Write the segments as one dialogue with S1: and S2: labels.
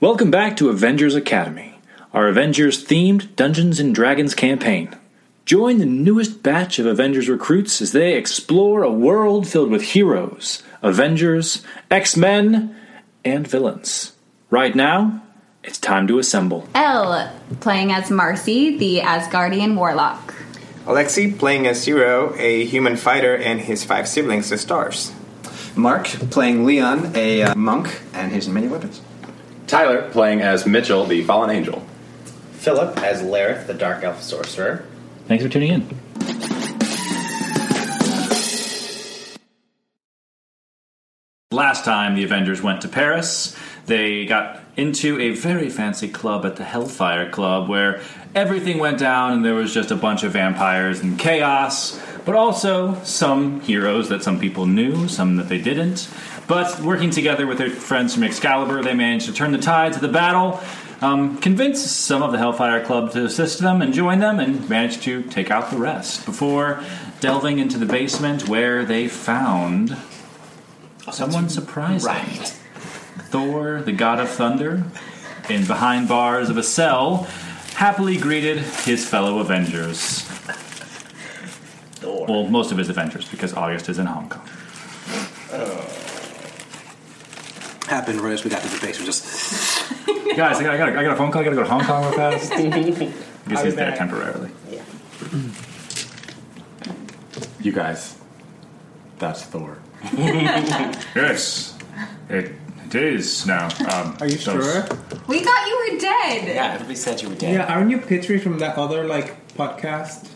S1: Welcome back to Avengers Academy, our Avengers themed Dungeons and Dragons campaign. Join the newest batch of Avengers recruits as they explore a world filled with heroes, Avengers, X Men, and villains. Right now, it's time to assemble.
S2: Elle playing as Marcy, the Asgardian warlock.
S3: Alexi playing as Zero, a human fighter, and his five siblings, the stars.
S4: Mark playing Leon, a uh, monk, and his many weapons.
S5: Tyler playing as Mitchell, the fallen angel.
S6: Philip as Lareth, the dark elf sorcerer.
S1: Thanks for tuning in. Last time the Avengers went to Paris, they got into a very fancy club at the Hellfire Club where everything went down and there was just a bunch of vampires and chaos, but also some heroes that some people knew, some that they didn't. But working together with their friends from Excalibur, they managed to turn the tides of the battle, um, convince some of the Hellfire Club to assist them and join them, and managed to take out the rest before delving into the basement where they found someone surprising. Thor, the god of thunder, in behind bars of a cell, happily greeted his fellow Avengers. Well, most of his Avengers, because August is in Hong Kong.
S7: Oh. happened right as we got to the basement. Just
S1: Guys, I got, I, got a, I got a phone call. I got to go to Hong Kong real fast. I guess he's there temporarily.
S5: You guys, that's Thor.
S1: Yes, it, it is now. Um,
S8: Are you sure?
S2: We thought you were dead.
S7: yeah, everybody said you were dead.
S8: Yeah, aren't you Petri from that other like podcast?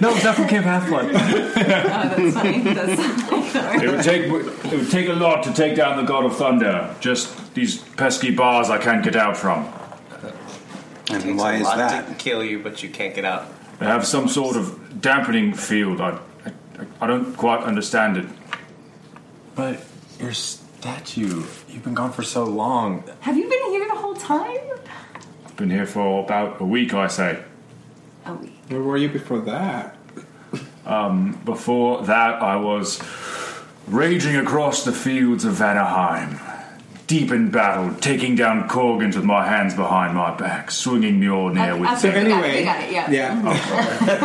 S1: No, it's not from Camp Half Blood.
S2: That's funny. That's
S1: it would take it would take a lot to take down the God of Thunder. Just these pesky bars I can't get out from.
S4: And
S6: Takes
S4: why
S6: a
S4: is
S6: lot
S4: that?
S6: To kill you, but you can't get out.
S1: They have some sort of dampening field. I, I, I don't quite understand it.
S5: But your statue, you've been gone for so long.
S2: Have you been here the whole time?
S1: Been here for about a week, I say.
S2: A week.
S8: Where were you before that?
S1: Before that, I was raging across the fields of Vanaheim, deep in battle, taking down Korgans with my hands behind my back, swinging mule near with.
S2: after-
S8: So
S2: We got it,
S8: anyway,
S2: we got it, yeah.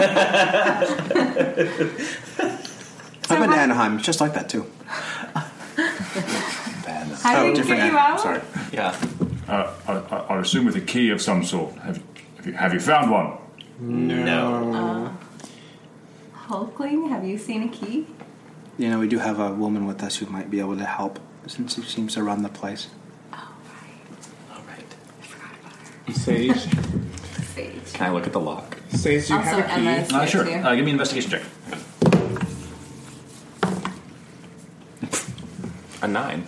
S4: I've been to Anaheim, it's just like that too.
S7: Oh,
S2: How did
S4: different
S2: we get
S4: Anaheim,
S2: you out?
S4: Sorry.
S6: Yeah.
S1: Uh, I, I, I assume with a key of some sort. Have, have, you, have you found one?
S6: No.
S2: Hulkling, have you seen a key?
S4: You know, we do have a woman with us who might be able to help since she seems to run the place.
S6: All right.
S8: Sage.
S2: Sage.
S5: Can I look at the lock?
S8: Sage, you
S2: also,
S8: have a key.
S2: Emma is here too.
S1: Uh, give me an investigation check.
S5: A nine.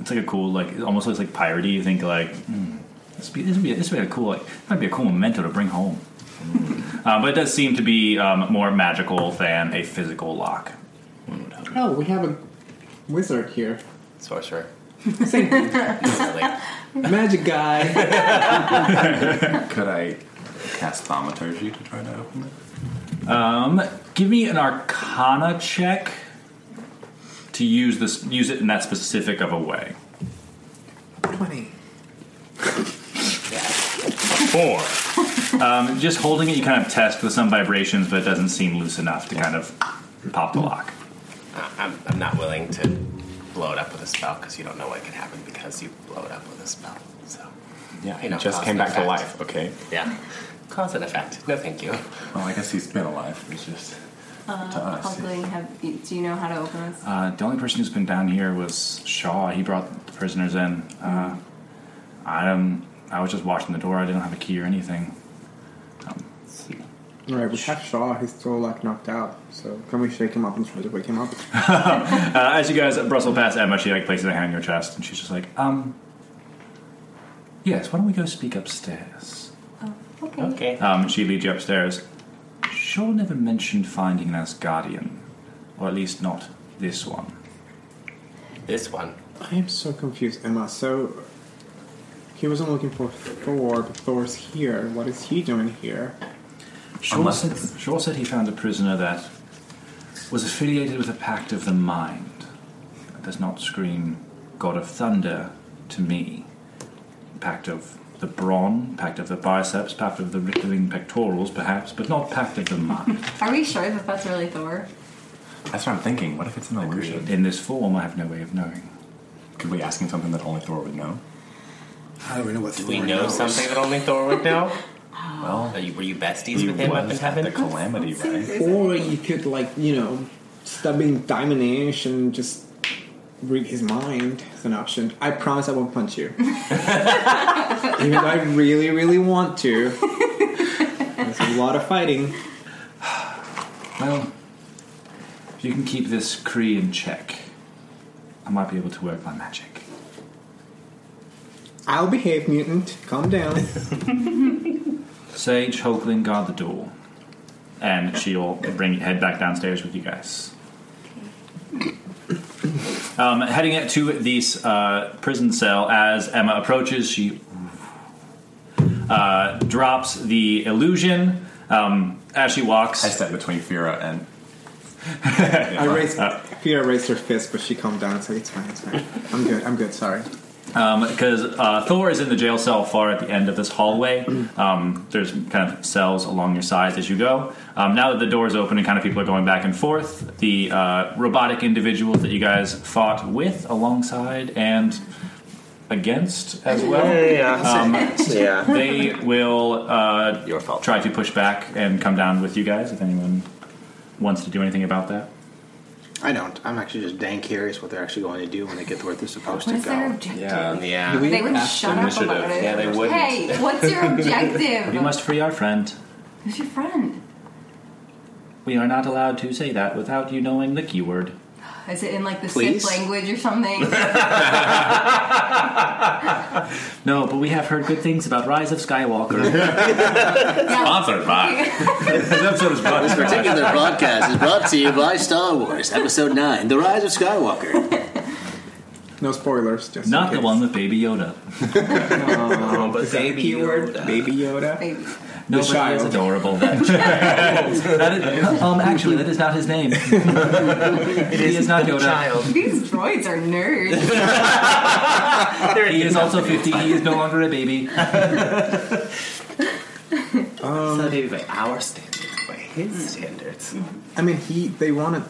S1: It's like a cool, like it almost looks like piratey. You think like hmm, this, be, this would be this would be a cool, like might be a cool memento to bring home. um, but it does seem to be um, more magical than a physical lock.
S8: Oh, we have a wizard here.
S6: Sorcerer.
S8: Same thing.
S6: Like,
S8: Magic guy.
S5: Could I cast thaumaturgy to try to open it?
S1: Um, give me an Arcana check to use this, use it in that specific of a way.
S8: Twenty.
S1: Four. um, just holding it, you kind of test with some vibrations, but it doesn't seem loose enough to kind of pop the lock.
S6: I- I'm, I'm not willing to blow it up with a spell because you don't know what could happen because you blow it up with a spell. So.
S5: Yeah,
S6: You know,
S5: it just
S6: cause
S5: came
S6: and
S5: back to
S6: effect.
S5: life, okay?
S6: Yeah. Cause and effect. No, thank you.
S5: Well, I guess he's been alive. It's just to us.
S2: Hulkling, have you, do you know how to open this?
S1: Uh, the only person who's been down here was Shaw. He brought the prisoners in. Uh, I um, I was just watching the door. I didn't have a key or anything.
S8: All right, we have Shaw. He's still like knocked out. So can we shake him up and try to wake him up?
S1: Uh, as you guys Brussels past Emma, she like places a hand on your chest, and she's just like, um, yes. Why don't we go speak upstairs?
S2: Okay.
S6: Okay.
S1: Um, she leads you upstairs. Shaw never mentioned finding an Asgardian, or at least not this one.
S6: This one.
S8: I am so confused, Emma. So he wasn't looking for Thor, but Thor's here. What is he doing here?
S1: Shaw said, Shaw said he found a prisoner that was affiliated with a pact of the mind. That does not scream god of thunder to me. Pact of the brawn, pact of the biceps, pact of the wriggling pectorals, perhaps, but not pact of the mind.
S2: Are we sure that that's really Thor?
S5: That's what I'm thinking. What if it's an illusion?
S1: In this form, I have no way of knowing.
S5: Could we ask him something that only Thor would know?
S7: I don't even know what
S6: Do we know something that only Thor would know?
S5: Well,
S6: Are you, were you besties
S5: he
S6: with him up in
S5: was at the
S6: heaven?
S5: calamity, right?
S8: Or you could, like, you know, stub in Diamond Ash and just read his mind as an option. I promise I won't punch you. Even though I really, really want to. There's a lot of fighting.
S1: Well, if you can keep this Kree in check, I might be able to work my magic.
S8: I'll behave, mutant. Calm down.
S1: Sage, Hulkling, guard the door. And she'll bring head back downstairs with you guys. Um, heading it to this uh, prison cell, as Emma approaches, she uh, drops the illusion. Um, as she walks,
S5: I step between Fira and.
S8: I raised, Fira raised her fist, but she calmed down and said, It's fine, it's fine. I'm good, I'm good, sorry.
S1: because uh, Thor is in the jail cell far at the end of this hallway. Um, there's kind of cells along your sides as you go. Um, now that the door is open and kind of people are going back and forth, the uh, robotic individuals that you guys fought with, alongside, and against as well, um,
S7: yeah.
S1: they will uh,
S7: Your fault.
S1: try to push back and come down with you guys if anyone wants to do anything about that.
S7: I don't. I'm actually just dang curious what they're actually going to do when they get to where they're supposed
S2: What
S7: to
S2: is their
S7: go.
S2: objective?
S6: Yeah.
S7: Do we-
S6: Yeah.
S2: They would
S7: Ask
S2: shut up about
S6: initiative.
S2: it.
S6: Yeah, they wouldn't.
S2: Hey, what's your objective?
S1: You must free our friend.
S2: Who's your friend?
S1: We are not allowed to say that without you knowing the keyword.
S2: Is it in like the
S7: Please?
S2: Sith language or something?
S1: No, but we have heard good things about Rise of Skywalker.
S2: yeah.
S1: Sponsored by. this episode is brought to you by-
S7: Particular broadcast is brought to you by Star Wars Episode Nine: The Rise of Skywalker.
S8: No spoilers, just.
S1: Not
S8: in
S1: the
S8: case.
S1: one with Baby Yoda.
S6: Oh, but
S8: Baby keyword, Baby Yoda.
S2: Baby.
S1: No, but he
S8: The
S1: is
S8: child.
S1: adorable. That is- um, actually, that is not his name. he is not Yoda.
S2: These droids are nerds.
S1: He is also 50. He is no longer a baby.
S6: It's not dated by our standards, by his standards.
S8: I mean, he. They want to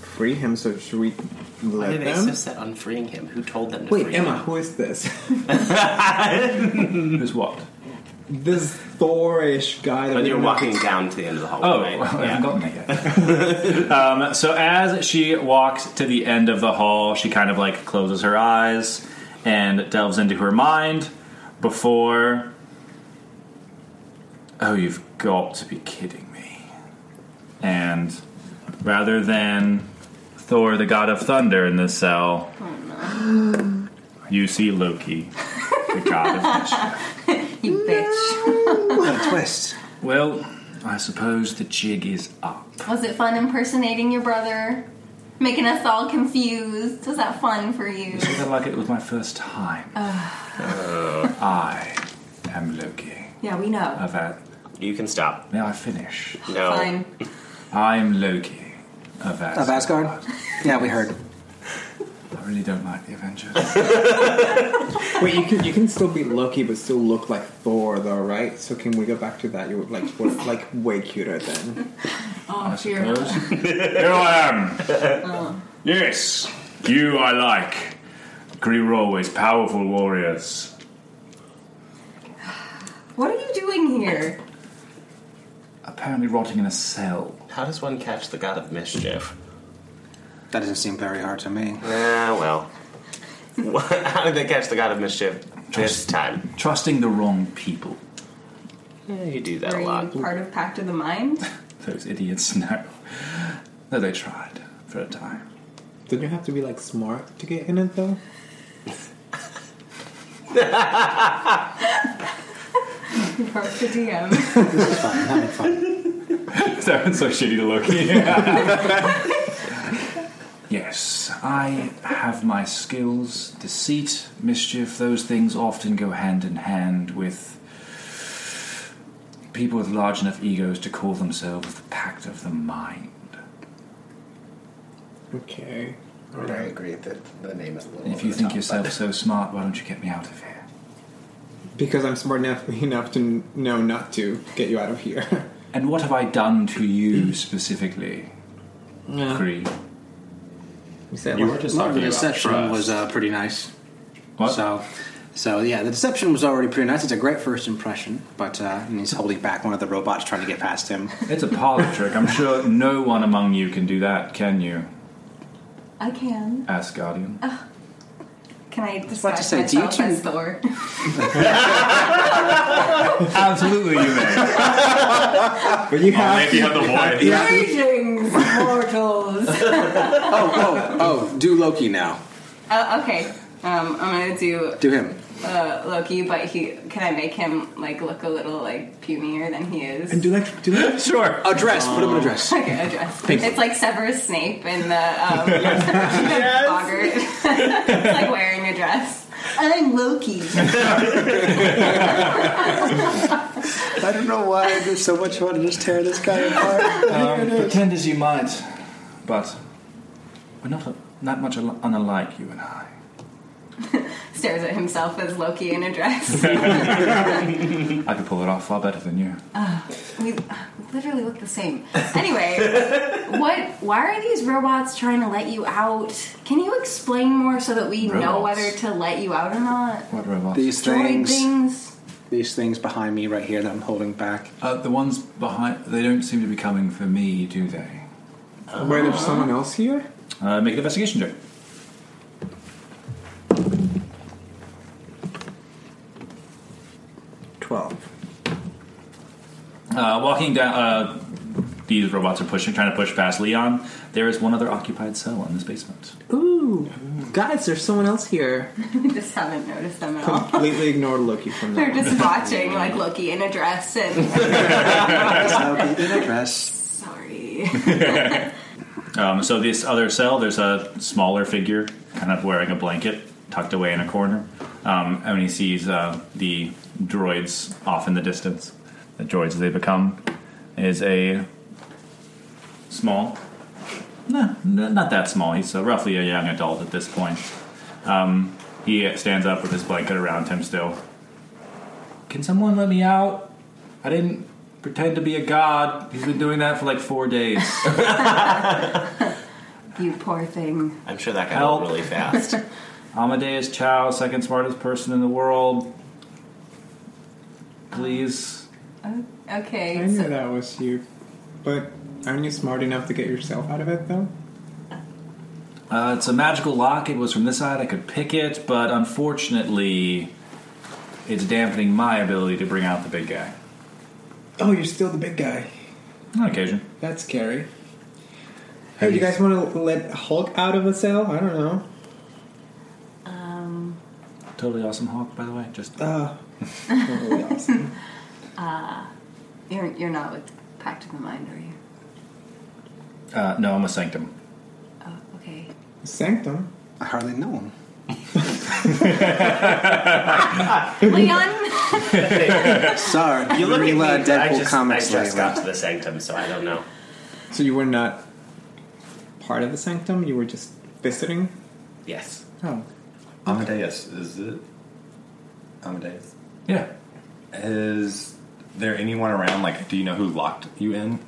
S8: free him, so should we
S6: Why are
S8: let
S6: they so
S8: them?
S6: set on freeing him? Who told them to
S8: Wait,
S6: free
S8: Emma,
S6: him?
S8: who is this?
S1: Who's what?
S8: this Thorish guy that
S6: When
S8: we
S6: you're
S8: don't know-
S6: walking down to the end of the hallway.
S1: Oh, I
S6: right?
S1: haven't
S6: yeah.
S1: gotten that yet. um, so as she walks to the end of the hall, she kind of like closes her eyes and delves into her mind before. Oh, you've got to be kidding me. And rather than Thor, the god of thunder, in this cell, you see Loki, the god of mischief.
S2: You bitch.
S7: what a twist!
S1: Well, I suppose the jig is up.
S2: Was it fun impersonating your brother? Making us all confused? Was that fun for you?
S1: I felt like it was my first time. Uh, I am Loki.
S2: Yeah, we know.
S1: I've had-
S6: You can stop.
S1: May I finish?
S6: No.
S2: Fine.
S1: I am Loki of Asgard.
S7: Of Asgard? Yeah, we heard.
S1: I really don't like the Avengers.
S8: Wait, you can you can still be Loki, but still look like Thor, though, right? So can we go back to that? You're like what, like way cuter then.
S1: I suppose. Here I am. Yes, you I like. Kree were always powerful warriors.
S2: What are you doing here?
S1: Apparently rotting in a cell.
S6: How does one catch the god of mischief?
S7: That doesn't seem very hard to me.
S6: Ah, well. How did they catch the god of mischief this time?
S1: Trusting the wrong people.
S6: Yeah, you do that
S2: Are
S6: a
S2: you
S6: lot.
S2: part of Pact of the Mind?
S1: Those idiots know. No, they tried for a time.
S8: Don't you have to be like smart to get in it though?
S2: You broke the DM.
S1: Sounds so shitty to Loki. yes, I have my skills, deceit, mischief. Those things often go hand in hand with people with large enough egos to call themselves the Pact of the Mind.
S8: Okay.
S6: I agree that the name is a little.
S1: If you think yourself so smart, why don't you get me out of here?
S8: Because I'm smart enough enough to n- know not to get you out of here.
S1: And what have I done to you specifically, Cree?
S8: We said
S5: You
S8: like-
S5: were just
S7: A lot of the
S5: talking about
S7: deception
S5: trust.
S7: was uh, pretty nice.
S1: What?
S7: So, so yeah, the deception was already pretty nice. It's a great first impression, but uh, and he's holding back one of the robots trying to get past him.
S1: It's a parlor trick. I'm sure no one among you can do that, can you,
S2: I can.
S1: Asgardian?
S2: Can I disguise
S7: about to say, do you
S2: myself
S7: two-
S2: as Thor?
S1: Absolutely, you may.
S8: but you
S5: Only
S8: have
S5: if you have the void.
S2: Greetings, mortals.
S7: Oh, oh, oh! Do Loki now.
S2: uh, okay, um, I'm gonna do
S7: Do him.
S2: uh, Loki, but he can I make him like look a little like punier than he is?
S8: and do like do like
S1: Sure.
S7: A dress. Put him in a dress.
S2: Okay, I dress. It's like Severus Snape in the um, Bogart. it's like wearing a dress. I'm Loki.
S7: I don't know why I did so much want to just tear this guy apart.
S1: Um, pretend as you might, but we're not a, that much al- unalike you and I.
S2: Stares at himself as Loki in a dress.
S1: I could pull it off far better than you.
S2: we literally look the same. Anyway, what? Why are these robots trying to let you out? Can you explain more so that we know
S1: Robots?
S2: whether to let you out or not?
S1: What robots?
S7: These
S2: Droid
S7: things,
S2: things.
S7: these things behind me, right here, that I'm holding back.
S1: Uh, the ones behind, they don't seem to be coming for me, do they?
S8: wait, there's someone else here.
S1: Uh, make an investigation check.
S8: Twelve.
S1: Uh, walking down, uh, these robots are pushing, trying to push past Leon. There is one other occupied cell in this basement.
S8: Ooh, guys, there's someone else here.
S2: We just haven't noticed them at all.
S8: Completely ignore Loki from
S2: They're
S8: that.
S2: just watching like Loki in a dress and
S7: Loki in a dress.
S2: sorry.
S1: Um, so this other cell, there's a smaller figure, kind of wearing a blanket, tucked away in a corner. Um, and he sees uh, the droids off in the distance. The droids they become is a small, no, n- not that small. He's uh, roughly a young adult at this point. Um, he stands up with his blanket around him still. Can someone let me out? I didn't pretend to be a god. He's been doing that for like four days.
S2: You poor thing.
S6: I'm sure that got
S1: Help.
S6: old really fast.
S1: Amadeus Chow, second smartest person in the world. Please.
S8: I
S2: Okay.
S8: knew
S2: So,
S8: that was you, but aren't you smart enough to get yourself out of it though?
S1: Uh, it's a magical lock. It was from this side. I could pick it, but unfortunately, it's dampening my ability to bring out the big guy.
S8: Oh, you're still the big guy.
S1: On occasion.
S8: That's scary. Hey, do you guys want to let Hulk out of the cell? I don't know.
S2: um,
S1: Totally awesome hawk, by the way. Just
S8: Uh, not really awesome.
S2: you're you're not with Pact of the Mind, are you?
S1: uh, no, I'm a sanctum.
S2: Oh, okay.
S8: Sanctum.
S7: I hardly know him.
S2: Leon.
S7: Sorry, you
S6: at
S7: read
S6: me, I
S7: Deadpool
S6: just,
S7: comics
S6: I
S7: lately.
S6: just got to the sanctum, so I don't know.
S8: So you were not part of the sanctum. You were just visiting.
S6: Yes.
S8: Oh,
S5: Amadeus, is it? Amadeus.
S1: Yeah.
S5: Is there anyone around? Like, do you know who locked you in?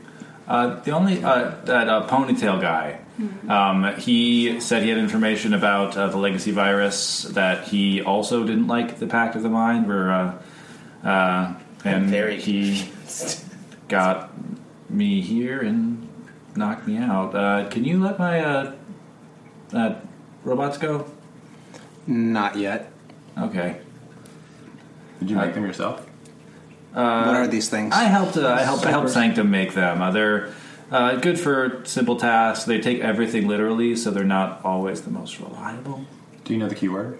S1: Uh, the only uh, that uh, ponytail guy. Um, he said he had information about uh, the legacy virus that he also didn't like the Pact of the Mind, where uh, uh, and
S6: Very-
S1: he got me here and knocked me out. Uh, can you let my uh, uh, robots go?
S7: Not yet.
S1: Okay.
S5: Did you make them yourself?
S7: what are these things?
S1: I helped. Uh, I helped. I helped Sanctum make them. Uh, they're uh, good for simple tasks. They take everything literally, so they're not always the most reliable.
S5: Do you know the keyword?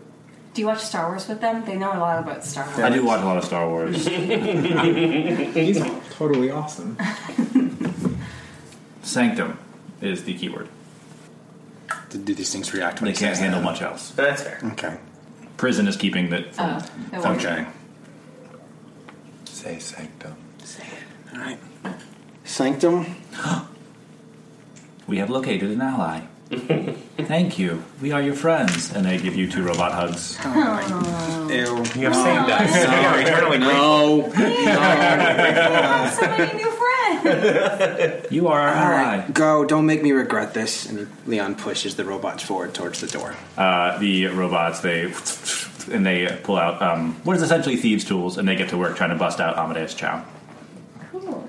S2: Do you watch Star Wars with them? They know a lot about Star Wars.
S1: I do watch a lot of Star Wars.
S8: he's totally awesome.
S1: Sanctum is the keyword.
S7: Do these things react when
S1: They
S7: he
S1: can't
S7: says
S1: handle
S7: that?
S1: much else.
S6: That's fair.
S7: Okay.
S1: Prison is keeping that. From,
S2: Oh, that works.
S7: Okay.
S5: Say sanctum.
S7: All right. Sanctum.
S1: We have located an ally. Thank you. We are your friends. And I give you two robot hugs.
S6: You have same dice. So you are eternally grateful.
S2: have so many new friends.
S1: You are our
S7: All
S1: ally.
S7: right, go. Don't make me regret this. And Leon pushes the robots forward towards the door.
S1: Uh, the robots, they. And they pull out um, what is essentially thieves' tools, and they get to work trying to bust out Amadeus Chow.
S2: Cool.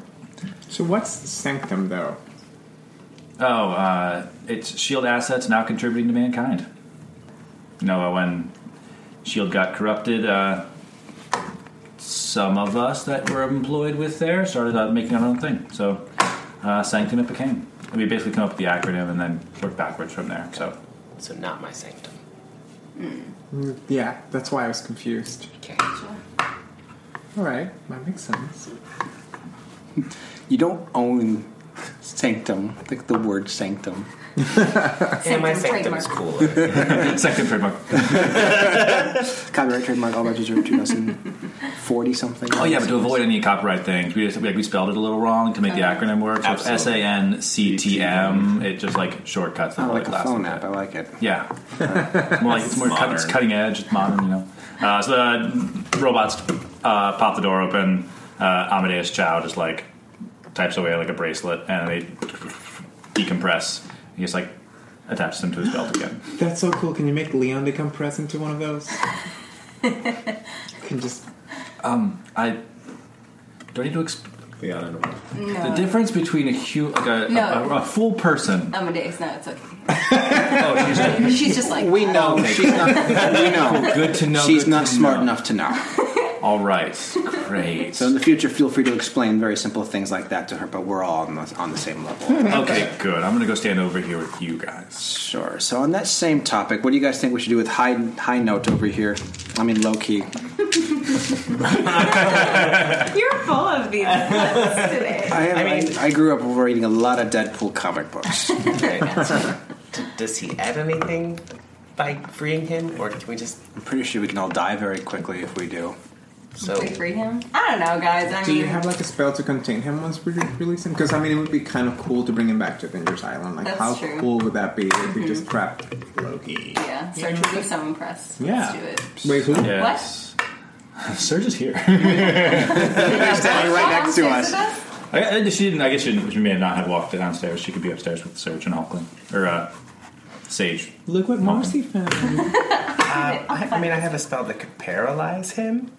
S8: So what's Sanctum though?
S1: Oh, uh, it's shield assets now contributing to mankind. Noah, when shield E got corrupted, uh, some of us that were employed with there started out making our own thing. So, uh, Sanctum it became. And we basically come up with the acronym and then work backwards from there. So,
S6: So not my sanctum.
S8: Yeah, that's why I was confused.
S6: Okay.
S8: All right, that makes sense.
S7: You don't own sanctum, like the word sanctum.
S6: And my sanctum
S2: trademark.
S6: is cooler.
S1: Sanctum trademark.
S7: Copyright trademark all rights reserved 2040 something.
S1: Oh yeah, but to avoid any copyright things, we just like we spelled it a little wrong to make the acronym work. So it's S A
S6: Absolutely.
S1: N C T M. It just like shortcuts the
S7: I
S1: whole
S7: like a
S1: last
S7: phone
S1: bit.
S7: app. I like it.
S1: Yeah, it's more like it's more cut, it's
S6: Modern.
S1: cutting edge, it's modern, you know. Uh, so the robots uh, pop the door open. Uh, Amadeus Chow just like types away like a bracelet, and they decompress. He just like attaches them to his belt again.
S8: That's so cool. Can you make Leon become present to one of those? Can just
S1: I do I need to exp-
S5: Yeah, I don't know.
S1: the
S2: No.
S1: difference between a hu- like a,
S2: No.
S1: a, a, a full person.
S2: Amadeus, no, it's okay.
S1: Oh, she's
S2: She's just like,
S7: We know. She's not, we know.
S1: good to know.
S7: She's
S1: good
S7: not
S1: to
S7: smart
S1: know.
S7: enough to know.
S1: All right, great.
S7: So in the future, feel free to explain very simple things like that to her. But we're all on the, on the same
S1: Hmm.
S7: level.
S1: okay, good. I'm gonna go stand over here with you guys.
S7: sure. So on that same topic, what do you guys think we should do with high high note over here? I mean low key.
S2: you're full of these nuts today.
S7: I,
S6: I
S7: I
S6: mean-
S7: I, grew up reading a lot of Deadpool comic books.
S6: Okay. D- Does he add anything by freeing him, or can we just
S7: I'm pretty sure we can all die very quickly if we do.
S6: so?
S2: We free him? I don't know, guys. I
S8: do you
S2: mean,
S8: have like a spell to contain him once we re- release him? Because I mean, it would be kind of cool to bring him back to Avengers Island. Like,
S2: That's
S8: how
S2: true. Mm-hmm.
S8: cool would that be if we just trapped Loki?
S2: yeah, Serge would be so impressed.
S1: Yeah.
S2: Let's do it.
S8: Wait, who?
S1: Yes. Surge is here.
S7: Standing right next to
S2: Downstairs
S7: us.
S2: with us?
S1: I, I, she didn't. I guess she, didn't, she may not have walked downstairs. She could be upstairs with Surge and Hulkling or uh, Sage.
S8: Look what Marcy found.
S6: Uh, I, I mean, I have a spell that could paralyze him.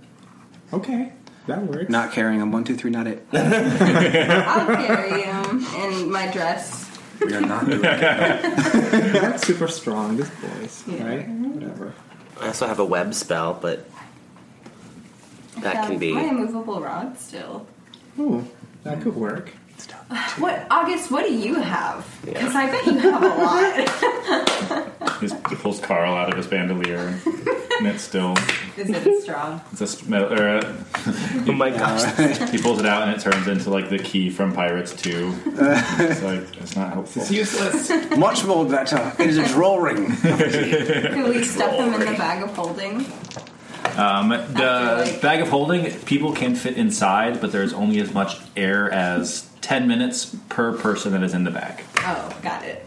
S8: okay, that works.
S7: Not carrying them. One, two, three, not it.
S2: I'll carry him in my dress.
S7: We are not doing it.
S8: That's super strong. This voice,
S2: Yeah.
S8: right? Whatever.
S6: I also have a web spell, but
S2: Um, my immovable rod still.
S8: Ooh, that could work.
S2: What August? What do you have? Because I bet you have a lot.
S1: He pulls Carl out of his bandolier, and, and it's still
S2: Is it strong?
S1: it's a sm- or, uh,
S6: Oh my gosh!
S1: he pulls it out, and it turns into like the key from Pirates Two. it's like it's not helpful.
S8: Useless.
S7: Much more better. It is a drawing.
S2: Can we stuff them in the bag of holding?
S1: Um, the bag of holding people can fit inside, but there's only as much air as ten minutes per person that is in the bag.
S2: Oh, got it.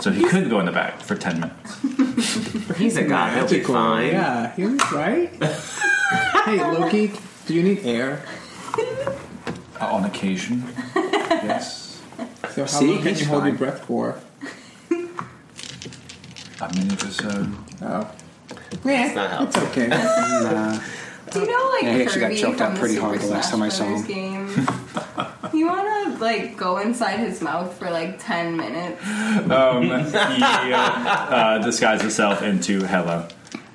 S1: So he could go in the bag for ten minutes.
S6: He's a god. He'll be fine.
S8: Yeah, he was right. hey Loki, do you need air?
S1: Uh, on occasion. yes.
S8: So how
S7: See,
S8: long can
S7: he's
S8: you hold your
S7: fine.
S8: breath for?
S1: A minute or so.
S8: Oh,
S6: It's not helpful.
S8: it's okay.
S7: uh,
S2: Do you know like
S7: Yeah, he actually got
S2: Kirby
S7: choked
S2: from
S7: up
S2: the
S7: pretty
S2: Super
S7: hard the last
S2: Smash
S7: time I saw
S2: Brothers
S7: him.
S2: Game? you want to like go inside his mouth for like ten minutes?
S1: Um, he uh, uh, disguised himself into Hela.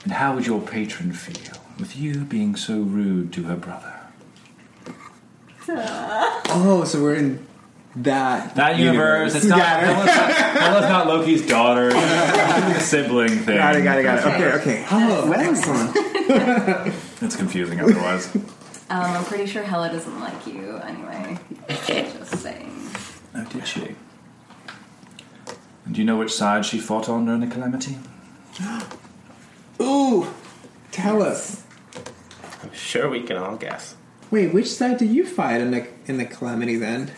S1: And how would your patron feel with you being so rude to her brother?
S8: Oh, so we're in that.
S1: That universe, it's not
S8: Got it.
S1: Hela's, not Hela's not Loki's daughter. It's a sibling thing.
S8: Got it, got it, got it. Okay, okay. Oh, excellent.
S1: It's confusing otherwise.
S2: Um, I'm pretty sure Hella doesn't like you anyway. Just saying.
S1: oh, did she? And do you know which side she fought on during the calamity?
S8: Ooh, tell us.
S6: I'm sure we can all guess.
S8: Wait, which side do you fight in the in the calamity then?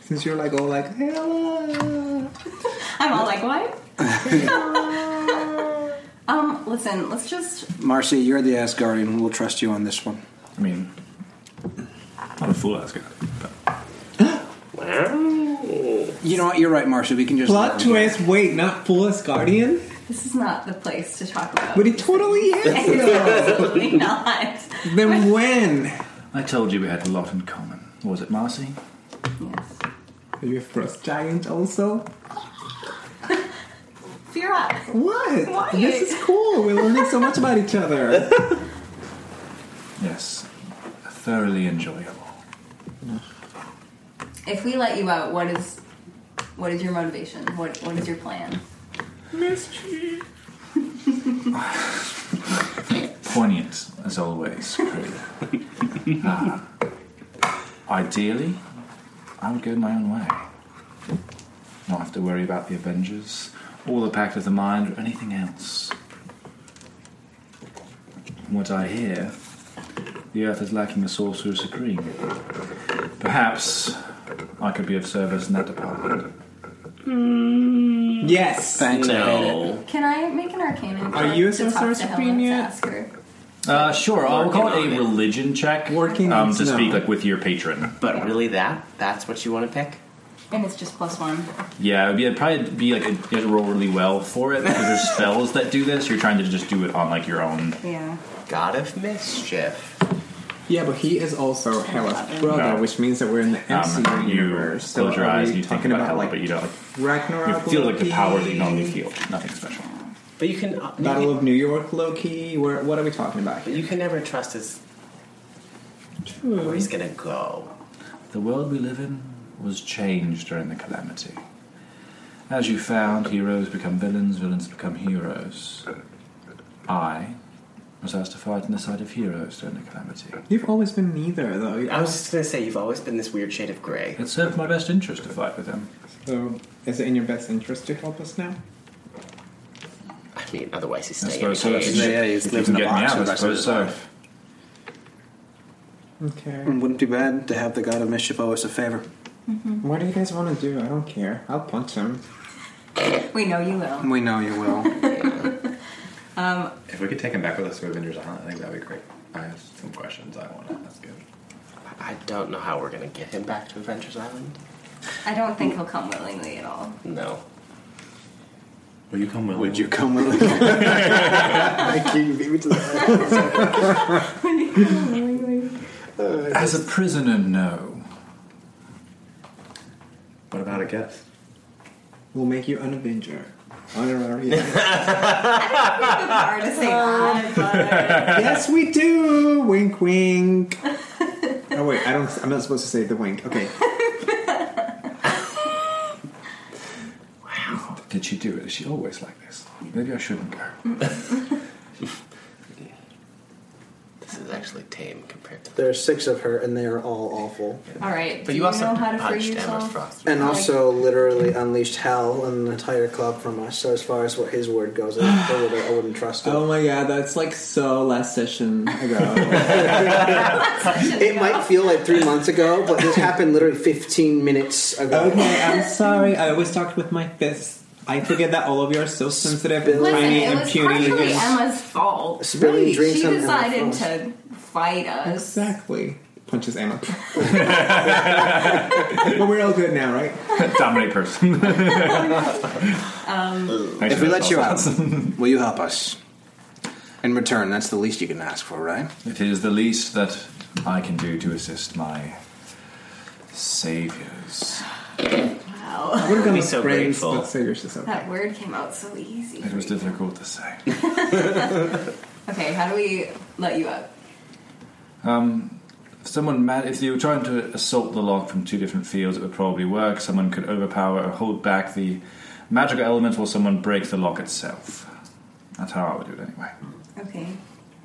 S8: Since you're like all like, Hella.
S2: I'm all like, what? um, listen, let's just.
S4: Marcy, you're the Asgardian. We'll trust you on this one.
S1: I mean, I'm a fool asker.
S4: You know what? You're right, Marcy. We can just
S8: Plot
S4: let him go.
S8: twist, wait, not Fullest Guardian?
S2: This is not the place to talk about.
S8: But it totally is!
S2: Absolutely not.
S8: then when?
S1: I told you we had a lot in common. Was it Marcy?
S2: Yes.
S8: Are you a frost giant also?
S2: Fear up.
S8: What?
S2: Why?
S8: This is cool. We're learning so much about each other.
S1: Yes. Thoroughly enjoyable.
S2: If we let you out, what is what is your motivation? What what is your plan?
S1: Poignant, as always. Creed. Ah. ideally, I would go my own way. Not have to worry about the Avengers, or the Pact of the Mind, or anything else. From what I hear, the Earth is lacking a sorcerer supreme. Perhaps I could be of service in that department.
S8: yes.
S4: Thanks. I hate it.
S2: Can I make an arcana? check
S8: Are you a
S2: to talk to
S8: sorcerer
S2: Helen
S8: supreme
S2: to
S8: yet?
S2: ask her?
S1: Uh, sure, I'll call
S6: Working
S1: it
S6: on
S1: a
S6: it.
S1: religion check.
S8: Working
S1: um,
S8: means
S1: to speak
S8: no.
S1: like with your patron.
S6: But really, that? That's what you want to pick?
S2: And it's just plus one.
S1: Yeah, it'd, be, it'd probably be like a, you have to roll really well for it because there's spells that do this. You're trying to just do it on like your own.
S2: Yeah.
S6: God of Mischief.
S8: Yeah, but he is also Hela's brother,
S1: No.
S8: which means that we're in the MCU
S1: Um, you
S8: universe. So
S1: close your
S8: are
S1: eyes,
S8: we
S1: you think
S8: talking
S1: about, Hela,
S8: like
S1: but you don't. Like, you
S8: Ragnarok.
S1: feel like the power that you
S8: Loki,
S1: normally feel. Nothing special.
S6: But you can. uh, you
S8: Battle
S6: can-
S8: of New York, Loki. Where, what are we talking about
S6: But
S8: here?
S6: you can never trust his. Where he's gonna go.
S1: The world we live in was changed during the calamity. As you found, heroes become villains, villains become heroes. I was asked to fight on the side of heroes during the calamity.
S8: You've always been neither, though. You-
S6: I was just gonna say, you've always been this weird shade of gray.
S1: It served my best interest to fight with them.
S8: So, is it in your best interest to help us now?
S6: I mean, otherwise he's
S1: I
S6: staying in a
S1: suppose so. That's
S6: cage.
S1: the
S7: Yeah, he's
S1: if you
S7: lived
S1: can
S7: in a
S1: get me
S7: box
S1: out,
S7: for
S1: I
S7: the rest of
S1: suppose
S7: his
S1: so.
S7: life.
S8: Okay.
S4: It wouldn't be bad to have the god of mischief owe us a favor.
S8: What do you guys want to do? I don't care. I'll punch him.
S2: We know you will.
S4: We know you will.
S5: If we could take him back with us to Avengers Island, I think that'd be great. I have some questions I want to ask him.
S6: I don't know how we're gonna get him back to Adventures Island.
S2: I don't think he'll come willingly at all.
S6: No.
S5: Will you come with?
S7: Would you come with us?
S4: Thank you. You beat me to that.
S1: As a prisoner, no.
S5: What about a guest?
S8: We'll make you an Avenger. Honorary.
S2: Good power to say that, but-
S8: yes, we do. Wink, wink. oh wait, I don't. I'm not supposed to say the wink. Okay.
S1: Did she do it? Is she always like this? Maybe I shouldn't go.
S6: This is actually tame compared to.
S9: There are six of her, and they are all awful.
S2: All right.
S6: But
S2: do
S6: you also
S2: know how to free
S6: punched Emma
S2: yourself?
S6: Frost.
S9: And also, literally unleashed hell on an entire club from us. So, as far as what his word goes, I, I, would, I wouldn't trust him.
S8: Oh my god, that's like so last session ago.
S9: It might feel like three months ago, but this happened literally 15 minutes ago.
S8: okay, I'm sorry. I always talked with my fists. I forget that all of you are so sensitive and
S9: Listen,
S2: Listen,
S8: tiny
S2: it
S8: and
S2: was
S8: puny.
S2: partially
S8: and-
S2: Emma's fault.
S9: Spilling drinks
S2: She
S9: on
S2: decided
S9: Emma Frost.
S2: to fight us.
S8: Exactly. Punches Emma. but we're all good now, right?
S1: Dominate person.
S7: if we let you out, will you help us? In return, that's the least you can ask for, right?
S1: It is the least that I can do to assist my saviors.
S2: Wow.
S8: We're gonna
S6: be so
S8: brains,
S6: grateful.
S8: but saviors is okay.
S2: That word came out so easy.
S1: It was difficult to say.
S2: Okay, how do we let you up?
S1: If someone ma- if you were trying to assault the lock from two different fields, it would probably work. Someone could overpower or hold back the magical elements, while someone breaks the lock itself. That's how I would do it anyway.
S2: Okay.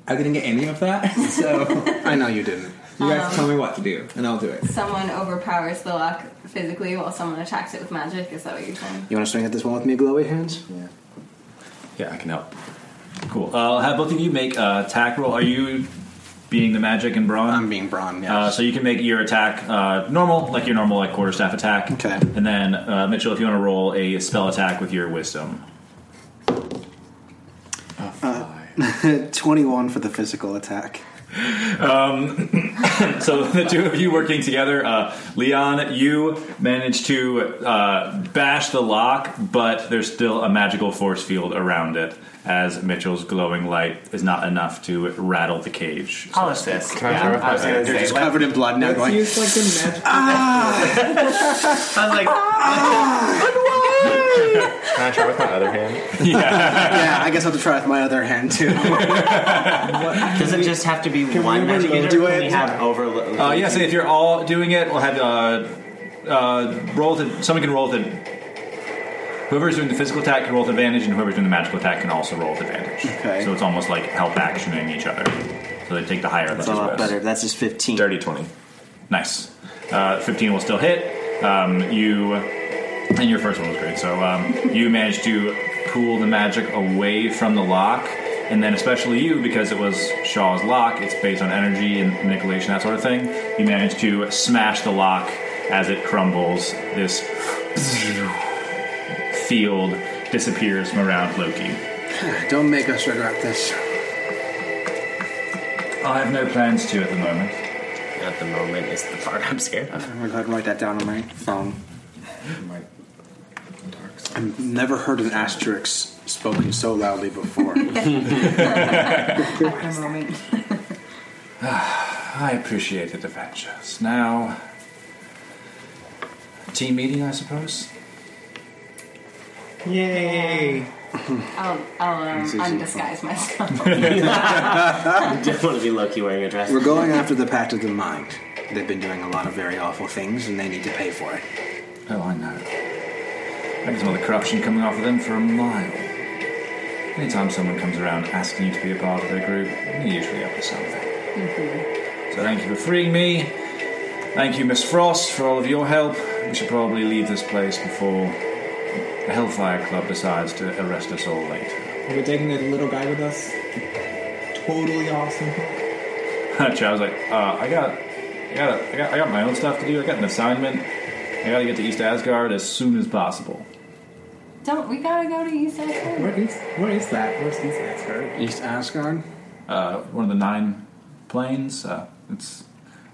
S8: I didn't get any of that, so
S7: I know you didn't.
S8: you guys tell me what to do, and I'll do it.
S2: Um, Someone overpowers the lock physically while someone attacks it with magic. Is that what you're saying?
S7: You want to swing at this one with me, glowy hands?
S5: Yeah, I can
S1: Uh,
S5: help.
S1: Cool. I'll have both of you make a attack roll. Are you being the magic and brawn.
S7: I'm being brawn. Yes.
S1: Uh, so you can make your attack uh, normal, like your normal like quarterstaff attack.
S7: Okay.
S1: And then uh, Mitchell, if you want to roll a spell attack with your wisdom,
S7: Twenty-one for the physical attack.
S1: so the two of you working together, uh, Leon, you manage to uh, bash the lock, but there's still a magical force field around it. As Mitchell's glowing light is not enough to rattle the cage.
S6: Polish this.
S5: I
S6: Yeah,
S5: throw it
S6: I was
S5: back?
S6: gonna
S7: You're
S6: say,
S7: just
S6: let-
S7: covered in blood now.
S8: Let's
S7: Going, "Ah!"
S8: use like the magic.
S6: I was like,
S8: "Ah!"
S5: Can I try with my other hand?
S7: yeah, I guess I'll have to try with my other hand too.
S6: Does it just have to be one magic user?
S7: do
S6: or Can
S7: it?
S6: we have overload?
S1: Uh, yes, and if you're all doing it, we'll have uh, uh, roll with. Someone can roll with. Ad- whoever's doing the physical attack can roll with advantage, and whoever's doing the magical attack can also roll with advantage.
S7: Okay.
S1: So it's almost like help actioning each other. So they take the higher of
S7: That's
S1: those
S7: a lot
S1: rolls.
S7: better. That's just fifteen.
S5: Dirty 20.
S1: Nice. Uh, 15 will still hit. Um, you and your first one was great. So um, you managed to pull the magic away from the lock, and then especially you because it was Shaw's lock. It's based on energy and manipulation, that sort of thing. You managed to smash the lock as it crumbles. This field disappears from around Loki.
S7: Don't make us regret this.
S1: I have no plans to at the moment.
S6: At the moment is the part I'm scared of.
S7: I'm gonna go ahead and write that down on my phone.
S5: My dark side.
S7: I've never heard an asterisk spoken so loudly before.
S2: At the moment.
S1: I appreciated adventures. Now, team meeting, I suppose.
S8: Yay!
S2: I'll, I'll um, undisguise myself.
S6: I don't want to be Loki wearing a dress.
S7: We're going after the Pact of the Mind. They've been doing a lot of very awful things, and they need to pay for it.
S1: Oh, I know. I can smell the corruption coming off of them for a mile. Anytime someone comes around asking you to be a part of their group, you're usually up to something. So thank you for freeing me. Thank you, Miss Frost, for all of your help. We should probably leave this place before the Hellfire Club decides to arrest us all later.
S8: We're taking that little guy with us. Totally awesome.
S1: I was like, uh, I got, I got, I got, I got my own stuff to do. I got an assignment. I got to get to East Asgard as soon as possible.
S2: Don't we gotta go to East Asgard?
S8: Where is where is that? Where's East Asgard?
S7: East Asgard?
S1: uh, one of the nine planes. Uh, it's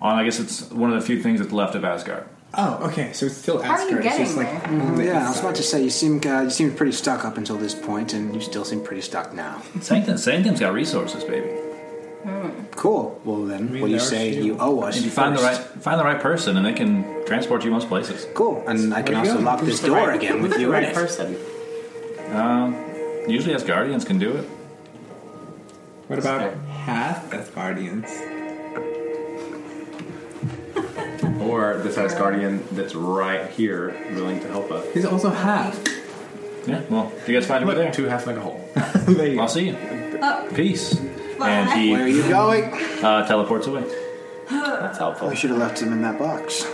S1: on. I guess it's one of the few things that's left of Asgard.
S8: Oh, okay. So it's still
S2: How are you
S8: Asgard. it's
S2: getting
S8: just like
S2: there?
S8: on the
S7: Mm-hmm. yeah, I was
S8: inside.
S7: about to say, you seem uh, you seemed pretty stuck up until this point, and you still seem pretty stuck now.
S1: Sanctum, Sanctum's got resources, baby.
S7: Cool. Well, then,
S8: mean,
S7: what do you
S8: there are
S7: say
S8: few.
S7: you owe us?
S1: If you find the right,
S7: first?
S1: find the right person, and they can transport you most places.
S7: Cool. And I can
S8: There you
S7: also
S8: go.
S7: lock
S8: Who's
S7: this
S8: the
S7: door
S8: right-
S7: again with
S6: Who's
S7: you
S6: the
S7: in
S6: right
S7: it.
S6: person.
S1: Usually, Asgardians can do it.
S8: What about half Asgardians?
S5: Or this has Guardian that's right here willing to help us.
S8: He's also half.
S1: Yeah. Well, you guys find over there.
S5: Two halves make a whole.
S8: There you
S1: I'll
S8: go.
S1: see you.
S2: Oh.
S1: Peace. And
S7: Where are
S1: he
S7: you going?
S1: uh, teleports away.
S6: That's helpful.
S7: I should have left him in that box.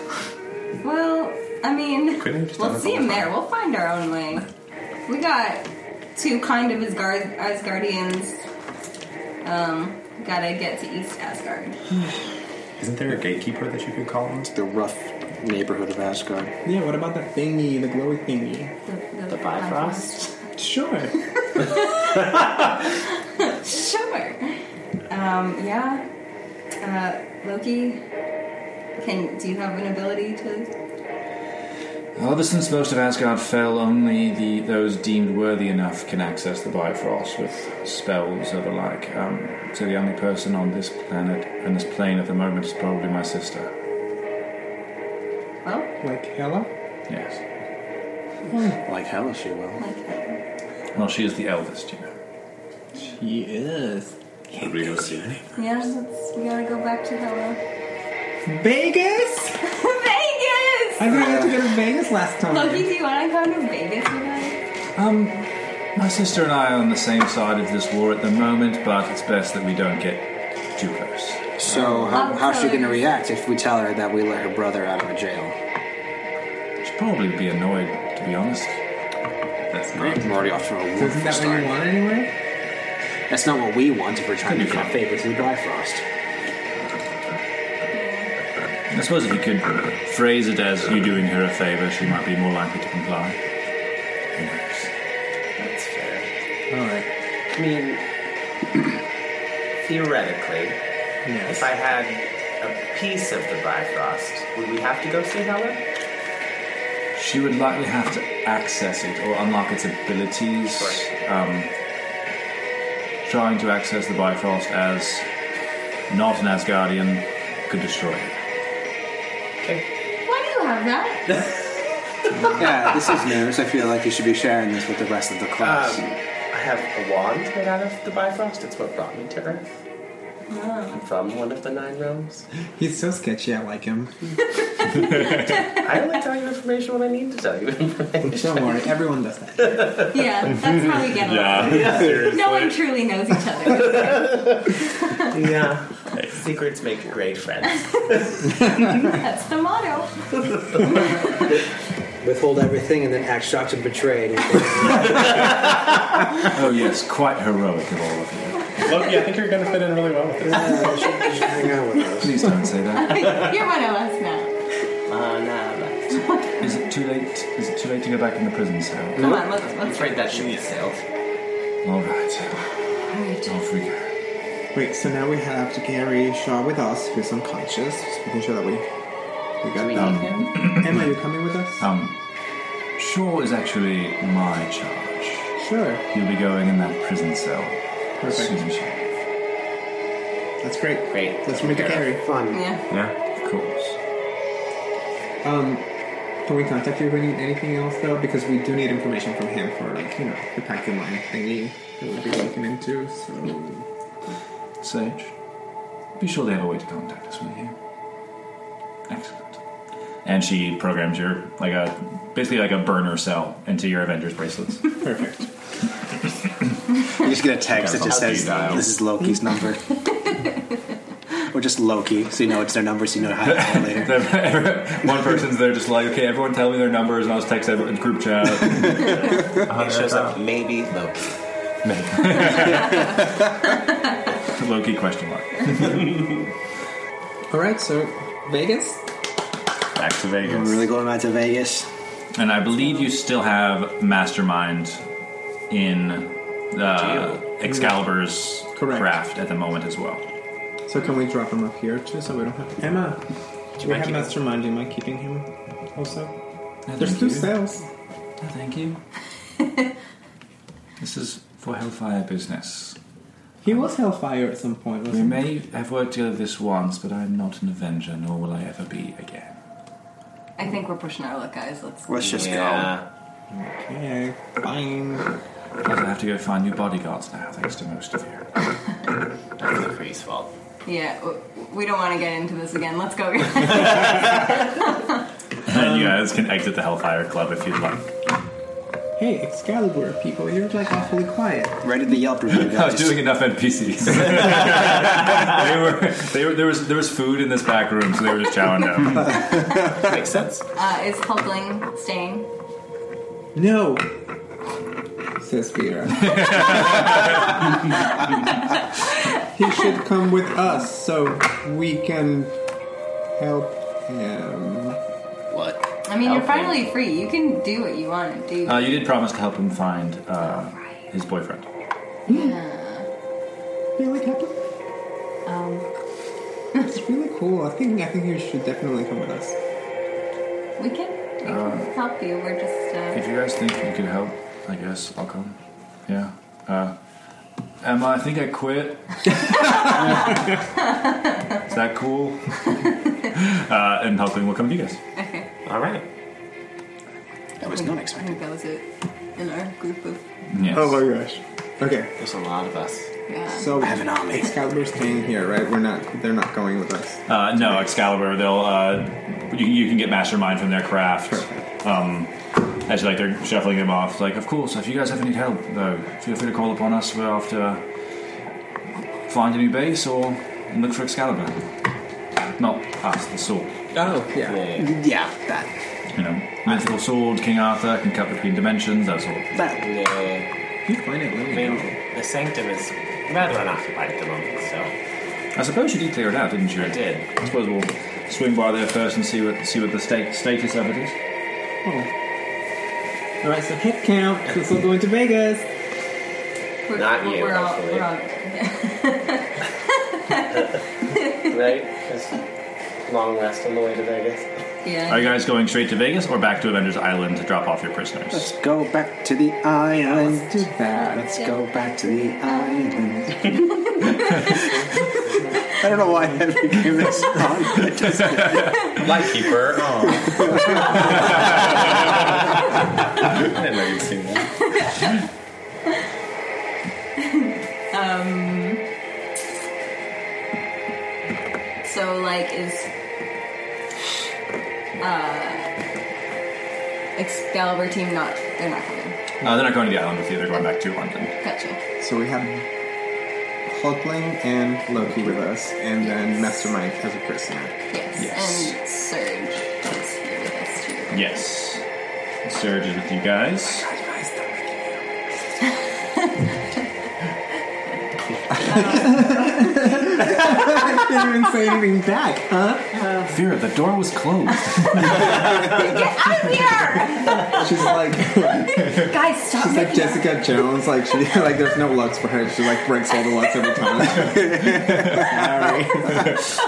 S2: Well, I mean,
S5: Couldn't he just done
S2: we'll
S5: it
S2: see
S5: the
S2: him
S5: whole
S2: there. We'll find our own way. We got two kind of Asgard- Asgardians. Um, gotta get to East Asgard.
S5: Isn't there a gatekeeper that you could call on?
S7: The rough neighborhood of Asgard.
S8: Yeah. What about that thingy, the glowy thingy?
S2: The,
S6: The Bifrost?
S8: Sure.
S2: Sure. Um, yeah. Uh, Loki, can do you have an ability to?
S1: Ever since most of Asgard fell, only the those deemed worthy enough can access the Bifrost with spells or the like. Um, so the only person on this planet and this plane at the moment is probably my sister.
S2: Well,
S8: Like Hella.
S1: Yes.
S7: Like hell, she will.
S2: like
S1: Well, she is the eldest, you know.
S8: She is.
S2: yeah. Let's, we gotta go back to Hela.
S8: Vegas.
S2: Vegas.
S8: I think I got to go to Vegas last time.
S2: Loki, do you want to come to Vegas with us?
S1: Um, my sister and I are on the same side of this war at the moment, but it's best that we don't get too close.
S7: So, how,
S2: I'm
S7: how's she
S2: sorry.
S7: going to react if we tell her that we let her brother out of a jail?
S1: She'd probably be annoyed, to be honest.
S5: That's not.
S7: We're already off to a
S8: So isn't
S7: wonderful
S8: that what
S7: start.
S8: you want anyway?
S7: That's not what we want if we're trying to do a favor to the Bifrost.
S1: I suppose if you could phrase it as you doing her a favor, she might be more likely to comply. Who knows?
S6: That's fair.
S8: All right.
S6: I mean, theoretically, if
S8: Yes.
S6: I had a piece of the Bifrost, would we have to go see Helen?
S1: She would likely have to access it or unlock its abilities. Um, trying to access the Bifrost as not an Asgardian could destroy it.
S2: Why do you have that?
S7: yeah, this is news. I feel like you should be sharing this with the rest of the class.
S6: Um, I have a wand made out of the Bifrost. It's what brought me to Earth. I'm from one of the nine realms.
S8: He's so sketchy. I like him.
S6: I only tell you information when I need to tell you information.
S8: Don't worry. Everyone does that.
S2: Yeah, that's how we get along. no one truly knows each other.
S6: Yeah. Secrets make great friends.
S2: That's the motto.
S9: Withhold everything and then act shocked and betrayed.
S1: Oh yes, quite heroic of all of you.
S5: Well, yeah, I think you're going to fit in really well with this.
S9: Yeah, we should- we should hang out with us.
S1: Please don't say that.
S2: You're one of us now.
S6: Uh, nah, nah.
S1: Is it too late? Is it too late to go back in the prison cell?
S2: Come on, let's, let's
S6: I'm afraid that should be sailed.
S1: All right,
S2: Alright.
S1: off we go.
S8: Wait. So now we have to carry Shaw with us, who's unconscious. Just making sure that we we got
S6: Do we
S8: that.
S6: need him?
S8: Emma, you coming with us?
S1: Um, Shaw is actually my charge.
S8: sure.
S1: He'll be going in that prison cell.
S8: Perfect.
S1: Soon, Shaw.
S8: That's great.
S6: Great.
S8: Let's make a carry.
S9: Fun.
S2: Yeah.
S1: Yeah, of course.
S8: Um, can we contact you if we need anything else though? Because we do need information from him for like you know the packing line thingy that we'll be looking into. So.
S1: Sage, be sure they have a way to contact us with you. Excellent. And she programs your like a basically like a burner cell into your Avengers bracelets.
S8: Perfect.
S7: You just get a text that just
S6: Loki
S7: says,
S6: dial.
S7: "This is Loki's number," or just Loki, so you know it's their number, so you know how to call later.
S1: One person's there just like, okay, everyone tell me their numbers, and I'll just text everyone in group chat.
S5: Uh-huh,
S6: It shows up maybe Loki.
S1: Loki question mark.
S8: All right. So Vegas.
S5: Back to
S7: We're
S5: Vegas.
S7: really going out to Vegas.
S1: And I believe you still have Mastermind in uh, Excalibur's
S8: Correct.
S1: craft at the moment as well.
S8: So can we drop him up here too, so we don't have Emma? Do we
S6: mind
S8: have
S6: keeping-
S8: Mastermind. Do you mind keeping him also?
S1: No,
S8: There's
S1: thank
S8: two
S1: you.
S8: cells.
S1: No, thank you. this is for Hellfire business.
S8: He was Hellfire at some point,
S1: We
S8: wasn't he?
S1: may have worked together this once, but I am not an Avenger, nor will I ever be again.
S2: I think we're pushing our luck, guys. Let's.
S7: Let's just
S6: yeah.
S8: Okay, fine.
S1: But I have to go find new bodyguards now, thanks to most of you.
S6: That's the freeze fault.
S2: Yeah, w- we don't want to get into this again. Let's go. guys.
S1: And
S8: Um,
S1: you guys can exit the Hellfire Club if you'd like.
S8: Hey, Excalibur people, you're like awfully quiet.
S7: go. Right in the Yelp review.
S1: I was
S7: just-
S1: doing enough NPCs. they were, they were, there was there was food in this back room, so they were just chowing down.
S6: Makes sense.
S2: Uh, is Hulkling staying?
S8: No, says Vera. he should come with us so we can help him.
S6: What?
S2: I mean, you're
S6: Hulkling.
S2: finally free. You can do what you want to do.
S1: Uh, you did promise to help him find uh, his boyfriend.
S8: Really happy?
S2: um,
S8: It's really cool. I think I think you should definitely come with us.
S2: we can, we can
S7: uh,
S2: help you. We're just. Uh,
S1: If you guys think you could help, I guess I'll come. Yeah. Uh, Emma, I think I quit. Is that cool? uh, and Hulkling will come to you guys.
S2: okay.
S6: All right.
S7: That was not
S2: I
S7: expected.
S2: think that was it in our group of.
S1: Yes.
S8: Oh my gosh. Okay,
S6: There's a lot of us.
S2: Yeah.
S8: so
S7: I have an army.
S8: Excalibur's staying here, right? We're not. They're not going with us.
S1: Uh, no, Excalibur. They'll uh, you, you can get Mastermind from their craft. Um, as like they're shuffling them off, like of course, if you guys ever need help, though, feel free to call upon us. We'll have to find a new base or and look for Excalibur. Not us, the sword.
S8: Oh yeah.
S7: Yeah, that.
S1: You know, mythical sword, King Arthur can cut between dimensions. That sort of thing.
S7: That.
S6: Yeah.
S8: You find it. Let
S6: I
S8: me
S6: mean,
S8: know.
S6: the sanctum is rather unoccupied at the moment, so
S1: I suppose you did clear it out, didn't you?
S6: I did.
S1: I suppose we'll swing by there first and see what see what the state, status of it is.
S8: All right, so hit count. This will go into Vegas.
S2: We're,
S6: Not you,
S2: we're all,
S6: hopefully.
S2: we're all
S6: Right? Just long rest on the way to Vegas.
S2: yeah.
S1: Are you guys going straight to Vegas or back to Avengers Island to drop off your prisoners?
S7: Let's go back to the island.
S8: Do that.
S7: Let's go back to the island. I don't know why that became this song.
S5: Lightkeeper. Oh. I didn't know you'd seen that.
S2: So like is uh Excalibur team not they're not coming.
S1: Uh, they're not going to the island with you. They're going back to London.
S2: Gotcha.
S8: So we have Hulkling and Loki with us, and then Mastermind as a prisoner.
S2: Yes.
S1: Yes.
S2: And Surge is here with us too.
S1: Yes. Surge is with you guys.
S8: I didn't even say anything back, huh?
S1: Vera, the door was closed.
S2: Get out of here!
S8: She's like,
S2: Guys, stop
S8: she's like
S2: making out.
S8: Jessica Jones. Like she, like there's no looks for her. She like breaks all the looks every time. Sorry.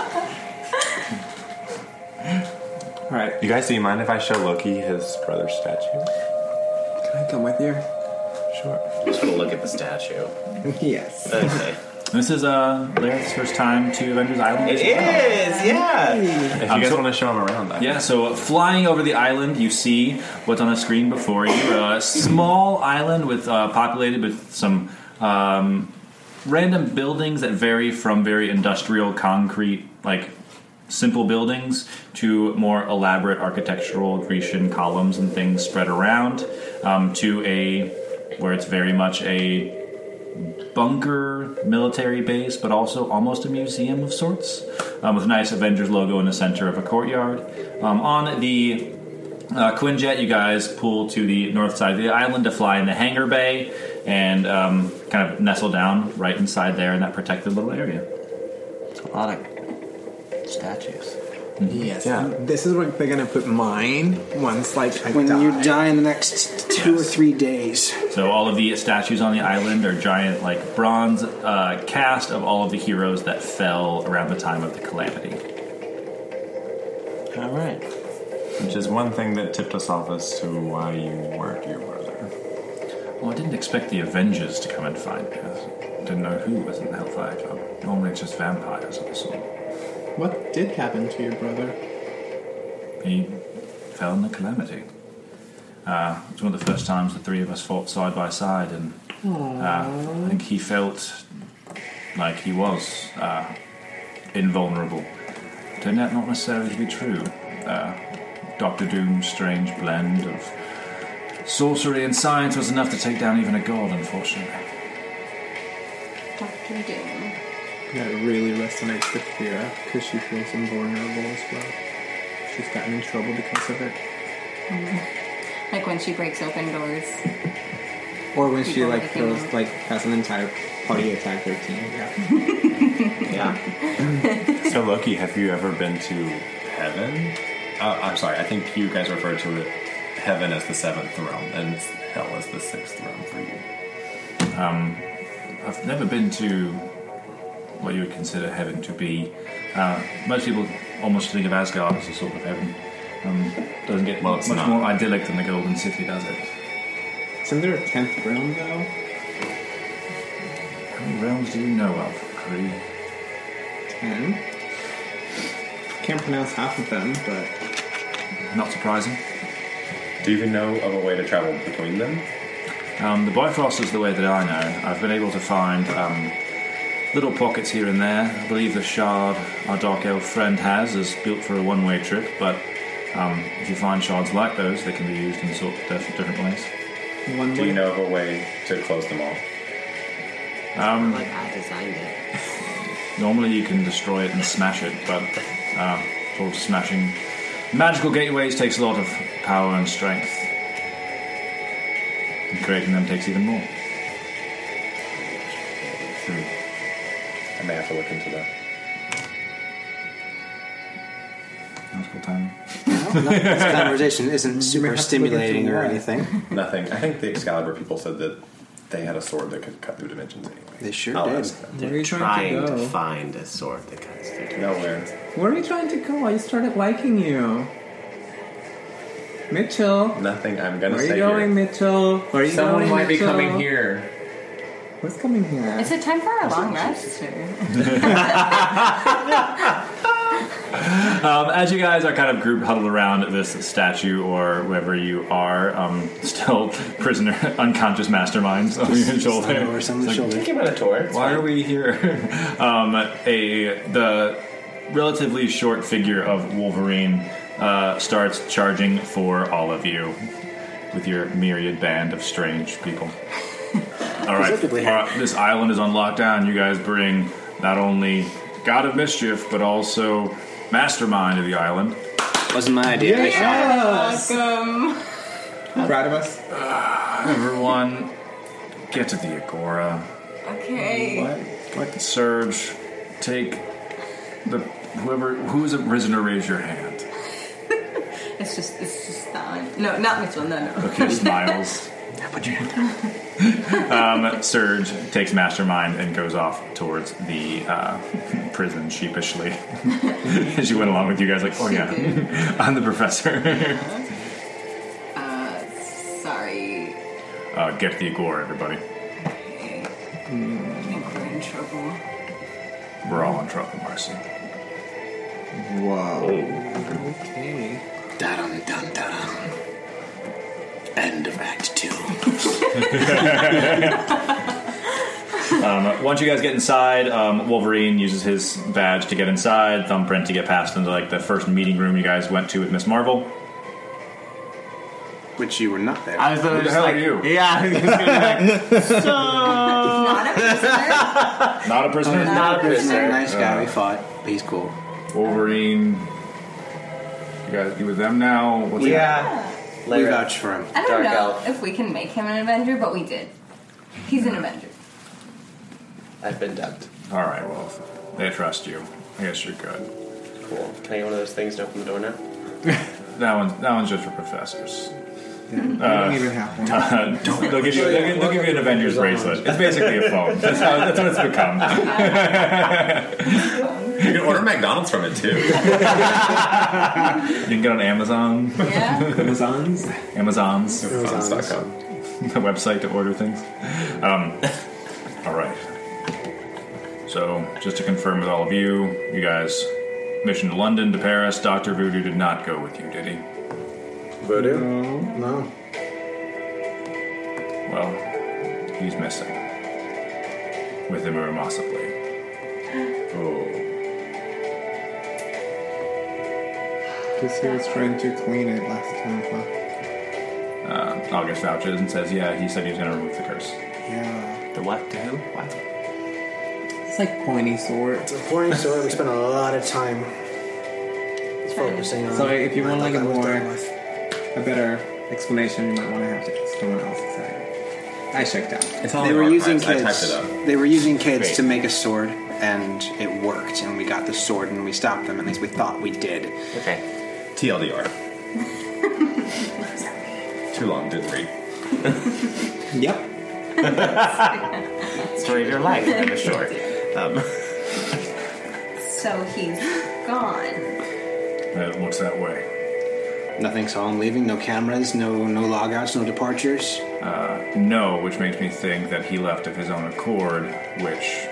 S8: all right,
S5: You guys, do you mind if I show Loki his brother's statue?
S8: can I come with you?
S5: Sure.
S6: I'm just gonna look at the statue.
S8: Yes.
S6: Okay.
S1: this is uh, Laird's first time to Avengers Island.
S6: It
S1: as
S6: is,
S1: well.
S6: yeah.
S5: If
S1: I'm
S5: you guys
S1: so-
S5: want to show him around, I
S1: Yeah, so flying over the island, you see what's on the screen before you. A small island with uh, populated with some um, random buildings that vary from very industrial concrete, like simple buildings, to more elaborate architectural Grecian columns and things spread around, um, to a where it's very much a bunker military base, but also almost a museum of sorts, um, with a nice Avengers logo in the center of a courtyard. Um, on the uh, Quinjet, you guys pull to the north side of the island to fly in the hangar bay and um, kind of nestle down right inside there in that protected little area.
S6: A lot of statues.
S8: Yes. This is where they're gonna put mine once like I
S7: When
S8: die.
S7: you die in the next two or three days.
S1: So all of the statues on the island are giant, like bronze uh, cast of all of the heroes that fell around the time of the calamity.
S6: All right.
S5: Which is one thing that tipped us off as to why you weren't your brother.
S1: Well, I didn't expect the Avengers to come and find me. I didn't know who was in the Hellfire Club. Normally it's just vampires of the sort.
S8: What did happen to your brother?
S1: He fell in the calamity. Uh, it was one of the first times the three of us fought side by side, and uh, I think he felt like he was uh, invulnerable. Turned out not necessarily to be true. Uh, Doctor Doom's strange blend of sorcery and science was enough to take down even a god, unfortunately.
S2: Doctor Doom.
S8: That really resonates with Fira because she feels invulnerable as well. She's gotten in trouble because of it.
S2: Like when she breaks open doors.
S8: Or when she
S2: People
S8: like
S2: making
S8: feels
S2: out.
S8: like has an entire party attack their team. Yeah.
S6: Yeah.
S5: So Loki, have you ever been to heaven? Uh, I'm sorry, I think you guys refer to it heaven as the seventh realm and hell as the sixth realm for you.
S1: I've never been to what you would consider heaven to be. Uh, most people almost think of Asgard as a sort of heaven. Um, doesn't get
S5: Well,
S1: much
S5: it's not.
S1: more idyllic than the Golden City, does it?
S8: Isn't there a tenth realm though?
S1: How many realms do you know of, Kree?
S8: Ten. Mm-hmm. Can't pronounce half of them, but
S1: Not surprising.
S5: Do you even know of a way to travel between them?
S1: Um, the Bifrost is the way that I know. I've been able to find um, little pockets here and there. I believe the shard our Dark Elf friend has is built for a one way trip, but um, if you find shards like those, they can be used in sort of diff- different ways.
S8: one
S5: Do
S8: way.
S5: you know of a way to close them all?
S6: Like I designed it.
S1: Normally you can destroy it and smash it, but uh, sort of smashing magical gateways takes a lot of power and strength. And creating them takes even more.
S5: I may have to look into that.
S1: Magical timing.
S7: this conversation isn't super stimulating or anything.
S5: Nothing. I think the Excalibur people said that they had a sword that could cut through dimensions anyway.
S7: They sure
S5: I'll
S7: did.
S5: ask them.
S8: Where are you trying
S6: Trying
S8: to
S6: to
S8: go?
S6: find a sword that cuts through.
S5: Nowhere.
S8: Where are you trying to go? I started liking you. Mitchell.
S5: Nothing. I'm gonna
S8: Where are
S5: say
S8: you going,
S5: here.
S8: Mitchell? Where are you
S6: Someone
S8: going,
S6: might be
S8: Mitchell?
S6: coming here.
S8: What's coming here?
S2: Is it time for a long rest? or-
S1: Um, as you guys are kind of grouped, huddled around this statue or wherever you are, um, still prisoner, unconscious masterminds on your shoulder.
S7: Or some of the shoulder.
S6: Give it a tour. It's
S1: Why are we here? um, a the relatively short figure of Wolverine uh, starts charging for all of you with your myriad band of strange people. all right,
S7: Presumably.
S1: all right, this island is on lockdown. You guys bring not only God of Mischief but also Mastermind of the island.
S7: Wasn't my idea. I shot it.
S2: Welcome.
S8: Proud of us?
S1: Everyone, get to the agora.
S2: Okay.
S1: Like the surge, take the whoever who's a prisoner. Raise your hand.
S2: It's just, it's just not. No, not Mitchell. No, no.
S1: Okay, smiles. um, Surge takes Mastermind and goes off towards the uh, prison sheepishly. she went along with you guys, like, oh yeah, I'm the professor.
S2: Sorry.
S1: uh, get the Agora, everybody.
S2: Okay. I think we're in trouble.
S1: We're all in trouble, Marcy.
S8: Okay.
S6: Dun dun dun dun. End of Act Two.
S1: Uh, Once you guys get inside, um, Wolverine uses his badge to get inside, thumbprint to get past into like the first meeting room you guys went to with Miss Marvel.
S7: Which you were not there.
S6: I was literally
S1: Who the
S6: just
S1: hell
S6: like,
S1: are you?
S6: Yeah, I was just gonna be like,
S2: Not a
S1: Not a
S2: prisoner.
S1: prisoner.
S7: Uh, not a prisoner. Nice guy. we fought. He's cool.
S1: Wolverine. You guys, you with them now? What's
S9: Yeah.
S7: We
S9: Later.
S7: vouch for him.
S2: I don't
S9: Dark
S2: know
S9: elf.
S2: if we can make him an Avenger, but we did. He's an Avenger.
S6: I've been dumped.
S1: All right, well, if they trust you. I guess you're good.
S6: Cool. Can I get one of those things to open the door now?
S1: That one's that one's just for professors.
S8: I don't even have one.
S1: Uh, they'll give you they'll, give- they'll give you an Avengers bracelet. It's basically a phone. That's how that's what it's become.
S5: You can order McDonald's from it too.
S1: You can get on Amazon,
S2: Yeah.
S8: Amazon's?
S1: Amazon's
S5: McDonald's.com.
S1: website to order things. Um, all right. So just to confirm with all of you, you guys, mission to London to Paris. Doctor Voodoo did not go with you, did he?
S9: Voodoo?
S8: No.
S9: No.
S1: Well, he's missing. With him irremossibly.
S5: Oh.
S8: Because he was trying to clean it last time. Huh?
S1: Uh, August vouches and says, yeah, he said he was going to remove the curse.
S8: Yeah.
S6: The what? The who? What?
S8: It's like pointy sword.
S9: It's a boring story. We spent a lot of time focusing on.
S8: So if you want, like, a
S9: I was done
S8: more-
S9: with.
S8: A better explanation you might want to have to ask someone else aside. I checked out.
S5: It's all
S7: They
S5: in
S7: were
S5: archives.
S7: using
S5: I typed
S7: kids.
S5: it up.
S7: They were using kids to make a sword, and it worked. And we got the sword, and we stopped them. At least we thought we did.
S6: Okay.
S5: TLDR. Too long, didn't read.
S8: Yep.
S6: Story of your life, I'm sure. Um,
S2: So he's gone.
S1: That looks that way.
S7: Nothing saw him leaving. No cameras. No no logouts. No departures.
S1: No, Oh, which makes me think that he left of his own accord, which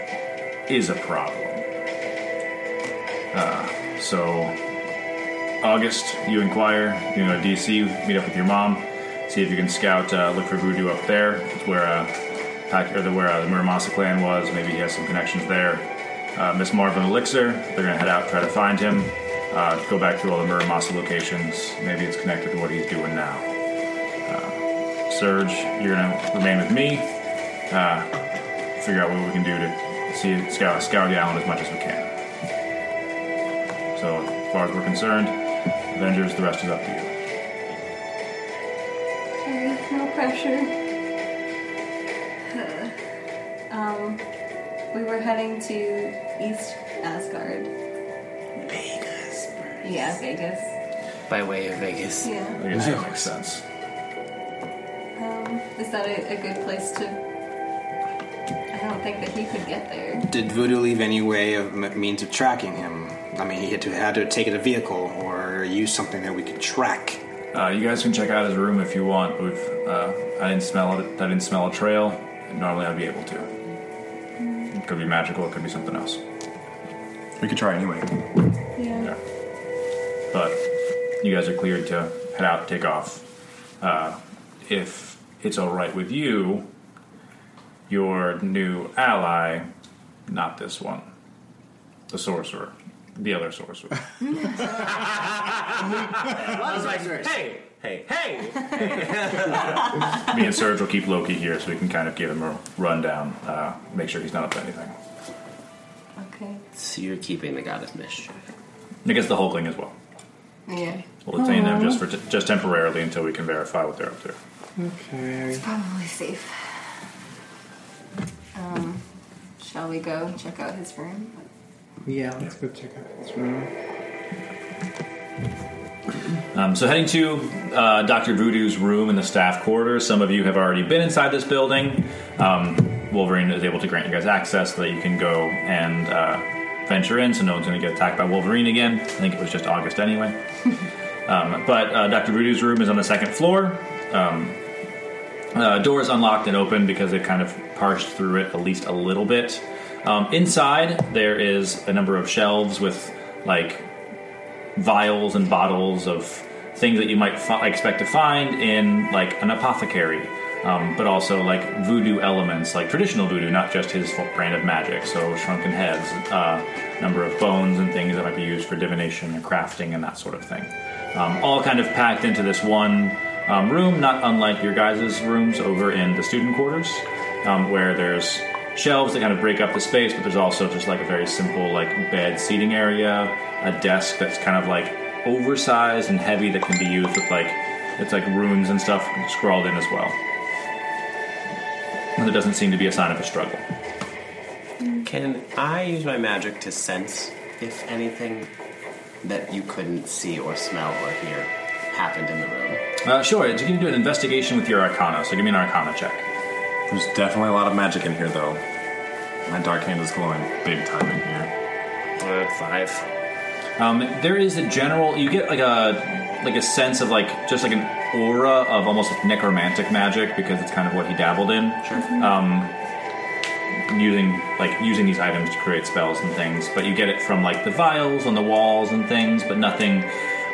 S1: is a problem. Uh, so, August, you inquire, you know, DC, meet up with your mom, see if you can scout, uh, look for Voodoo up there, where, uh, Pac- or the, where uh, the Muramasa clan was. Maybe he has some connections there. Uh, Miss Marvin Elixir, they're gonna head out, try to find him, uh, go back through all the Muramasa locations. Maybe it's connected to what he's doing now. Surge, you're gonna remain with me. Uh, figure out what we can do to see scour, scour the island as much as we can. So, as far as we're concerned, Avengers, the rest is up to you.
S2: Okay, no pressure. Uh, um, we were heading to East Asgard. Vegas.
S6: Vegas.
S2: Yeah, Vegas.
S6: By way of Vegas.
S2: Yeah.
S5: I guess that makes sense.
S2: Um, is that a, a good place to? I don't think that he could get there.
S7: Did Voodoo leave any way of m- means of tracking him? I mean, he had to had to take it a vehicle or use something that we could track.
S1: Uh, you guys can check out his room if you want. We've, uh, I didn't smell it. I didn't smell a trail. Normally, I'd be able to. It could be magical. It could be something else.
S5: We could try anyway.
S1: Yeah. But you guys are cleared to head out, take off. Uh, if it's all right with you, your new ally, not this one, the sorcerer, the other sorcerer.
S6: I was like, hey, hey, hey!
S1: Me and Serge will keep Loki here so we can kind of give him a rundown, uh, make sure he's not up to anything.
S2: Okay.
S6: So you're keeping the goddess mischief.
S1: I guess the Hulkling as well.
S2: Yeah.
S1: We'll detain them just for t- just temporarily until we can verify what they're up to.
S8: Okay.
S2: Probably safe. Um, shall we go check out his room?
S8: Yeah, let's go check out this room.
S1: Um, so heading to uh, Dr. Voodoo's room in the staff quarters. Some of you have already been inside this building. Um, Wolverine is able to grant you guys access so that you can go and uh, venture in, so no one's going to get attacked by Wolverine again. I think it was just August anyway. um, but uh, Dr. Voodoo's room is on the second floor. Um, uh, door is unlocked and open because they've kind of parsed through it at least a little bit. Um, inside, there is a number of shelves with like vials and bottles of things that you might fi- expect to find in like an apothecary um, but also like voodoo elements like traditional voodoo not just his f- brand of magic so shrunken heads uh, number of bones and things that might be used for divination and crafting and that sort of thing um, all kind of packed into this one um, room not unlike your guys' rooms over in the student quarters um, where there's shelves that kind of break up the space, but there's also just like a very simple like bed seating area, a desk that's kind of like oversized and heavy that can be used with like it's like runes and stuff scrawled in as well. And there doesn't seem to be a sign of a struggle.
S6: Can I use my magic to sense if anything that you couldn't see or smell or hear happened in the room?
S1: Uh, sure, you can do an investigation with your arcana, so give me an arcana check.
S5: There's definitely a lot of magic in here, though. My dark hand is glowing big time in here.
S6: Uh, five.
S1: Um, there is a general. You get like a like a sense of like just like an aura of almost like necromantic magic because it's kind of what he dabbled in. Sure. Um, using like using these items to create spells and things, but you get it from like the vials on the walls and things, but nothing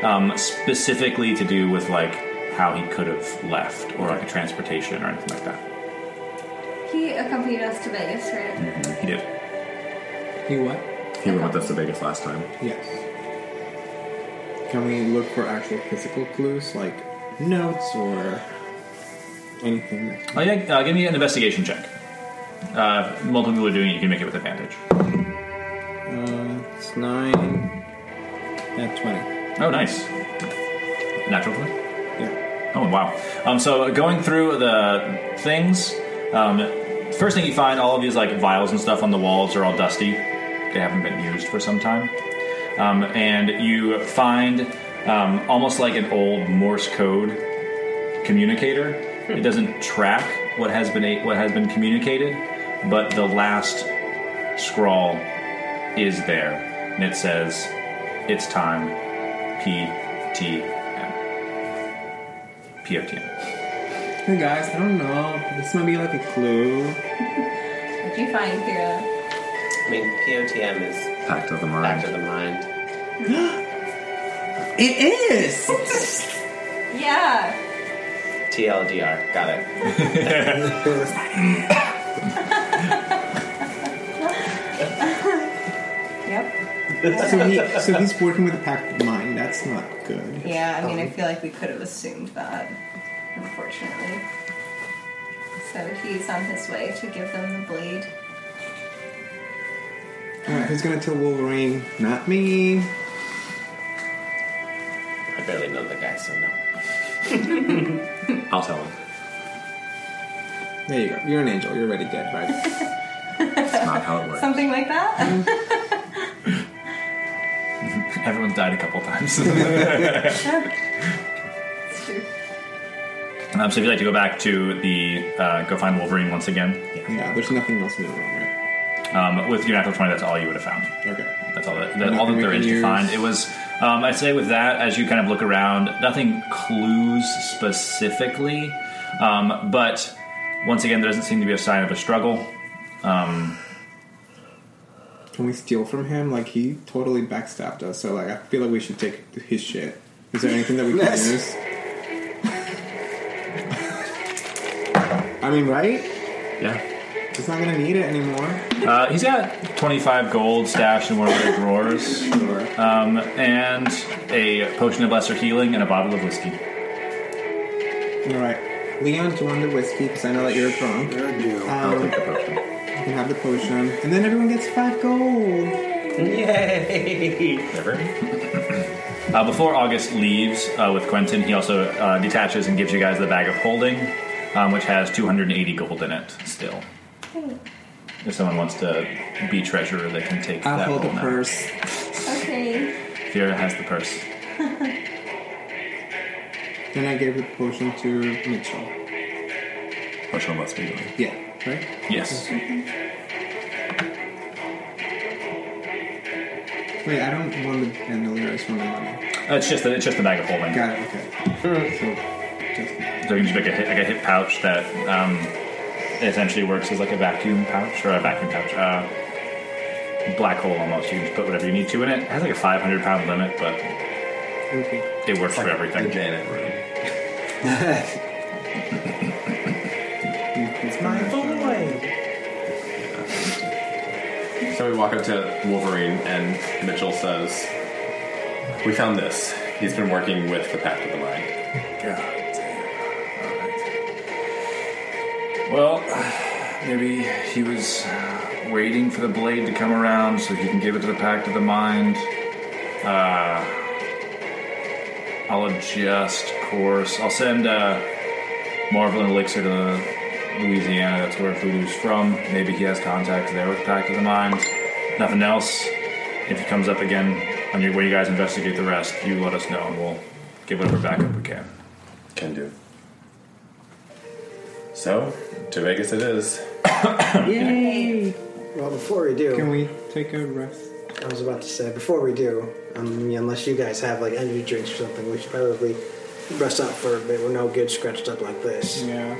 S1: um, specifically to do with like how he could have left or like a transportation or anything like that.
S2: He accompanied us to Vegas, right?
S1: He did.
S8: You what?
S5: He went with us to Vegas last time.
S8: Yes. Can we look for actual physical clues, like notes or anything? that-
S1: Oh yeah, uh, give me an investigation check. Uh, if multiple people are doing it. You can make it with advantage.
S8: Uh, it's nine. Yeah, twenty.
S1: Oh, nice. Natural twenty.
S8: Yeah.
S1: Oh wow! Um, so going through the things, um, first thing you find, all of these like vials and stuff on the walls are all dusty. They haven't been used for some time, um, and you find um, almost like an old Morse code communicator. It doesn't track what has been what has been communicated, but the last scrawl is there, and it says, "It's time." P T M. P O T M.
S8: Hey guys, I don't know. This might be like a clue.
S2: What'd you find, Kira?
S6: I mean, POTM is
S5: Pact of the Mind.
S6: back to the mind.
S7: It is.
S2: Yeah.
S6: TLDR. Got it.
S2: Yep.
S8: So he, so he's working with a packed mind. That's not good.
S2: Yeah. I mean, I feel like we could have assumed that, unfortunately. So he's on his way to give them the blade.
S8: All right, who's gonna tell Wolverine? Not me.
S6: I barely know the guy, so no.
S5: I'll tell him.
S8: There you go. You're an angel. You're already dead, right?
S5: It's not how it works.
S2: Something like that.
S1: Everyone's died a couple times.
S2: It's true.
S1: um, so if you'd like to go back to the uh, go find Wolverine once again
S8: Yeah, there's nothing else in the room, right?
S1: um, with your natural twenty, that's all you would have found.
S8: Okay.
S1: That's all that, that all that
S8: we
S1: there
S8: can
S1: is to
S8: use.
S1: find. It was, um, I'd say, with that as you kind of look around, nothing clues specifically, um, but once again, there doesn't seem to be a sign of a struggle.
S8: Can we steal from him? Like he totally backstabbed us, so like I feel like we should take his shit. Is there anything that we can
S7: Yes.
S8: use? I mean, right?
S5: Yeah.
S8: He's not gonna need it anymore.
S1: Uh, he's got twenty-five gold stashed in one of the drawers,
S8: Sure.
S1: um, and a potion of lesser healing and a bottle of whiskey.
S8: All right, Leon, do you want the whiskey? Because I know that you're drunk.
S7: I do.
S5: I'll
S8: Um,
S5: take the potion.
S8: you can have the potion, and then everyone gets five gold.
S6: Yay!
S5: Never.
S1: Uh, before August leaves uh, with Quentin, he also uh, detaches and gives you guys the bag of holding, um, which has 280 gold in it still. If someone wants to be treasurer, they can take
S8: I'll
S1: that
S8: hold the
S1: gold now.
S8: purse.
S2: Okay.
S1: Fira has the purse.
S8: Then I gave the potion to Mitchell.
S5: Potion must be doing.
S8: Yeah, right?
S1: Yes.
S8: Wait, I don't want the bandolier, I just want the money.
S1: Uh, it's just the, it's just the bag of holding.
S8: Got it, okay. So, just,
S1: So you can just make a hip, like a hip pouch that um, essentially works as like a vacuum pouch or a vacuum pouch, uh, black hole almost. You can just put whatever you need to in it. It has like a 500 pound limit, but
S8: okay.
S1: it works for
S5: The
S1: everything.
S5: Janet room.
S8: It's my
S5: So we walk up to Wolverine, and Mitchell says, "We found this. He's been working with the Pact of the Mind."
S1: Well, maybe he was uh, waiting for the blade to come around so he can give it to the Pact of the Mind. Uh, I'll adjust course. I'll send uh, Marvel and Elixir to Louisiana. That's where Fulu's from. Maybe he has contacts there with the Pact of the Mind. Nothing else. If it comes up again on your, when you guys investigate the rest, you let us know and we'll give whatever backup we can.
S5: Can do. So to Vegas it is.
S9: Well, before we do,
S8: Can we take a rest?
S9: I was about to say, before we do, um, yeah, unless you guys have like energy drinks or something, we should probably rest up for a bit. We're no good scratched up like this.
S8: Yeah.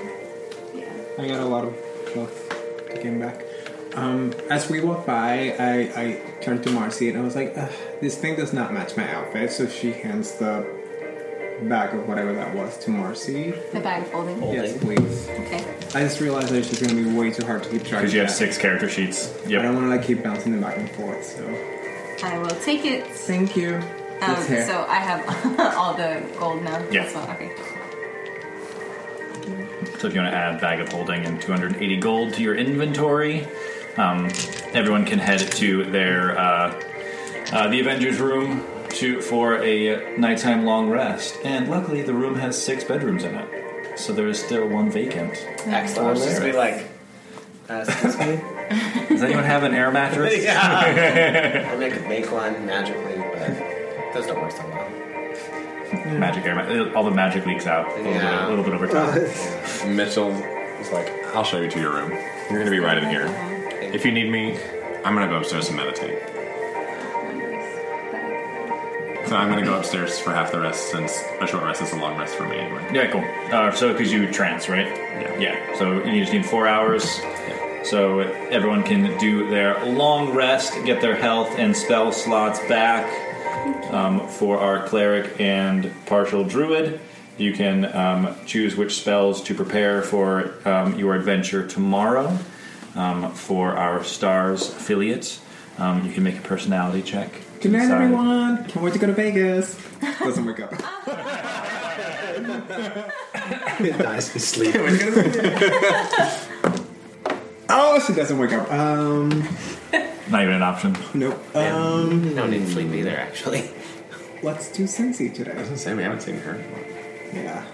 S2: Yeah.
S8: I got a lot of cloth to came back. Um, as we walked by, I, I turned to Marcy and I was like, Ugh, this thing does not match my outfit. So she hands the bag of whatever that was to Marcy.
S2: The bag of holding.
S8: Yes, please.
S2: Okay.
S8: I just realized that it's just going to be way too hard to keep track of.
S1: Because you have
S8: that.
S1: six character sheets.
S8: I don't
S1: Yep.
S8: want to like keep bouncing them back and forth. So
S2: I will take it.
S8: thank you.
S2: Um,
S8: It's here.
S2: so I have all the gold now.
S1: Yeah.
S2: So, okay.
S1: So if you want to add bag of holding and 280 gold to your inventory, um, everyone can head to their uh, uh, the Avengers room to for a nighttime long rest. And luckily, the room has six bedrooms in it, so there is still one vacant.
S6: Excellent.
S1: Just be
S6: like, uh, excuse me.
S1: Does anyone have an air mattress?
S6: yeah. I mean, I could make one magically, but those don't work so well.
S1: Magic air. Ma- all the magic leaks out a little, bit,
S6: Yeah.
S1: a little bit over time.
S5: Mitchell is like, "I'll show you to your room. You're gonna be right in here. If you need me, I'm gonna go upstairs and meditate."
S2: Um,
S5: So I'm gonna go upstairs for half the rest, since a short rest is a long rest for me anyway.
S1: Yeah, cool. Uh, so, because you trance, right? Yeah. Yeah. So you just need four hours. So everyone can do their long rest, get their health and spell slots back. Um, for our cleric and partial druid, you can um, choose which spells to prepare for um, your adventure tomorrow. Um, for our stars affiliate, um, you can make a personality check.
S8: Good night,
S1: Decide-
S8: everyone. Can't wait to go to Vegas. Doesn't work out.
S9: It dies in sleep.
S8: oh, she doesn't wake up. Um,
S1: Not even an option.
S8: nope.
S6: Yeah.
S8: Um,
S6: no need to sleep either, actually.
S8: let's do Sensi today.
S5: gonna say we haven't seen her.
S8: Yeah.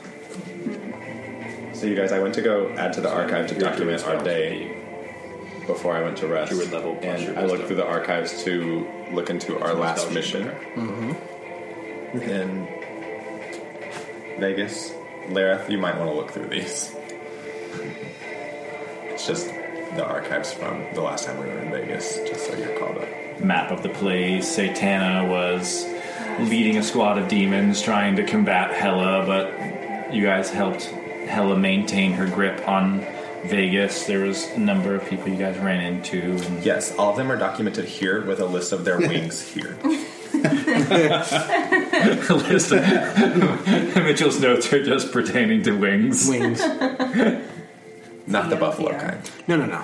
S5: So you guys, I went to go add to the archive to document our day, before I went to rest.
S1: You would level plus your
S5: and I looked
S1: wisdom.
S5: through the archives to look into our last mission in Mm-hmm. Vegas. Lareth, you might want to look through these. It's just the archives from the last time we were in Vegas, just so you're called up.
S1: map of the place. Satana was leading a squad of demons trying to combat Hela, but you guys helped Hela maintain her grip on Vegas. There was a number of people you guys ran into. And
S5: Yes, all of them are documented here with a list of their wings here.
S1: the list of Mitchell's notes are just pertaining to wings.
S7: Wings. no,
S5: Not the
S2: Yeah,
S5: buffalo
S2: yeah.
S5: kind,
S7: no, no.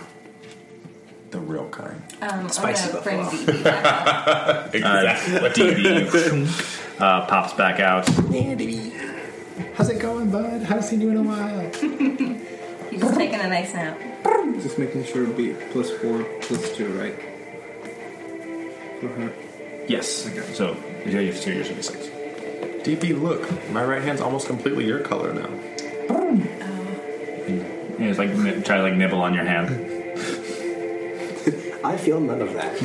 S5: the real kind.
S2: Um,
S7: Spicy
S2: I'm gonna bring
S7: buffalo.
S2: BB back up.
S5: Exactly.
S1: DB uh, pops back out.
S5: How's it going, bud? How's he doing a while?
S2: He's just taking a nice nap.
S8: Just making sure it'd be plus four, plus two, right? For her.
S1: Yes.
S8: Okay.
S1: So yeah, you have to yours would be six.
S5: DB, look, my right hand's almost completely your color now.
S1: You just like nib- try to like nibble on your hand.
S9: I feel none of that.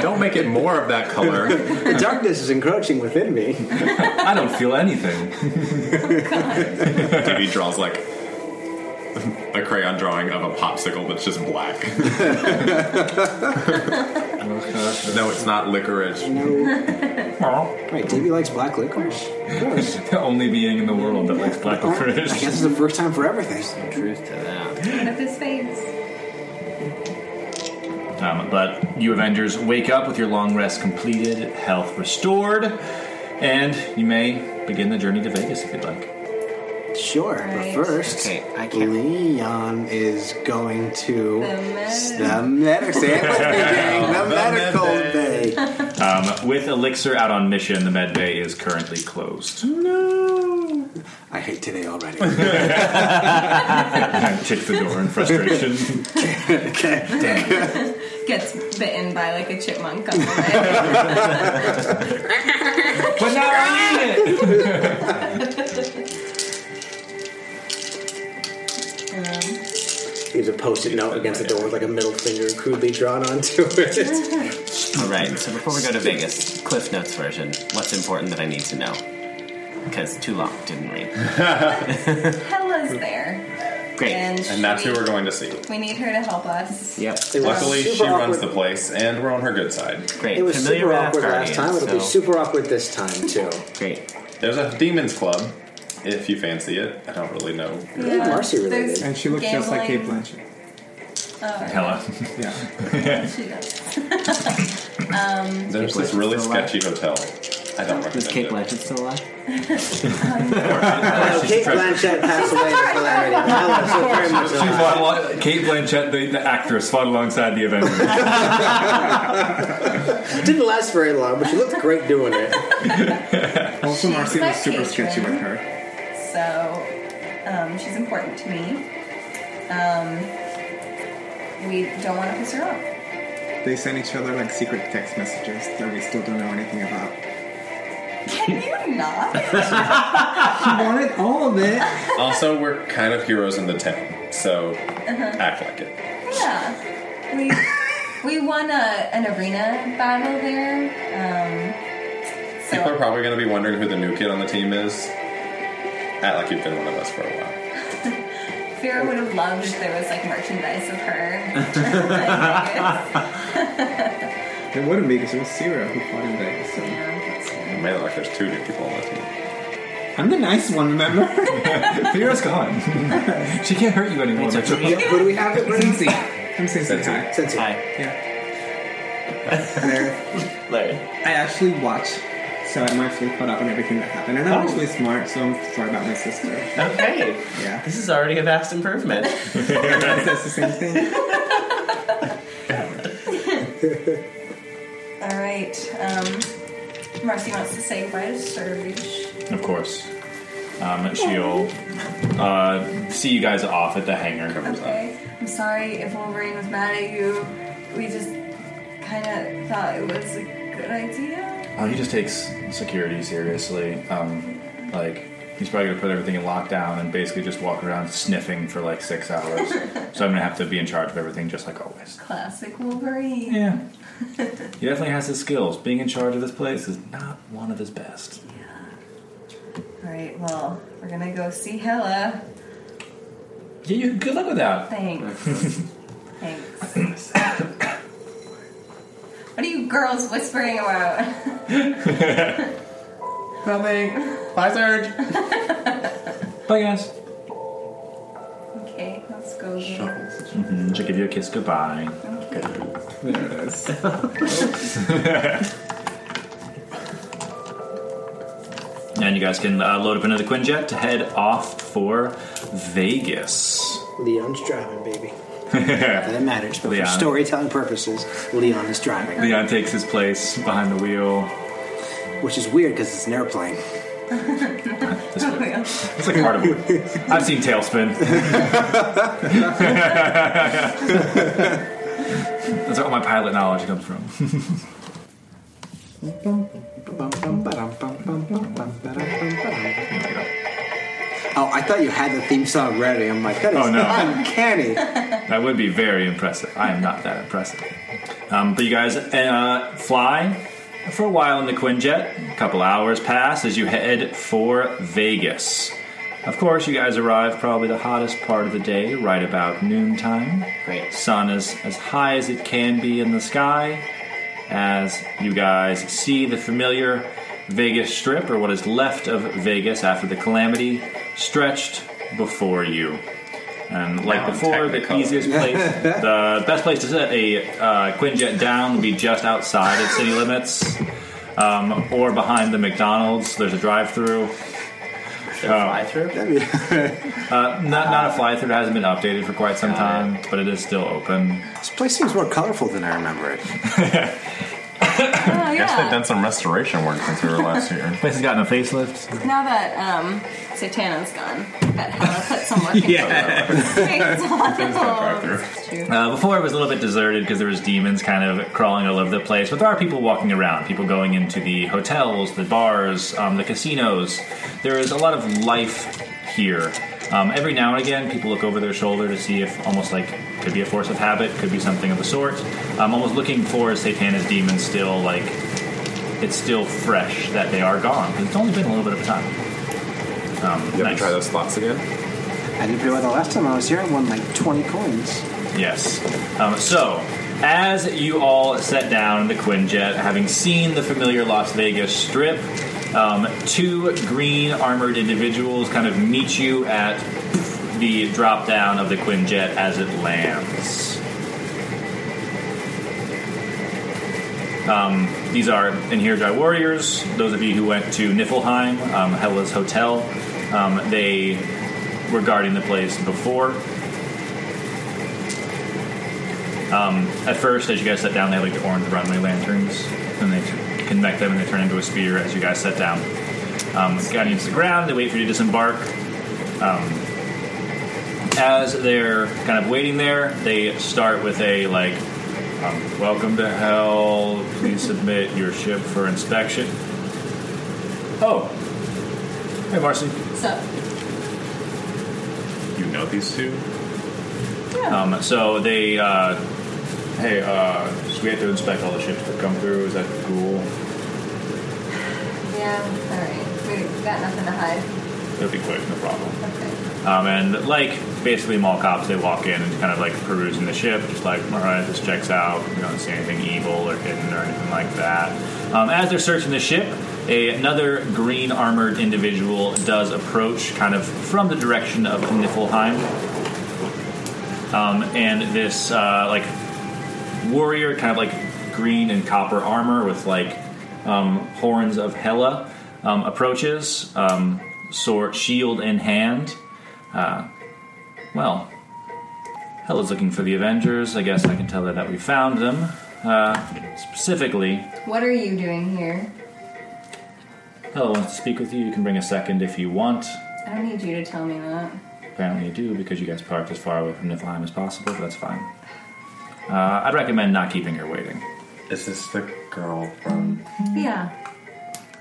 S5: Don't make it more of that color.
S9: the darkness is encroaching within me.
S1: I don't feel anything.
S5: DB draws like a crayon drawing of a popsicle that's just black. no, it's not licorice.
S9: No. Wait, DB likes black licorice? Of course.
S1: the only being in the world that likes black
S9: I guess it's the first time for everything.
S6: Truth to that.
S2: One of his fades.
S1: Um, but you Avengers wake up with your long rest completed, health restored, and you may begin the journey to Vegas if you'd like.
S9: Sure,
S2: Right.
S9: but first,
S6: Okay, I can't-
S9: Leon is going to
S2: The med-
S9: the medical the, the medical
S5: med
S9: bay.
S1: Um, with Elixir out on mission, the med bay is currently closed.
S9: No, I hate today already.
S1: Kick the door in frustration.
S2: Gets bitten by like a chipmunk on the way.
S1: but now I need it!
S2: um,
S9: He's a post-it note against the door with like a middle finger crudely drawn onto it.
S6: All right. So before we go to Vegas, Cliff Notes version. What's important that I need to know? Because too long didn't read.
S2: Hella's there.
S6: Great.
S2: And,
S5: And that's
S2: we,
S5: who we're going to see.
S2: we need her to help us.
S6: yep.
S9: It was
S5: Luckily,
S9: super
S5: she runs
S9: awkward.
S5: the place, and we're on her good side.
S6: Great.
S9: It was
S6: Familiar
S9: super
S6: Wrath
S9: awkward last time.
S6: Guardians,
S9: It'll be
S6: so-
S9: super awkward this time too.
S6: Great.
S5: There's a demons club, if you fancy it. I don't really know.
S9: think Marcy really
S2: There's
S9: did.
S8: And she looks just like Kate
S2: gambling.
S8: Blanchett.
S1: Hella.
S8: Yeah.
S2: She does.
S5: There's this
S6: Blanchett's
S5: really
S6: still alive?
S5: sketchy hotel. I don't recommend
S6: Is Kate
S5: it.
S6: Blanchett still alive?
S9: Oh, Kate Blanchett passed away in hilarity. Hella, so very much
S1: She
S9: alive.
S1: fought along, Kate Blanchett, the, the actress, fought alongside the Avengers.
S9: Didn't last very long, but she looked great doing it.
S8: Also,
S2: She's
S8: Marcy was
S2: that
S8: super
S2: patron.
S8: sketchy with her.
S2: So um, she's important to me. Um, we don't want to piss her off.
S8: They sent each other like secret text messages that we still don't know anything about.
S2: Can you not?
S8: She wanted all of it.
S5: Also, we're kind of heroes in the town, so
S2: Uh-huh.
S5: act like it.
S2: Yeah. We we won a, an arena battle there. Um, so
S5: People are probably going to be wondering who the new kid on the team is. Act like you've been one of us for a while.
S2: Vera would have loved if there was like merchandise of her.
S8: It wouldn't be because it was Sierra who fought in Vegas. So.
S5: It may look like there's two new people on the team.
S8: I'm the nice one, remember?
S1: Vera's gone. she can't hurt you anymore. Mitchell.
S9: Who who do we have that runs?
S8: Cincy. I'm Cincy. Hi.
S9: Cincy.
S6: Hi.
S8: Yeah. There.
S6: Larry.
S8: I actually watched, so I'm actually caught up on everything that happened.
S1: Oh.
S8: And I'm actually smart, so I'm sorry about my sister.
S6: Okay.
S8: Yeah.
S6: This is already a vast improvement.
S8: Everyone says the same thing.
S2: All right. Um, Marcy wants to say goodbye to Servage.
S1: Of course. Um, she'll uh, see you guys off at the hangar.
S2: Okay. I'm sorry if Wolverine was mad at you. We just kind of thought it was a good idea.
S1: Uh, Oh, he just takes security seriously. Um, like, He's probably going to put everything in lockdown and basically just walk around sniffing for like six hours. so I'm going to have to be in charge of everything just like always.
S2: Classic Wolverine.
S1: Yeah. he definitely has his skills. Being in charge of this place is not one of his best.
S2: All right, well, we're gonna go see Hella.
S1: Yeah, you, good luck with that.
S2: Thanks. Thanks. what are you girls whispering about?
S1: Bye, guys.
S2: Okay, let's go. Sure.
S1: Mm, She'll give you a kiss goodbye. and you guys can uh, load up another Quinjet to head off for Vegas.
S9: Leon's driving, baby.
S4: That matters, but
S1: Leon.
S4: for storytelling purposes, Leon is driving,
S1: Leon takes his place behind the wheel.
S4: which is weird because it's an airplane.
S1: This way. It's like carnival. I've seen Tailspin. That's where all my pilot knowledge comes from.
S4: Oh, I thought you had the theme song ready. I'm like, that is
S1: Oh, no.
S4: uncanny.
S1: That would be very impressive. I am not that impressive. Um, but you guys uh, fly for a while in the Quinjet. A couple hours pass as you head for Vegas. Of course, you guys arrive probably the hottest part of the day, right about noontime.
S6: Great.
S1: Sun is as high as it can be in the sky as you guys see the familiar Vegas Strip, or what is left of Vegas after the calamity, stretched before you. And like
S5: Now in
S1: before, the
S5: Technicolor.
S1: easiest place, the best place to set a uh, Quinjet down would be just outside of city limits, um, or behind the McDonald's. There's a drive-through.
S6: fly through.
S1: Uh, not not a fly-through. It hasn't been updated for quite some time, but it is still open.
S4: This place seems more colorful than I remember it.
S2: Oh
S5: I guess they've
S2: yeah.
S5: done some restoration work since we were last here.
S1: Place has gotten a facelift.
S2: Now that um, Satana's gone, that Hella put some work into
S5: drive-thru.
S2: yeah.
S1: Uh, before it was a little bit deserted because there was demons kind of crawling all over the place, but there are people walking around. People going into the hotels, the bars, um, the casinos. There is a lot of life here. Um, every now and again, people look over their shoulder to see if almost like could be a force of habit, could be something of the sort. I'm almost looking for Satana's demons still like it's still fresh that they are gone. 'cause It's only been a little bit of a time. Um,
S5: You have
S1: nice.
S5: to try those slots again.
S4: I did pretty well the last time I was here. I won like 20 coins.
S1: Yes. Um, so, as you all set down in the Quinjet, having seen the familiar Las Vegas Strip, um, two green armored individuals kind of meet you at the drop down of the Quinjet as it lands. Um, these are Inhirjai warriors. Those of you who went to Niflheim, um, Hela's hotel, um, they were guarding the place before. At first, as you guys set down, they have like the orange runway lanterns, and they t- connect them and they turn into a spear as you guys set down. Um, guy needs the ground. They wait for you to disembark. Um, as they're kind of waiting there, they start with a like, um, "Welcome to hell. Please submit your ship for inspection." Oh, hey, Marcy.
S2: So,
S5: You know these two?
S1: Um, so they, uh, hey, uh, so we have to inspect all the ships that come through. Is that cool?
S2: yeah, all right. We got nothing to hide.
S1: It'll be quick, no problem.
S2: Okay.
S1: Um, and like basically mall cops, they walk in and kind of like perusing the ship, just like all right, this checks out. We don't see anything evil or hidden or anything like that. Um, as they're searching the ship, a, another green armored individual does approach, kind of from the direction of Niflheim. Um, and this uh, like warrior, kind of like green and copper armor with like um, horns of Hela, um, approaches, um, sword, shield in hand. Well, Hela's looking for the Avengers. I guess I can tell her that we found them. Uh, specifically,
S2: What are you doing here?
S1: Hela wants to speak with you. You can bring a second if you want.
S2: I don't need you to tell me that.
S1: Apparently, you do because you guys parked as far away from Niflheim as possible, but that's fine. Uh, I'd recommend not keeping her waiting.
S5: Is this the girl from?
S2: Yeah.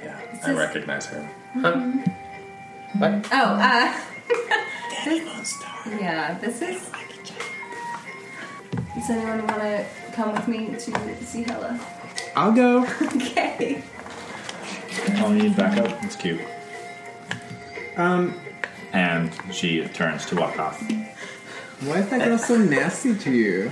S5: Yeah,
S2: This
S5: I
S2: is-
S5: recognize her.
S2: Oh, uh. Yeah, this is. Does anyone want to come with me to see Hella?
S8: I'll go.
S2: Okay.
S1: I'll Oh, need backup. It's cute.
S8: Um,
S1: And she turns to walk off.
S8: why is that girl so nasty to you?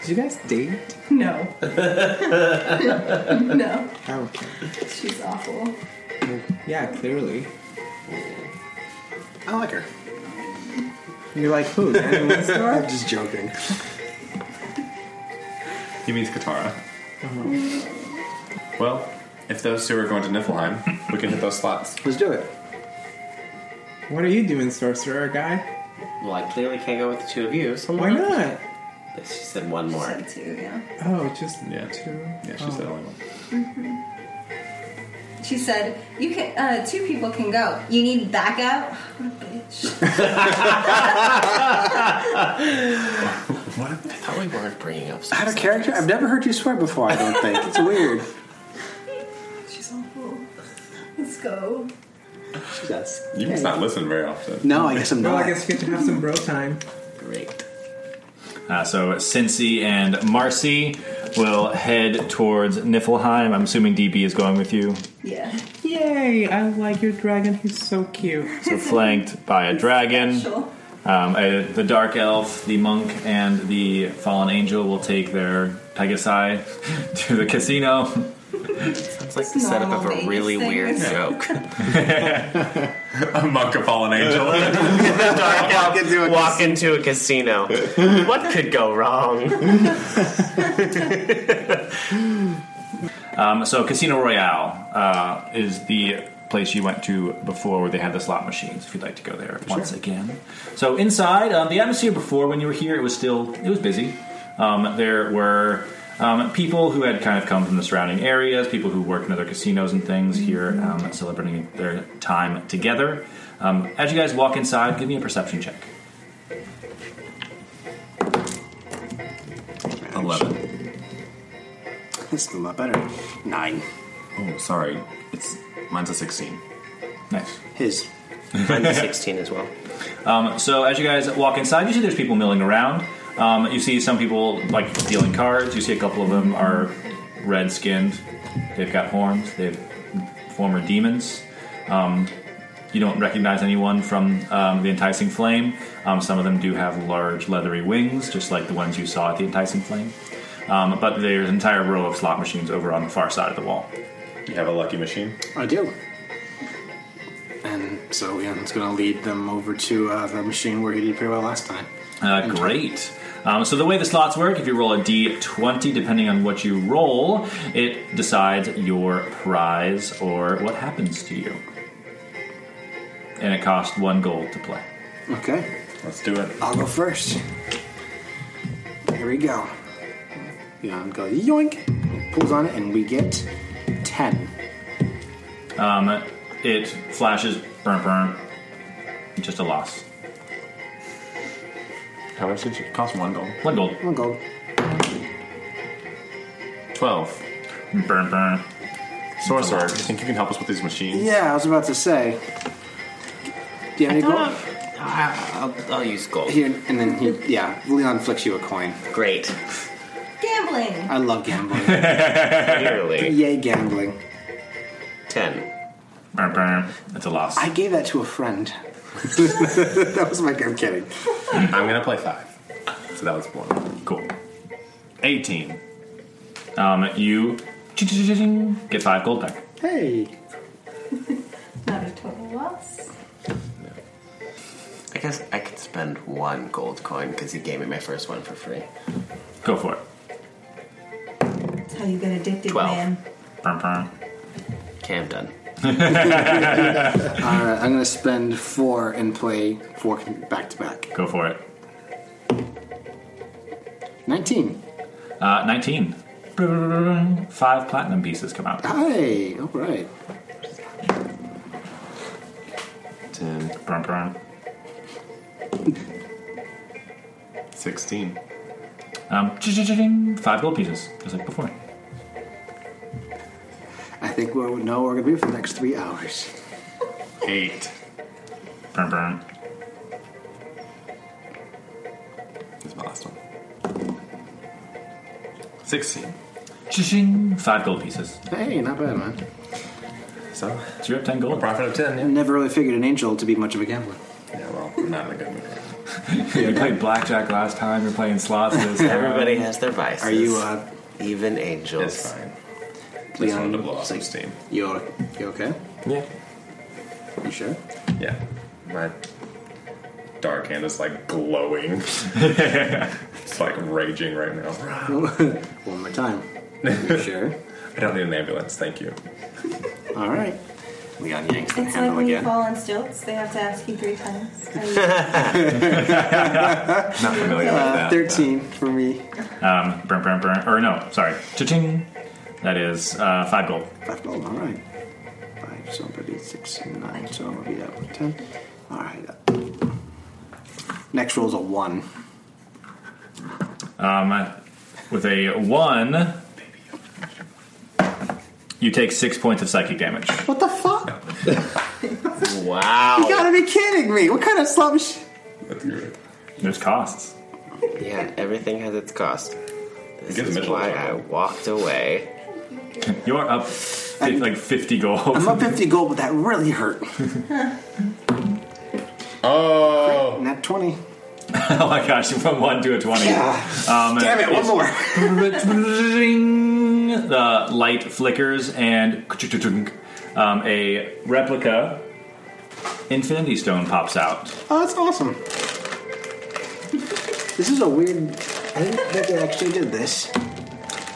S8: Did you guys date?
S2: No. no.
S8: Oh, okay.
S2: She's awful.
S8: Yeah, clearly.
S7: I like her.
S8: You're like, who? Danny
S7: I'm
S8: Winstar?
S7: just joking.
S5: He means Katara.
S2: Mm-hmm.
S5: Well, if those two are going to Niflheim, we can hit those slots.
S7: Let's do it.
S8: what are you doing, sorcerer guy?
S6: Well, I clearly can't go with the two of you. So I'm
S8: Why
S6: gonna-
S8: not?
S6: She said one more.
S2: Said too, yeah.
S8: Oh, just
S5: Yeah.
S8: two.
S5: Yeah, she's
S8: oh.
S5: the only one.
S2: She said, "You can. Uh, two people can go. You need backup." What a bitch.
S6: I thought we weren't bringing up.
S7: Out of character? I've never heard you swear before, I don't think. It's weird.
S2: She's awful. Let's go.
S7: That's,
S5: You must not listen very often.
S7: no, I guess I'm
S8: Well,
S7: not.
S8: I guess we can have some bro time.
S6: Great.
S1: Uh, so Cincy and Marcy will head towards Niflheim. I'm assuming DB is going with you.
S2: Yeah.
S8: Yay! I like your dragon. He's so cute.
S1: So flanked by a dragon.
S2: Special.
S1: Um, uh, the dark elf, the monk, and the fallen angel will take their Pegasi to the casino.
S6: It's like the setup of
S2: normal
S6: a really
S2: Vegas
S6: weird
S2: thing.
S6: joke.
S5: A monk, a fallen angel.
S6: walk,
S7: into a
S6: into a casino. what could go wrong?
S1: Um, so Casino Royale uh, is the place you went to before where they had the slot machines if you'd like to go there once again so inside um, the atmosphere before when you were here it was still it was busy um, there were um, people who had kind of come from the surrounding areas people who work in other casinos and things here um, celebrating their time together um, as you guys walk inside give me a perception check
S5: Eleven.
S7: It's a lot better. Nine.
S5: Oh, sorry. It's mine's a sixteen.
S1: nice
S7: His.
S6: I'm the 16 as well.
S1: So as you guys walk inside, you see there's people milling around. Um, you see some people like dealing cards. You see a couple of them are red skinned. They've got horns. They've former demons. Um, you don't recognize anyone from um, the enticing flame. Um, some of them do have large leathery wings, just like the ones you saw at the enticing flame. Um, but there's an entire row of slot machines over on the far side of the wall.
S5: You have a lucky machine.
S7: I do. And so, yeah, it's going to lead them over to uh, the machine where he did pretty well last time.
S1: Uh, great. Um, so the way the slots work, if you roll a d20, depending on what you roll, it decides your prize or what happens to you. And it costs one gold to play.
S7: Okay.
S5: Let's do it.
S7: I'll go first. Here we go. Yeah, I'm going yoink. Pulls on it, and we get ten.
S1: Um, it flashes, burn, burn, just a loss.
S5: How much did it cost? One gold.
S1: One gold,
S7: One gold.
S5: Twelve.
S1: burn, burn.
S5: Sorcerer, you think you can help us with these machines?
S7: Yeah, I was about to say. Do you have any gold?
S6: I'll, I'll use gold.
S7: Here, and then he, yeah, Leon flicks you a coin.
S6: Great.
S2: Gambling.
S7: I love gambling.
S6: Clearly.
S7: Yay, gambling.
S6: 10.
S1: Burn, burn. That's a loss.
S7: I gave that to a friend. that was my. I'm kidding.
S5: I'm gonna play five. So that was one.
S1: Cool.
S5: Eighteen.
S1: Um, you get five gold back.
S7: Hey,
S2: Not a total loss.
S6: I guess I could spend one gold coin because he gave me my first one for free.
S1: Go for it.
S2: That's how you get addicted,
S6: Twelve.
S2: man.
S1: Burn, burn.
S6: Okay, I'm done.
S7: all right, I'm gonna spend four and play four back to back.
S1: Go for it.
S7: Nineteen.
S1: Uh, 19. Five platinum pieces come out.
S7: Hey, all right.
S5: Ten.
S1: Brum, brum.
S5: Sixteen.
S1: Um, ching-ching-ching-ching. five gold pieces, just like before.
S7: I think we know what we're gonna do for the next three hours.
S5: Eight.
S1: Burn, burn.
S5: Is my last one. Sixteen.
S1: Ching. Five gold pieces.
S7: Hey, not bad, man.
S5: So
S1: So you're up ten gold.
S5: profit of ten.
S7: I
S5: Yeah.
S7: never really figured an angel to be much of a gambler.
S5: Yeah. Well, we're not in a good mood.
S1: You played blackjack last time. You're playing slots this time.
S6: Everybody has their vices.
S7: Are you, uh,
S6: even angels?
S5: It's fine. Just
S7: Leon,
S5: wanted to blow off some
S7: six.
S5: steam.
S7: you you okay?
S5: Yeah.
S7: You sure?
S5: Yeah. My dark hand is like glowing. it's like raging right now.
S7: One more time. You sure?
S5: I don't need an ambulance. Thank you.
S7: All right.
S6: Leon yanks the
S10: It's like
S6: handle
S10: when you
S6: again.
S10: fall on stilts, they have to ask you three times. Are you-
S5: Not familiar with that.
S7: Thirteen for me.
S1: Um, burn, burn, burn. Or no, sorry. Cha-ching. That is uh, five gold.
S7: Five gold. All right. Five, so I'm gonna be six and nine. So I'm gonna be that one. Ten. All right. uh, Next roll's a one.
S1: Um, with a one, you take six points of psychic damage.
S7: What the fuck? You
S6: Wow.
S7: gotta be kidding me! What kind of slum? Sh-
S5: That's good.
S1: There's costs.
S6: Yeah, everything has its cost. This
S5: Give
S6: is
S5: Mitchell
S6: why
S5: a
S6: I
S5: chuckle.
S6: walked away.
S1: You're up fi-
S7: I'm-
S1: like 50 gold.
S7: I'm up fifty gold, but that really hurt.
S5: Oh,
S7: Not twenty.
S1: oh my gosh, you from 1 to a 20. Um,
S7: Damn it! One more.
S1: the light flickers and um, a replica infinity stone pops out.
S7: Oh, that's awesome. This is a weird.
S9: I didn't think they actually did this.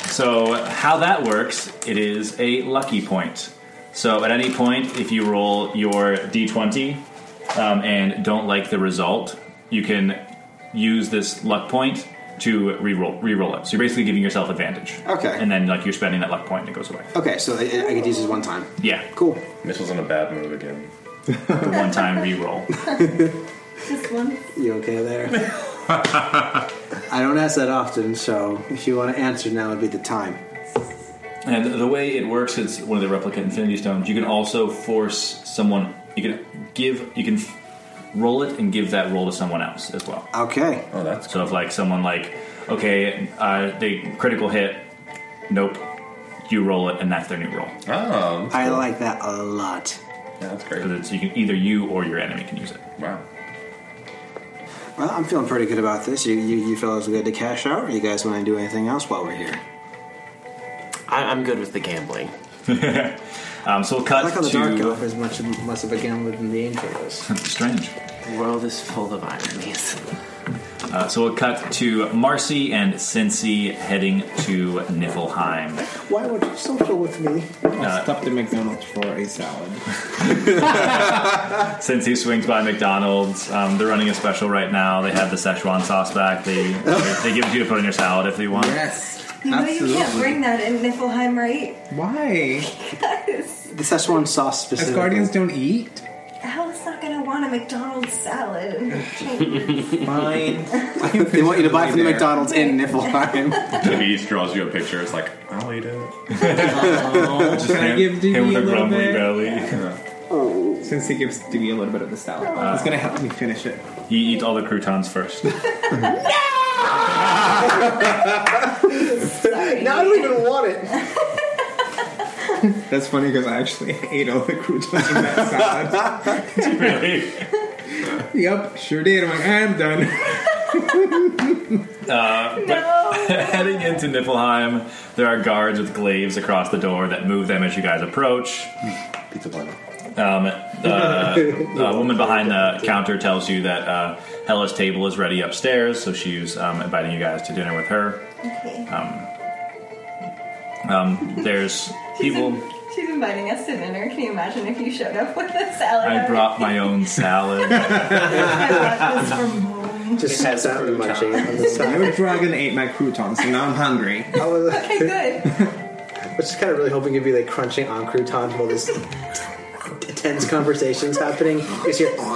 S1: So, how that works, it is a lucky point. So, at any point, if you roll your d20 um, and don't like the result, you can use this luck point to re-roll, re-roll it. So, you're basically giving yourself advantage.
S7: Okay.
S1: And then, like, you're spending that luck point and it goes away.
S7: Okay, so I, I could use this one time.
S1: Yeah,
S7: Cool.
S5: Mitchell's in a bad mood again.
S1: the one-time re-roll.
S10: Just one.
S7: You okay there? I don't ask that often, so if you want to answer, now would be the time.
S1: And the way it works, it's one of the replica infinity stones. You can also force someone. You can give. You can f- roll it and give that roll to someone else as well.
S7: Okay.
S5: Oh, that's
S1: So if like someone like, okay, uh, they critical hit. Nope. You roll it, and that's their new roll.
S5: Oh,
S7: I like that a lot.
S5: yeah, that's
S1: Because
S5: great.
S1: it's you can either you or your enemy can use it.
S5: Wow.
S7: Well, I'm feeling pretty good about this. You, you, you fellas good to cash out, or you guys want to do anything else while we're here?
S6: I- I'm good with the gambling.
S1: Um, so we'll
S7: I
S1: cut
S7: like how the dark
S1: to
S7: elf is much less of a gambler than the angel is.
S1: strange.
S6: The world is full of ironies.
S1: Uh, so we'll cut to Marcy and Cincy heading to Niflheim.
S9: Why would you social with me?
S8: I'll stop the McDonald's for a salad.
S1: Since he swings by McDonald's, um, they're running a special right now. They have the Szechuan sauce back. They they give it to you to put in your salad if you want.
S8: Yes.
S10: You know you can't bring that in Niflheim, right?
S8: Why?
S10: Guys,
S7: The Szechuan sauce specifically.
S8: Asgardians don't eat.
S10: Al's not gonna want a McDonald's salad.
S8: Fine.
S7: They want you to buy from the
S8: There.
S7: McDonald's in Niflheim.
S5: The beast draws you a picture. It's like I'll eat it.
S1: Just him,
S8: give Dee
S1: him with
S8: Dee
S1: a
S8: a little
S1: grumbly
S8: bit.
S1: belly.
S8: Since he gives Dewey a little bit of the salad, it's gonna help me finish it.
S1: He eats all the croutons first.
S9: Now I don't even want it.
S8: That's funny because I actually ate all the croutons in that salad.
S1: really?
S8: yep, sure did. I'm like, I'm done.
S1: Heading into Niflheim, there are guards with glaives across the door that move them as you guys approach.
S5: Pizza platter.
S1: Um, the uh, woman behind the counter tells you that uh, Hella's table is ready upstairs, so she's um, inviting you guys to dinner with her.
S10: okay.
S1: Um, there's
S10: She's in-
S1: people.
S10: She's inviting us to dinner. Can you imagine if you showed up with a salad?
S1: I brought my own salad.
S10: I brought this from home.
S9: Just sat down and munching on the
S8: Your
S9: side.
S8: dragon ate my croutons, so now I'm hungry.
S9: I was,
S10: Okay, good.
S9: I was just kind of really hoping you'd be like crunching on croutons while this tense conversation's happening. You just hear,
S10: Why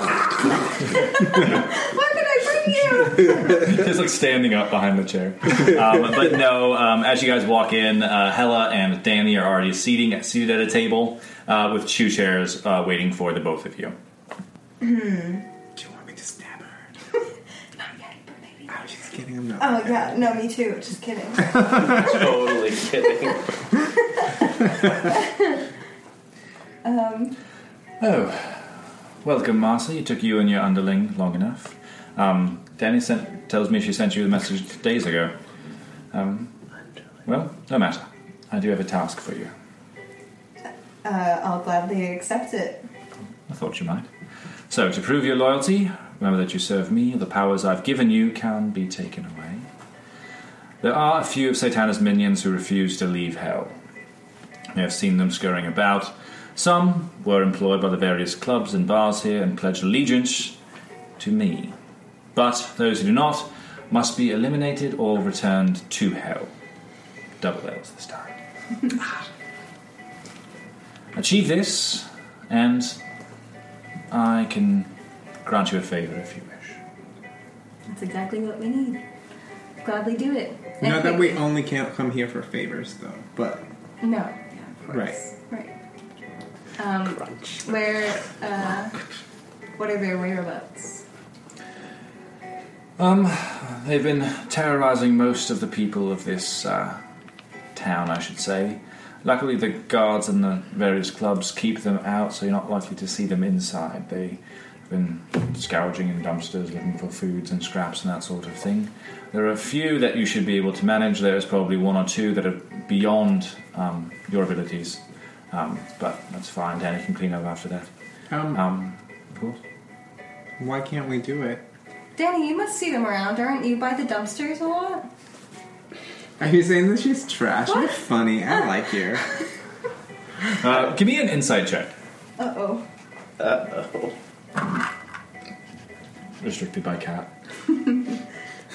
S10: would I bring
S1: Just like standing up behind the chair. Um, but no, um, as you guys walk in, uh, Hella and Danny are already seating, seated at a table uh, with two chairs uh, waiting for the both of you.
S10: Hmm.
S8: Do you want me to stab her?
S10: Not yet, but maybe.
S8: I was just kidding. I'm not.
S10: Oh yeah, no, me too. Just kidding. Uh,
S6: totally kidding.
S10: um,
S1: Oh, welcome, Marcy. It took you and your underling long enough. Um, Danny sent, tells me she sent you the message days ago. Um, well, no matter. I do have a task for you.
S10: uh, I'll gladly accept it.
S1: I thought you might. So, to prove your loyalty, remember that you serve me. The powers I've given you can be taken away. There are a few of Satana's minions who refuse to leave Hell. You have seen them scurrying about. Some were employed by the various clubs and bars here and pledged allegiance to me. But those who do not must be eliminated or returned to Hell. Double L's this time. Achieve this, and I can grant you a favor if you wish.
S2: That's exactly what we need. Gladly do it. And
S8: Not that
S2: quick-
S8: we only can't come here for favors, though. But
S2: No.
S8: right,
S2: Right. Um, Where? Uh, what are their whereabouts?
S1: Um, they've been terrorizing most of the people of this uh, town, I should say. Luckily, the guards and the various clubs keep them out, so you're not likely to see them inside. They've been scourging in dumpsters, looking for foods and scraps and that sort of thing. There are a few that you should be able to manage. There is probably one or two that are beyond um, your abilities, um, but that's fine. Danny can clean up after that.
S8: Um,
S1: um, of course.
S8: why can't we do it?
S2: Danny, you must see them around, aren't you? By the dumpsters a lot.
S8: Are you saying that she's trash?
S2: What?
S8: You're funny. I like you.
S1: Uh, give me an insight check.
S10: Uh oh.
S1: Uh oh. Restricted by cat.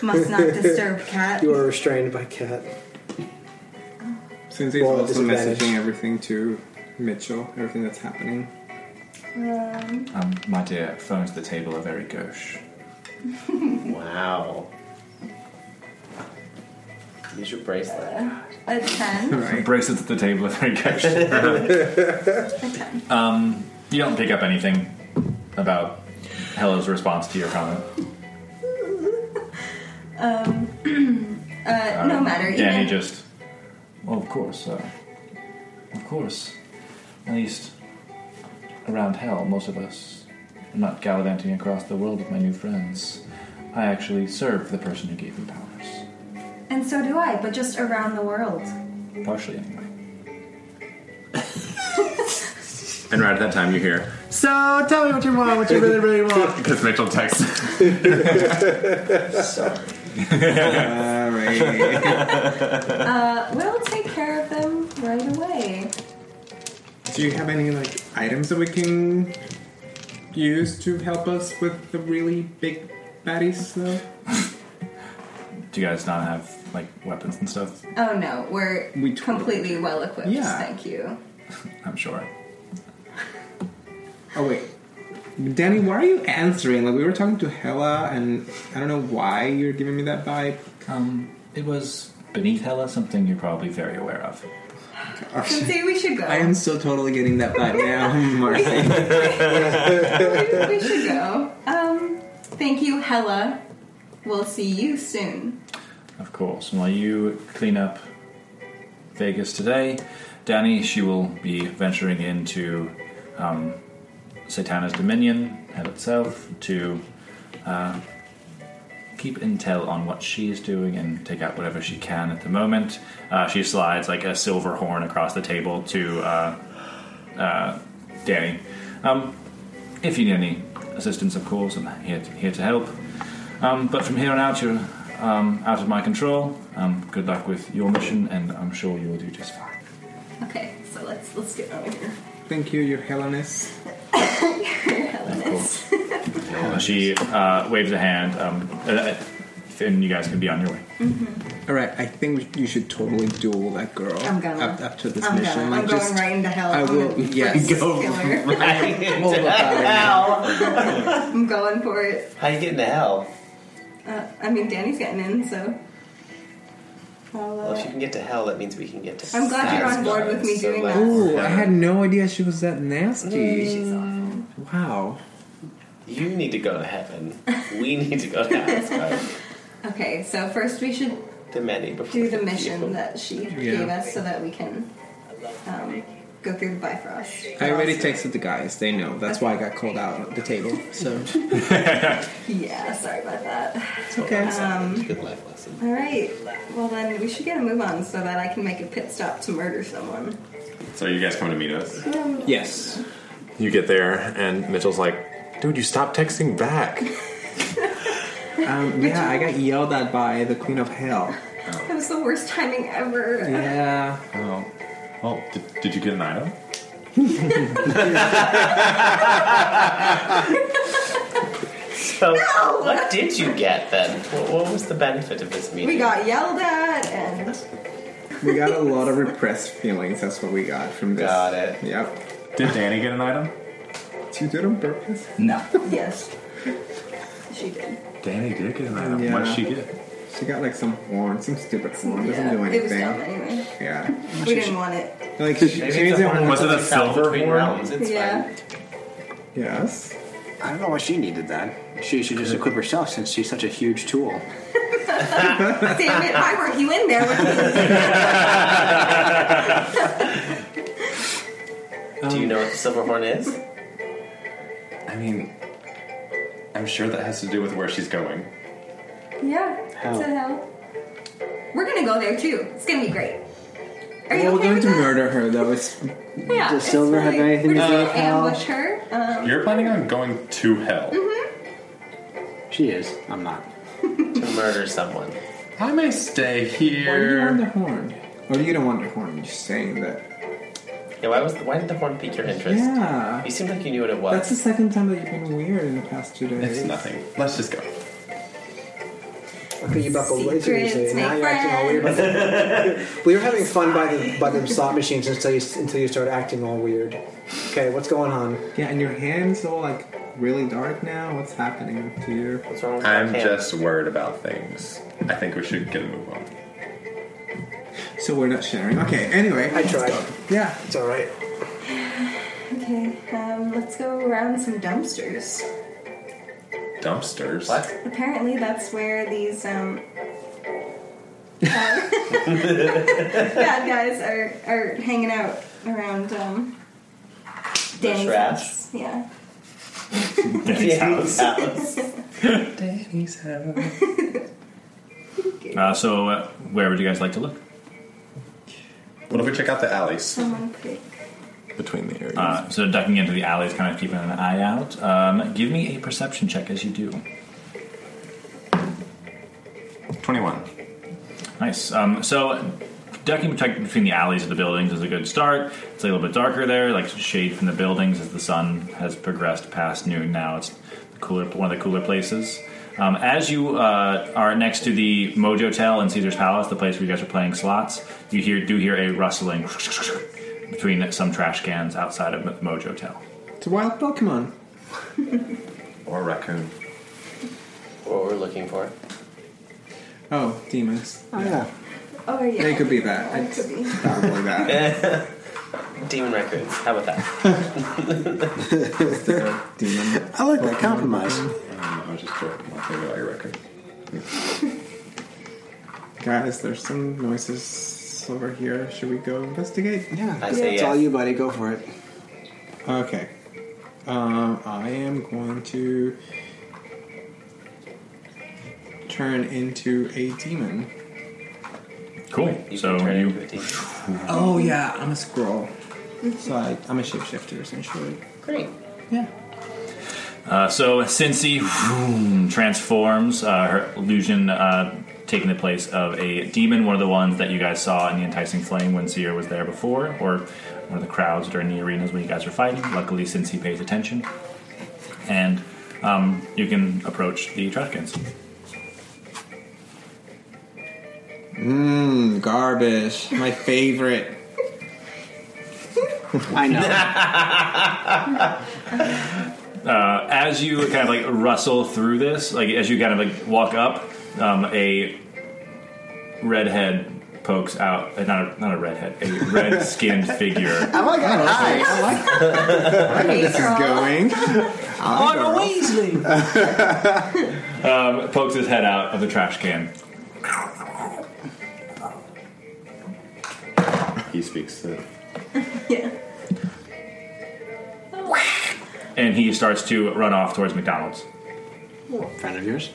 S10: Must not disturb cat.
S9: You are restrained by cat.
S8: Since he's
S9: Well,
S8: also
S9: disadvantage.
S8: messaging everything to Mitchell, everything that's happening.
S10: Um,
S1: Um, my dear, phones at the table are very gauche.
S6: wow. Use your bracelet.
S10: a ten.
S1: Bracelets at the table are very gauche. um, you don't pick up anything about Hella's response to your comment.
S10: Um, uh, no
S1: Um,
S10: matter.
S1: Danny
S10: Even,
S1: just. Well, of course, uh, of course. At least around hell, most of us are not gallivanting across the world with my new friends. I actually serve the person who gave me powers,
S10: and so do I, but just around the world.
S1: partially anyway.
S5: And right at that time, you hear
S4: So tell me what you want, what you really, really want.
S5: because Mitchell texts.
S10: Uh,
S2: We'll take care of them right away.
S8: Do you have any like items that we can use to help us with the really big baddies? Though
S1: Do you guys not have like weapons and stuff?
S2: Oh no, we're
S8: We totally
S2: completely well equipped.
S8: Yeah.
S2: Thank you.
S1: I'm sure.
S8: Oh wait, Danny, why are you answering? Like we were talking to Hella, and I don't know why you're giving me that vibe.
S1: Um, it was beneath Hella, something you're probably very aware of.
S10: Quincy, we should go.
S8: I am so totally getting that vibe now, Marcy.
S10: we
S2: We should go. Um, thank you, Hella. We'll see you soon.
S1: Of course. And while you clean up Vegas today, Danny, she will be venturing into um, Satana's dominion, hell itself, to uh, keep intel on what she is doing and take out whatever she can at the moment. Uh, she slides like a silver horn across the table to uh, uh, Danny. Um, if you need any assistance, of course, I'm here to, here to help. Um, but from here on out, you're um, out of my control. Um, good luck with your mission, and I'm sure you'll do just fine.
S2: Okay, so let's let's get out of here.
S8: Thank you, your Hellenist.
S2: Helenus.
S1: Uh, she uh, waves a hand, um, uh, and you guys can be on your way.
S8: All right, I think you should totally duel that girl.
S10: I'm gonna.
S8: up, up to this
S10: I'm
S8: mission.
S10: gonna.
S8: Like
S10: I'm
S8: just,
S10: going right into hell.
S8: I
S10: I'm
S8: will.
S10: gonna
S8: Yes,
S10: press
S8: go
S10: killer.
S8: right into hell.
S10: I'm going for it.
S6: How you getting to hell?
S2: Uh, I mean, Danny's getting in, so. I'll, uh,
S6: Well, if you can get to hell, that means we can get to.
S2: I'm glad you're on board with me doing
S6: Satisfied, so
S2: that.
S6: let's-
S8: Ooh, I had no idea she was that nasty.
S2: she's awful.
S8: Wow.
S6: You need to go to heaven. We need to go to Asgard.
S2: Okay, so first we should
S6: the many before
S2: do the
S6: few.
S2: mission that she gave us so that we can um, go through the Bifrost.
S8: I already texted the guys. They know. That's why I got called out at the table. So
S2: Yeah, sorry about that.
S8: it's okay.
S2: Um,
S6: Good life lesson.
S2: all right, well then we should get a move on so that I can make a pit stop to murder someone.
S5: So you guys come to meet us.
S2: Um,
S8: Yes.
S5: You get there, and Mitchell's like, "Dude, you stop texting back."
S8: Um, yeah, I got yelled at by the Queen of Hell.
S2: that was the worst timing ever.
S8: Yeah.
S5: Oh, well, did, did you get an item?
S6: So, what did you get then? What, what was the benefit of this meeting?
S2: We got yelled at and
S8: We got a lot of repressed feelings. That's what we got from this.
S6: Got it.
S8: Yep.
S5: Did Danny get an item?
S8: Did you do it on purpose?
S1: No.
S2: yes, she did.
S5: Danny did get an item.
S8: Yeah.
S5: What did she get?
S8: She got like some horn, some stupid horn. Doesn't
S2: Yeah,
S8: do
S2: it was
S8: anything.
S2: dumb anyway.
S8: yeah.
S2: We didn't want it.
S8: Like she, she
S6: Maybe
S8: needs
S6: it's a
S8: a
S6: horn
S8: horn.
S5: Was it a
S6: that travels
S5: silver
S6: between
S5: horn?
S6: realms, It's
S2: Yeah.
S6: fine.
S8: Yes.
S7: I don't know why she needed that. She should just equip herself since she's such a huge tool.
S2: Damn it! Why weren't you in there? With me?
S6: Do you know what the silver horn is?
S5: I mean, I'm sure that has to do with where she's going.
S2: Yeah, it's a hell. We're gonna go there too. It's gonna be great. Are you
S8: Well, we're
S2: okay
S8: going
S2: with
S8: to
S2: that?
S8: murder her. That was
S2: Yeah,
S7: Does
S2: it's
S7: silver have
S2: really-
S7: anything
S2: we're
S7: to
S2: just
S7: do
S2: gonna
S7: with hell?
S2: ambush her. Um,
S5: You're planning on going to hell.
S7: She is. I'm not.
S6: To murder someone.
S5: I may stay
S8: Why do you
S5: here.
S8: want the horn? Or you don't want the horn? You're just saying that.
S6: Yeah, why was why did the horn pique your interest?
S8: Yeah.
S6: You seemed like you knew what it was.
S8: That's the second time that you've been weird in the past two days.
S5: It's nothing. Let's just go.
S9: Okay, you buckled way too
S2: Secrets
S9: easily. Now
S2: make
S9: you're acting all weird. About it. we were having fun by the by the slot machines until you until you started acting all weird. Okay, what's going on?
S8: Yeah, and your hands all like really dark now. What's happening to you?
S6: What's wrong with
S5: I'm
S6: that hand?
S5: just worried about things. I think we should get a move on.
S8: So we're not sharing. Okay. Anyway.
S9: I tried.
S8: Yeah.
S9: It's all right.
S2: okay, um, let's go around some dumpsters.
S5: Dumpsters.
S6: What?
S2: Apparently, that's where these um, bad, bad guys are, are hanging out around um, Danny's
S6: trash?
S2: house. Yeah,
S6: Danny's house.
S1: Uh, so, uh, where would you guys like to look?
S5: What if we check out the alleys?
S2: someone pick.
S5: Between the areas.
S1: Uh, so, ducking into the alleys, kind of keeping an eye out. Um, give me a perception check as you do.
S5: 21.
S1: Nice. Um, so, ducking protect between the alleys of the buildings is a good start. It's a little bit darker there, like shade from the buildings as the sun has progressed past noon. Now it's the cooler, one of the cooler places. Um, as you uh, are next to the Mojo Tell in Caesar's Palace, the place where you guys are playing slots, you hear do hear a rustling between some trash cans outside of the Mojo Tell.
S8: It's a wild Pokemon.
S5: Or raccoon.
S6: what we're looking for.
S8: Oh, demons.
S7: Oh, yeah.
S2: Oh yeah,
S8: They could be that.
S2: It could
S8: It's
S2: be.
S8: probably that.
S6: Demon records. How about that?
S8: Demon.
S7: I like that compromise.
S5: Uh, I was just joking. I'll think about your record.
S8: Guys, there's some noises over here. Should we go investigate?
S7: Yeah,
S6: I
S7: it's
S6: say yes.
S7: all you, buddy. Go for it.
S8: Okay. Um, I am going to turn into a demon.
S1: Cool.
S6: You
S1: so
S6: can turn
S1: you
S6: into a demon.
S8: Oh yeah, I'm a scroll. So I, I'm a shapeshifter essentially.
S6: Great.
S8: Yeah.
S1: Uh, so Cincy vroom, transforms, uh, her illusion uh, taking the place of a demon, one of the ones that you guys saw in the Enticing Flame when Seer was there before, or one of the crowds during the arenas when you guys were fighting. Luckily, Cincy pays attention. And um, you can approach the trash cans.
S8: Mm, garbage. My favorite.
S7: I know.
S1: Uh, as you kind of like rustle through this, like as you kind of like walk up, um, a redhead pokes out. Uh, not a, not a redhead, a red skinned figure.
S3: I like that. Hi. I like I know where this is going.
S1: I'm a Weasley. um, pokes his head out of the trash can.
S5: He speaks to
S10: yeah.
S1: and he starts to run off towards McDonald's.
S7: Friend of yours?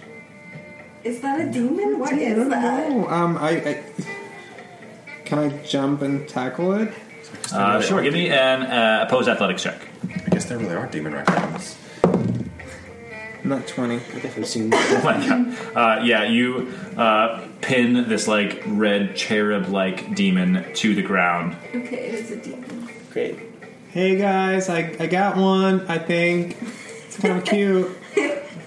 S10: Is that a demon? What is that?
S8: Oh, um, I, I can I jump and tackle it?
S1: Uh, sure, give me an uh, opposed athletics check.
S5: I guess there really are demon rectangles.
S8: Not twenty. I
S7: definitely seen.
S1: Oh my god. Uh, yeah, you uh, pin this like red cherub like demon to the ground.
S10: Okay, it is a demon.
S6: Great.
S8: Hey guys, I, I got one. I think it's kind of cute.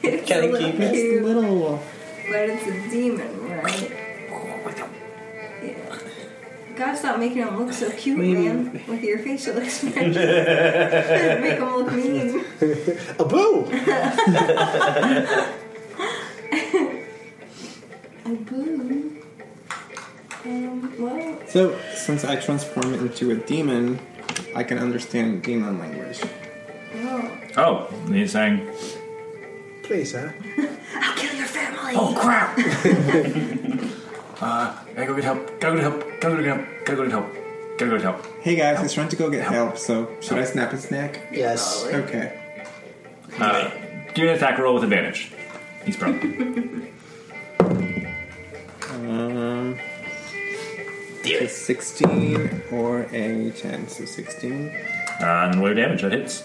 S10: It's
S6: Can I
S10: a little
S6: keep
S8: It's
S6: it?
S10: cute,
S8: little.
S10: but it's a demon, right? Yeah. Gotta stop making him look so cute, man, with your facial expressions. Make him look mean.
S9: A boo!
S10: I boo. Um, well,
S8: So since I transform it into a demon, I can understand demon language.
S10: oh.
S1: Oh, and he's saying,
S9: Please, huh?
S10: I'll kill your family!
S1: "Oh crap!" uh, gotta go get help. Gotta go get help. Gotta go get help. Gotta go get help. Gotta go get help.
S8: Hey guys, he's trying to go get help. So should I snap his neck?
S9: Yes.
S8: Okay.
S1: Uh, do an attack roll with advantage. He's broke.
S8: Um, a sixteen or a ten. So sixteen.
S1: Uh, and lower damage. That hits.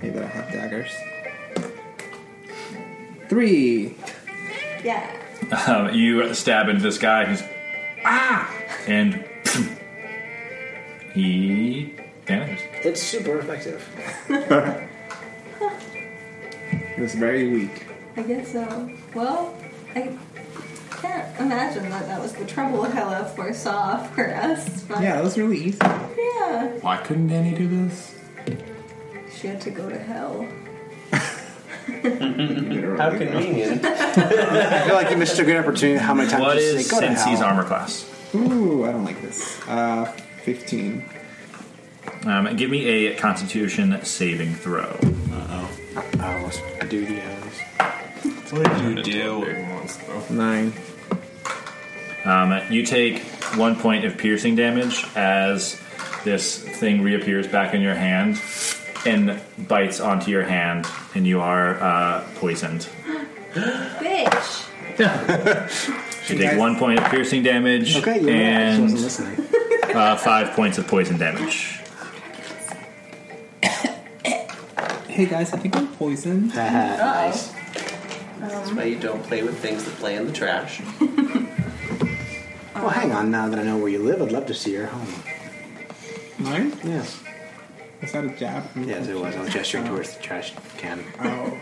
S8: Hey, that I have daggers. Three.
S10: Yeah.
S1: Um, you stab into this guy, and he's ah, and he damages.
S9: It's super effective.
S8: It was very weak.
S10: I guess so. Well, I can't imagine that that was the trouble Hella foresaw for us, but
S8: Yeah, that was really easy.
S10: yeah.
S5: Why couldn't Danny do this?
S10: She had to go to hell.
S6: How convenient.
S7: I feel like you missed a good opportunity. How many times
S1: What
S7: you
S1: is
S7: say, go to
S1: Cincy's
S7: hell.
S1: armor class?
S8: Ooh, I don't like this. Uh, 15.
S1: Um, give me a Constitution saving throw.
S7: Oh, let's do the others.
S5: What did you
S8: Nine.
S1: Um, you take one point of piercing damage as this thing reappears back in your hand and bites onto your hand, and you are uh, poisoned.
S10: Bitch!
S1: You take one point of piercing damage
S7: Okay, you right. She wasn't
S1: and
S7: listening.
S1: uh, five points of poison damage.
S8: Hey guys, I think I'm poisoned.
S6: nice. That's why you don't play with things that play in the trash.
S7: Well, hang on. Now that I know where you live, I'd love to see your home.
S8: Nine?
S7: Yes.
S8: Is that a jab?
S7: Yes, it was. I was gesturing towards the trash can.
S8: Oh.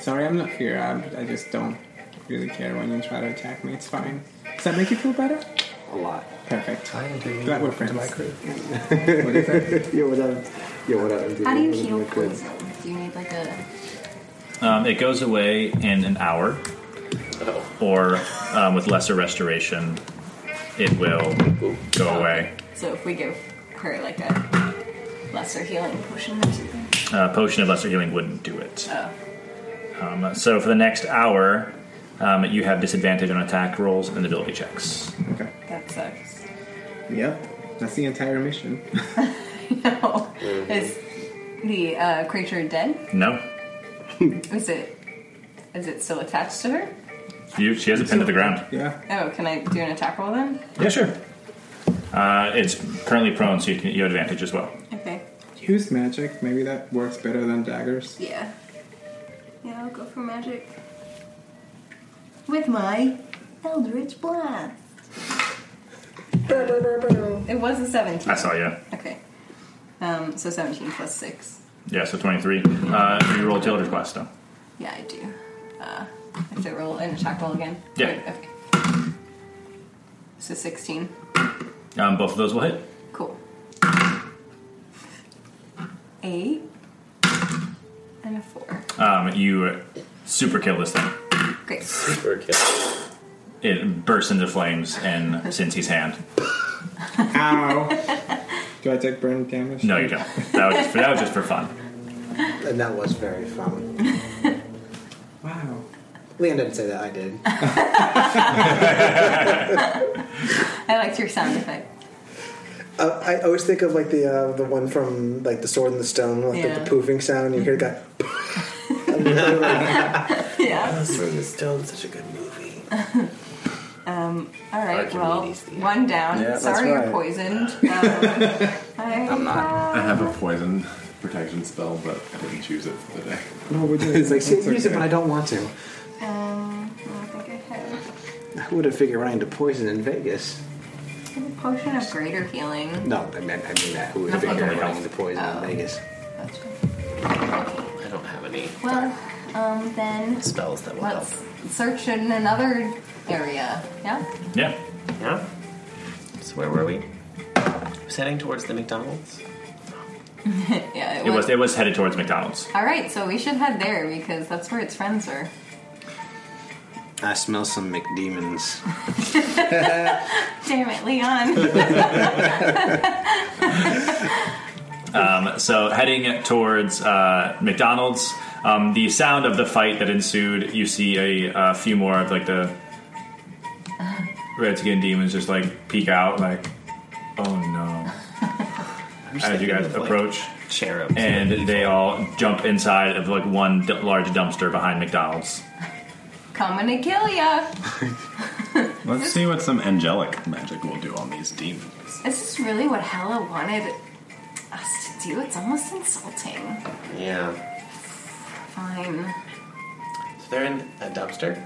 S8: Sorry, I'm not here. I, I just don't really care when you try to attack me. It's fine. Does that make you feel better?
S7: A lot.
S8: Perfect.
S9: I am being
S8: Glad we're
S9: welcome to
S8: friends.
S9: my crew.
S8: What is that?
S7: Yeah, what up? Yeah, what up?
S2: How do you heal poison? Do you need like a
S1: Um, it goes away in an hour, or um, with lesser restoration, it will go away.
S2: so if we give her like a lesser healing potion or something?
S1: Uh, Potion of Lesser Healing wouldn't do it.
S2: Oh.
S1: Um, so for the next hour, um, you have disadvantage on attack rolls and ability checks.
S8: Okay.
S2: That sucks.
S8: Yep. That's the entire mission.
S2: No. Is the uh, creature dead?
S1: No,
S2: Is it is it still attached to her?
S1: you, she has it pinned to the ground.
S8: Yeah.
S2: Oh, can I do an attack roll then?
S1: Yeah, sure. Uh, it's currently prone, so you, can, you have advantage as well.
S2: Okay.
S8: Use magic. Maybe that works better than daggers.
S10: Yeah. Yeah, I'll go for magic. With my Eldritch Blast. Brr, brr, brr, brr.
S2: It was a seventeen.
S1: I saw you.
S2: Okay. Um, so seventeen plus six.
S1: Yeah, so 23. Uh, you roll Tilder's Blast, though.
S2: Yeah, I do. Uh, I have to roll an attack roll again.
S1: Yeah.
S2: Wait, okay. So sixteen.
S1: Um, both of those will hit.
S2: Cool. eight, and a four.
S1: Um, you super kill this thing.
S2: Great.
S11: Super kill.
S1: It bursts into flames in Cincy's hand.
S8: Do I take burn damage?
S1: No, you don't. That was just for, that was just for fun.
S9: And that was very fun.
S8: wow.
S9: Leon didn't say that, I did.
S2: I liked your sound effect.
S9: Uh, I always think of like the uh, the one from like the Sword and the Stone, like the,
S2: Yeah.
S9: the poofing sound. You hear the guy.
S2: yeah.
S11: Sword and Stone, such a good movie.
S2: Um, all right. Well, one down.
S5: Yeah, that's
S2: Sorry,
S5: right.
S2: you're poisoned. Um, I'm
S5: I have a poison protection spell, but I didn't choose it for the day.
S4: No, we're doing
S5: It's like,
S4: see,
S5: it's
S4: use it,
S5: okay.
S4: but I don't want to.
S2: Um, I think I have
S4: Who would have figured Ryan to poison in Vegas?
S2: I have a potion of greater healing.
S4: No, I mean, I mean that. Who would have
S2: That's
S4: figured
S2: not
S4: Ryan to poison
S2: Oh.
S4: in Vegas?
S2: That's fine.
S6: I don't have any
S2: Well, um, then
S6: spells that will
S2: let's search in another area. Yeah.
S1: Yeah.
S6: Yeah. So where were we? I was heading towards the McDonald's.
S2: yeah.
S1: It was it was headed towards McDonald's.
S2: All right, so we should head there because that's where its friends are.
S7: I smell some McDemons.
S2: Damn it, Leon.
S1: Um, so heading towards uh, McDonald's, um, the sound of the fight that ensued, you see a, uh few more of like the red skinned demons just like peek out, like, oh no. As you guys approach,
S6: cherubs,
S1: and they all jump inside of like one d- large dumpster behind McDonald's.
S2: Coming to kill ya.
S5: Let's see what some angelic magic will do on these demons.
S2: This is really what Hella wanted us to do. It's almost insulting.
S6: Yeah.
S2: Fine.
S6: So they're in a dumpster.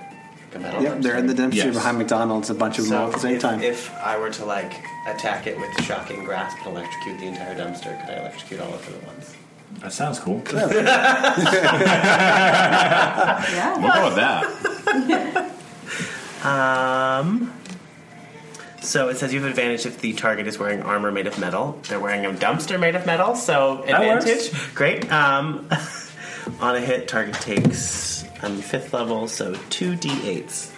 S6: A metal
S7: Yep, they're in the dumpster
S6: Yes.
S7: behind McDonald's, a bunch of them all at the same
S6: if,
S7: time.
S6: if I were to like attack it with shocking grasp and electrocute the entire dumpster, could I electrocute all of it at once?
S1: That sounds cool.
S2: Yeah.
S5: We'll go with that.
S6: Um. So it says you have advantage if the target is wearing armor made of metal. They're wearing a dumpster made of metal, so
S1: That works.
S6: advantage. Great. Um, on a hit, target takes um, fifth level, so two d8s.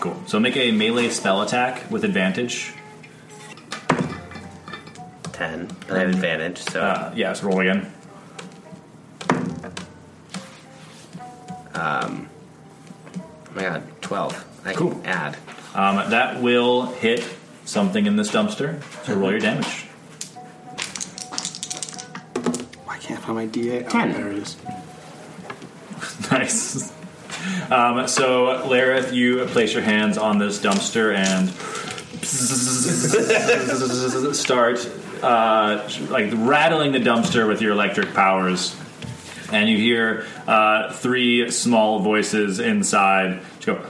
S1: Cool. So make a melee spell attack with advantage.
S6: Ten. And I have advantage, so
S1: Uh, yeah, so roll again.
S6: um, oh my god, twelve. I can add.
S1: Um, that will hit something in this dumpster. So roll your damage.
S7: I can't find my DA.
S6: Ten.
S7: Oh, there it is.
S1: nice. Um, so, Lareth, you place your hands on this dumpster and start uh, like rattling the dumpster with your electric powers. And you hear uh, three small voices inside. Just go,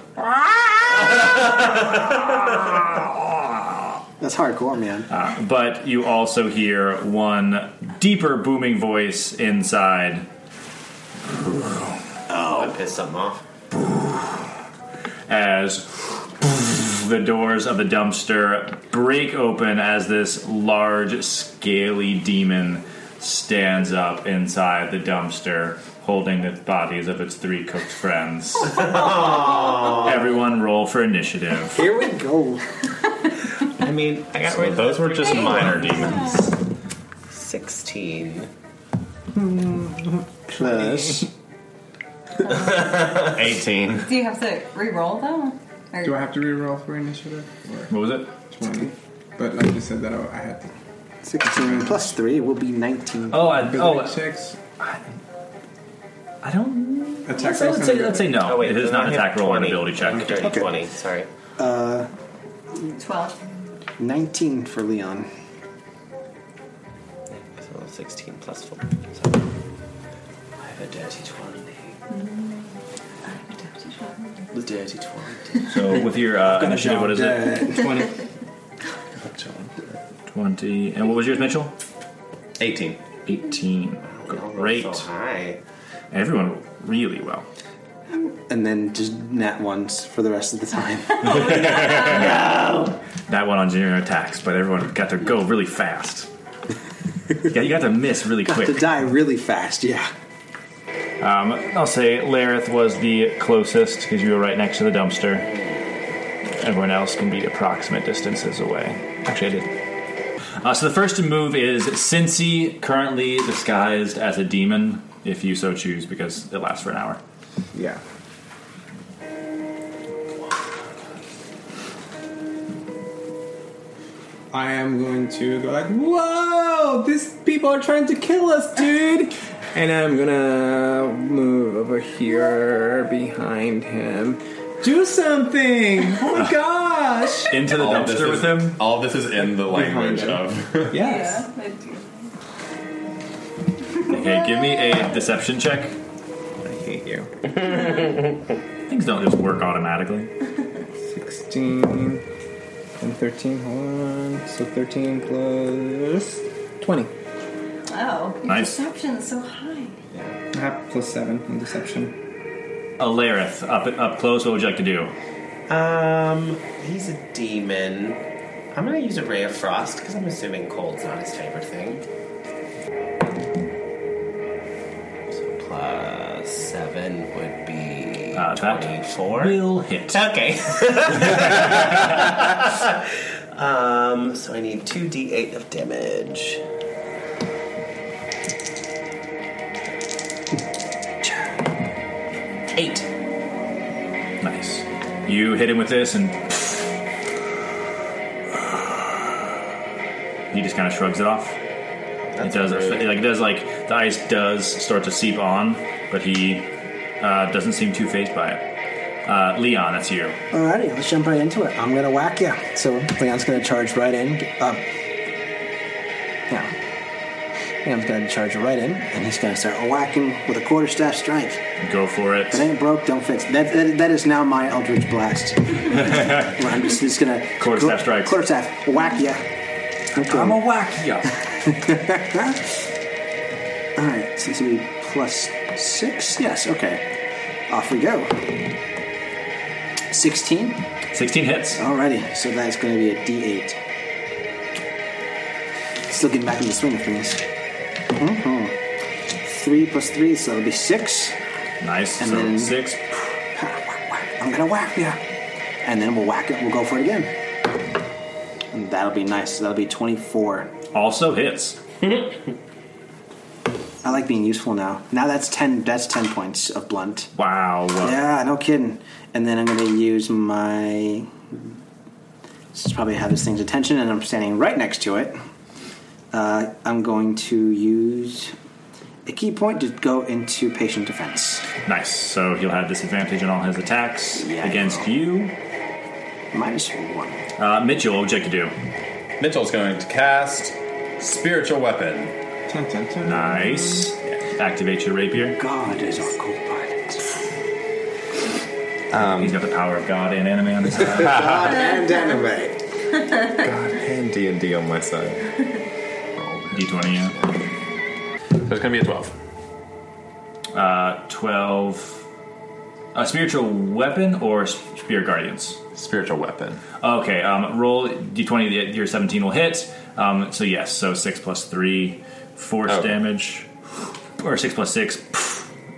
S7: That's hardcore, man.
S1: Uh, but you also hear one deeper booming voice inside.
S6: Oh, I pissed something off.
S1: As the doors of the dumpster break open as this large, scaly demon stands up inside the dumpster, holding the bodies of its three cooked friends. Everyone roll for initiative.
S7: Here we go.
S6: I mean, I got rid of
S5: those were just
S6: three.
S5: minor demons.
S6: Sixteen.
S7: Plus.
S5: 18.
S2: Do you have to re-roll though? Or-
S8: Do I have to reroll for initiative?
S1: What
S8: Or
S1: was it?
S8: 20. But like you said, that I I had to.
S7: 16 plus 3 will be 19.
S1: Oh, I,
S8: Oh,
S1: oh,
S8: checks.
S1: I don't. Let's,
S8: Attack roll
S1: let's say,
S8: and
S1: let's say no.
S6: Oh, wait,
S1: it is
S6: then I
S1: not an
S6: have
S1: attack roll and
S6: 20.
S1: ability check.
S6: Dirty twenty. Sorry.
S7: Uh,
S2: Twelve.
S7: 19 for Leon.
S6: So sixteen plus four. So I have a dirty twenty. The dirty twenty.
S1: So with your uh, initiative, what is it?
S7: 20.
S1: 20. And what was yours, Mitchell?
S6: Eighteen.
S1: 18. Great.
S6: So high.
S1: Everyone rolled really well.
S7: And then just nat ones for the rest of the time.
S1: That one on engineering attacks, but everyone got to go really fast. yeah, you got to miss really
S7: Got
S1: quick.
S7: to die really fast, yeah.
S1: Um, I'll say Lareth was the closest because you were right next to the dumpster. Everyone else can be approximate distances away. Actually, I did. Uh, so the first to move is Cincy, currently disguised as a demon, if you so choose, because it lasts for an hour.
S8: Yeah. I am going to go like, whoa, these people are trying to kill us, dude! And I'm gonna move over here behind him. Do something! Oh my gosh!
S1: Into the
S5: All of
S1: dumpster
S5: this
S1: with him?
S5: is- All of this is in the language
S1: Behind
S5: of.
S8: Yes.
S10: Yeah, I do.
S1: Okay, give me a deception check. I hate you. Things don't just work automatically.
S8: 16 and 13, hold on. So 13 plus 20.
S2: Wow, Oh, your
S1: Nice.
S2: perception is so high.
S8: I have plus 7 in deception.
S1: Alarith, up up close, what would you like to do?
S6: Um, he's a demon. I'm gonna use a ray of frost because I'm assuming cold's not his favorite thing. So plus seven would be
S1: Uh, that
S6: twenty-four.
S1: will hit.
S6: Okay. um, so I need two d8 of damage. Eight.
S1: Nice. You hit him with this, and he just kind of shrugs it off. it does
S6: rude.
S1: like it does like the ice does start to seep on, but he uh, doesn't seem too phased by it. Uh, Leon, that's you.
S4: Alrighty, let's jump right into it. I'm gonna whack you. So Leon's gonna charge right in. get Up. Yeah.
S7: Leon's gonna charge right in, and he's gonna start whacking with a quarterstaff strike.
S1: Go for it.
S7: If it ain't broke, don't fix it. That, that, that is now my Eldritch Blast. Where I'm just, just gonna.
S1: Quarterstaff strike.
S7: Quarterstaff, whack ya. Okay. I'm a
S1: whack ya.
S7: Alright, so it's gonna be plus six? Yes, okay. Off we go. 16?
S1: 16 hits.
S7: Alrighty, so that's gonna be a d8. Still getting back in the swing of things. Mhm. Three plus three, so that'll be six.
S1: Nice.
S7: And
S1: so
S7: then-
S1: six.
S7: I'm gonna whack ya. And then we'll whack it. We'll go for it again. And that'll be nice. So that'll be 24.
S1: Also hits.
S7: I like being useful now. Now that's 10. That's 10 points of blunt.
S1: Wow.
S7: Yeah, no kidding. And then I'm gonna use my. This is probably how this thing's attention, and I'm standing right next to it. Uh, I'm going to use a key point to go into patient defense.
S1: Nice. So he'll have disadvantage on all his attacks against you.
S7: Minus one.
S1: Uh, Mitchell, what would you like to do?
S5: Mitchell's going to cast Spiritual Weapon.
S1: Nice. Activate your rapier.
S7: God is our co-pilot.
S1: Um, He's got the power of God and anime on his side.
S5: God
S3: and
S1: anime.
S5: And D and D on my side.
S1: D twenty. Yeah.
S5: So it's gonna be a twelve.
S1: Uh, Twelve. A spiritual weapon or s- spear guardians?
S5: Spiritual weapon.
S1: Okay. Um, roll d twenty. Your seventeen will hit. Um, so yes. So six plus three, force
S5: Okay.
S1: damage, or six plus six,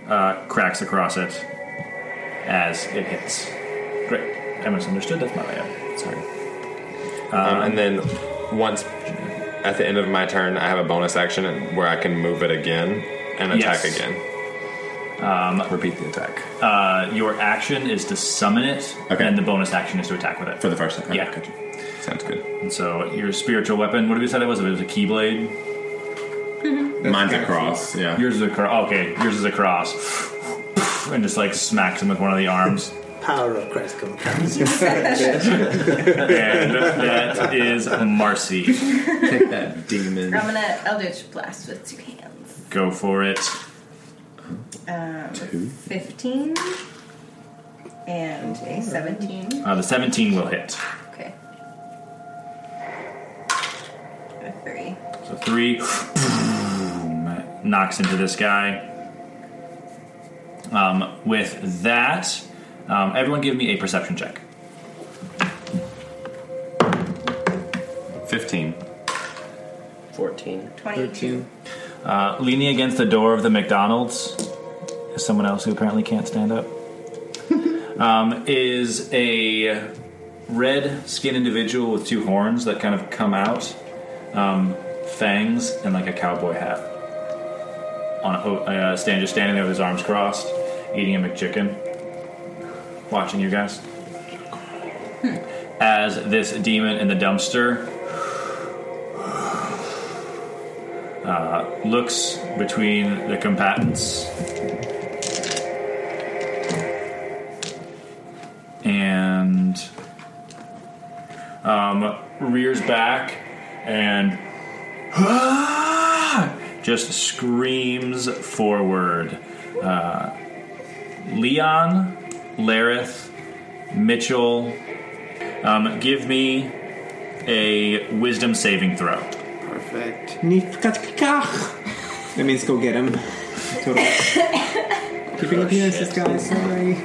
S1: uh, cracks across it as it hits. Great. I misunderstood. That's my bad. Sorry.
S5: Um, and then once at the end of my turn, I have a bonus action where I can move it again and attack
S1: Yes.
S5: again.
S1: Um,
S5: Repeat the attack.
S1: Uh, your action is to summon it, and the bonus action is to attack with it.
S5: For the first attack.
S1: Yeah.
S5: Sounds good.
S1: And so your spiritual weapon, what did we say that was? It was a keyblade?
S5: Mine's a cross. Yeah.
S1: Yours is a cross. Okay, yours is a cross. And just like smacks him with one of the arms.
S9: Power of Christ come comes.
S1: and that is Marcy. Take
S5: that demon.
S10: I'm gonna Eldritch Blast with two hands.
S1: Go for it.
S10: Um,
S1: Two.
S10: 15 and a 17.
S1: Uh, the 17 will hit.
S10: Okay. A 3.
S1: So three boom, knocks into this guy. Um, with that, um, everyone give me a perception check.
S5: 15.
S6: 14.
S1: 13. Uh, leaning against the door of the McDonald's is someone else who apparently can't stand up. um, is a red skinned individual with two horns that kind of come out, um, fangs, and like a cowboy hat. On a, uh, stand, just standing there with his arms crossed, eating a McChicken, watching you guys. As this demon in the dumpster uh, looks between the combatants and um, rears back and "Ah!" just screams forward. Uh, Leon, Lareth, Mitchell, um, give me a wisdom saving throw.
S8: Perfect. That means go get him. Totally. Keeping appearances, guys. Sorry.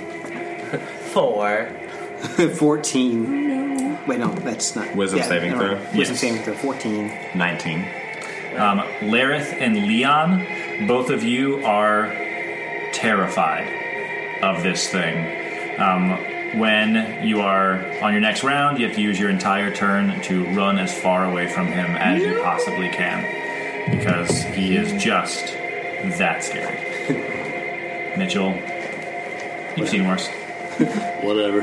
S6: Four.
S7: 14. Wait, no, that's not.
S5: Wisdom saving
S7: never mind.
S5: throw?
S7: Wisdom
S5: Yes.
S7: saving throw, 14.
S5: 19.
S1: Um, Lareth and Leon, both of you are terrified of this thing. Um, when you are on your next round, you have to use your entire turn to run as far away from him as you possibly can because he is just that scary. Mitchell, you've seen worse.
S12: Whatever.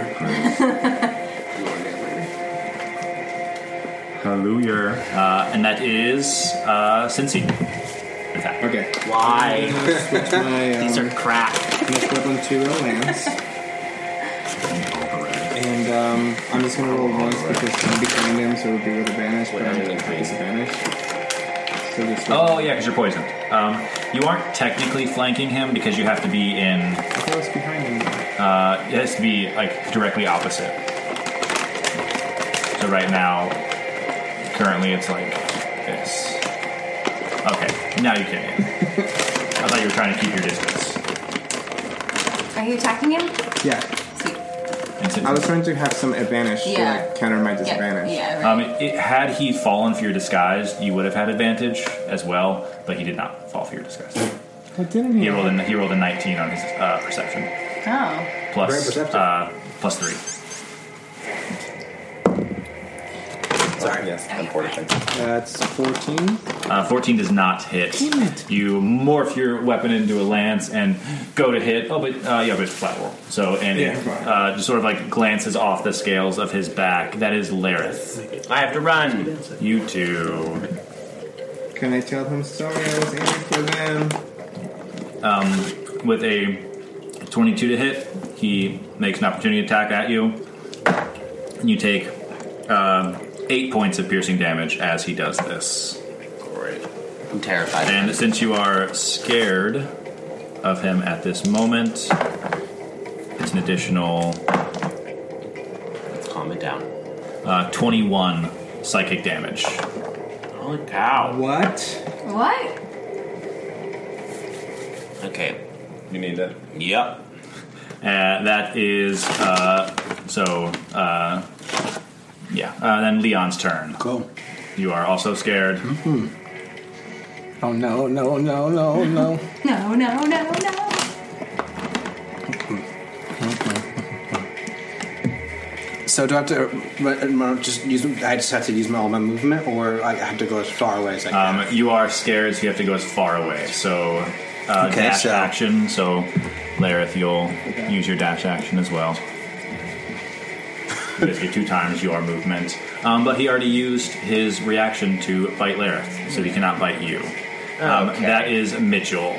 S5: Hallelujah.
S1: Uh, and that is uh, Cincy. Okay.
S6: Why?
S8: Switch my,
S6: These
S8: um,
S6: are crap.
S8: Next weapon to a lance. And um, I'm just gonna roll once because I'm behind him, so it would be with advantage, but I'm at disadvantage. So just
S1: Oh yeah, because you're poisoned. Um, you aren't technically flanking him because you have to be in.
S8: behind him.
S1: Uh, it has to be like directly opposite. So right now, currently it's like this. Okay, now you can. I thought you were trying to keep your distance.
S2: Are you attacking him?
S8: Yeah.
S1: Sweet.
S8: I was trying to have some advantage to
S2: Yeah.
S8: like, counter my disadvantage.
S2: Yeah, right.
S1: Um, it, had he fallen for your disguise, you would have had advantage as well, but he did not fall for your disguise.
S8: I didn't
S1: He rolled a, he rolled a 19 on his uh, perception.
S2: Oh.
S1: Plus,
S9: Very perceptive.
S1: uh, plus three. Sorry. Yes, I'm
S8: That's 14.
S1: Uh, 14 does not hit.
S8: Damn it.
S1: You morph your weapon into a lance and go to hit. Oh, but uh, yeah, but it's flat roll. So, and it
S8: Yeah, fine.
S1: uh, just sort of like glances off the scales of his back. That is Lareth. I have to run. You too.
S8: Can I tell him sorry I was aiming for them?
S1: Um, with a 22 to hit, he makes an opportunity attack at you. And you take um, eight points of piercing damage as he does this. Great.
S6: I'm terrified.
S1: And since you are scared of him at this moment, it's an additional.
S6: Calm it down.
S1: Uh, 21 psychic damage.
S6: Holy cow.
S8: What?
S2: What?
S6: Okay.
S5: You need that?
S6: Yep.
S1: Uh, that is. Uh, so, uh, yeah. Uh, then Leon's turn.
S7: Cool.
S1: You are also scared.
S7: Hmm. Oh, no, no, no, no, no.
S2: No, no, no, no.
S7: So do I have to uh, uh, just use? I just have to use my, all my movement, or I have to go as far away as I can.
S1: Um, you are scared, so you have to go as far away. So, uh,
S7: Okay,
S1: dash
S7: so-
S1: action. So, Lareth, you'll use your dash action as well. Basically, two times your movement. Um, but he already used his reaction to bite Lareth, so he cannot bite you. Um, That is Mitchell.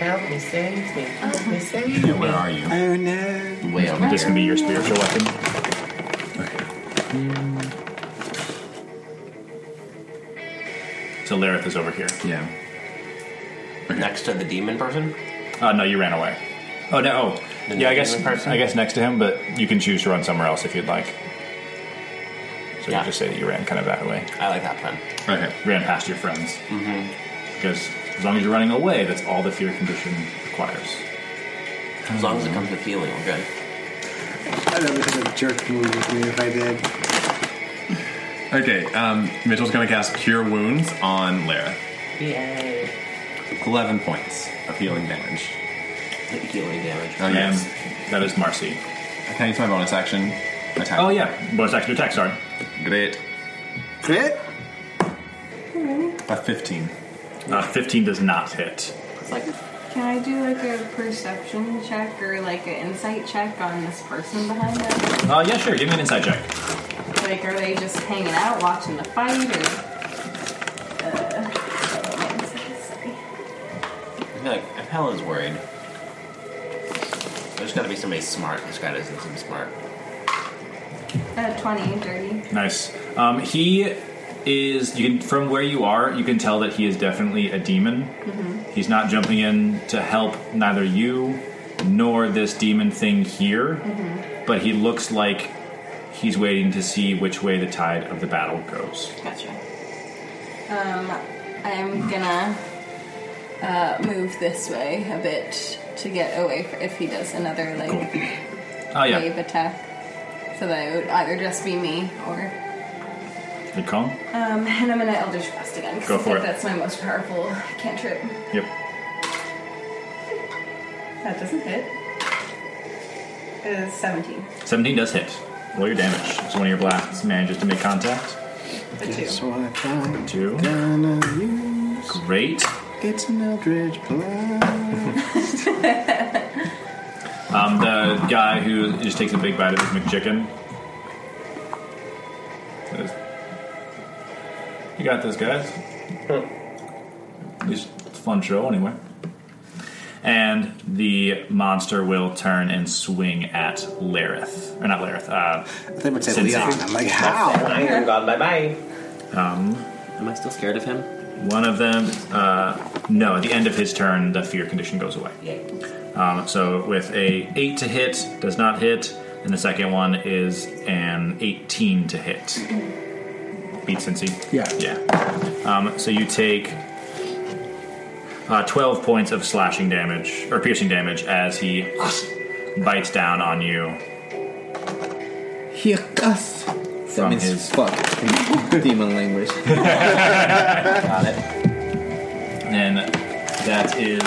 S11: Help me, save me. Help me, save me.
S1: Where are you?
S7: Oh no!
S1: Way over This can be your spiritual weapon. So Lareth is over here.
S5: Yeah.
S6: Next to the demon person?
S1: Uh, no, you ran away. Oh no! Oh,
S6: The
S1: yeah. I
S6: next
S1: guess
S6: demon person?
S1: I guess next to him, but you can choose to run somewhere else if you'd like. So you just say that you ran kind of that way.
S6: I like that plan.
S1: Okay. Ran past your friends. Mm-hmm. Because as long as you're running away, that's all the fear condition requires.
S6: As long as it comes with healing, we're good.
S7: I don't think a jerk move with me if I did.
S5: Okay, um, Mitchell's gonna cast Cure Wounds on Lara.
S11: Yay.
S5: 11 points of healing damage.
S6: Healing damage.
S5: Oh, yes.
S1: That is Marcy.
S5: I use my bonus action attack.
S1: Oh, yeah. Bonus action attack, sorry.
S5: Great.
S4: Crit?
S5: A 15.
S1: Uh, 15 does not hit.
S2: Can I do like a perception check or like an insight check on this person behind us?
S1: Uh, yeah, sure. Give me an insight check.
S2: Like, are they just hanging out, watching the fight, or? Uh, what is this?
S6: I feel like if Helen's worried, there's got to be somebody smart. This guy doesn't seem smart.
S2: uh, 20, dirty.
S1: Nice. Um, he is. You can from where you are, you can tell that he is definitely a demon. He's not jumping in to help neither you nor this demon thing here, but he looks like he's waiting to see which way the tide of the battle goes.
S2: Gotcha. Um, I'm gonna uh, move this way a bit to get away fr- if he does another like
S1: Oh yeah,
S2: wave attack, so that it would either just be me or.
S1: good call.
S2: Um, and I'm gonna Eldritch Blast again. 'cause
S1: Go
S2: I
S1: for
S2: think
S1: it.
S2: That's my most powerful cantrip.
S1: Yep.
S2: That doesn't hit. It is 17.
S1: 17 does hit. Roll your damage. So one of your blasts manages to make contact.
S2: The two.
S4: what I'm
S1: Two.
S4: gonna use.
S1: Great.
S4: It's an Eldritch Blast.
S1: Um, the guy who just takes a big bite of his McChicken. Says, You got this, guys. At least it's a fun show, anyway. And the monster will turn and swing at Lareth. Or not Lareth. Uh,
S4: I think it said
S1: Since-
S4: Leon. I'm like, how?
S6: I am gone. Bye bye.
S1: um,
S6: Am I still scared of him?
S1: one of them, uh, no, at the end of his turn, the fear condition goes away. Um, so with a 8 to hit, does not hit, and the second one is an 18 to hit. Beat Cincy.
S8: Yeah.
S1: Yeah. Um, so you take uh, 12 points of slashing damage, or piercing damage, as he bites down on you.
S8: He cuss. That
S1: From
S8: means
S1: his-
S8: fuck in demon language.
S6: Got it.
S1: And that is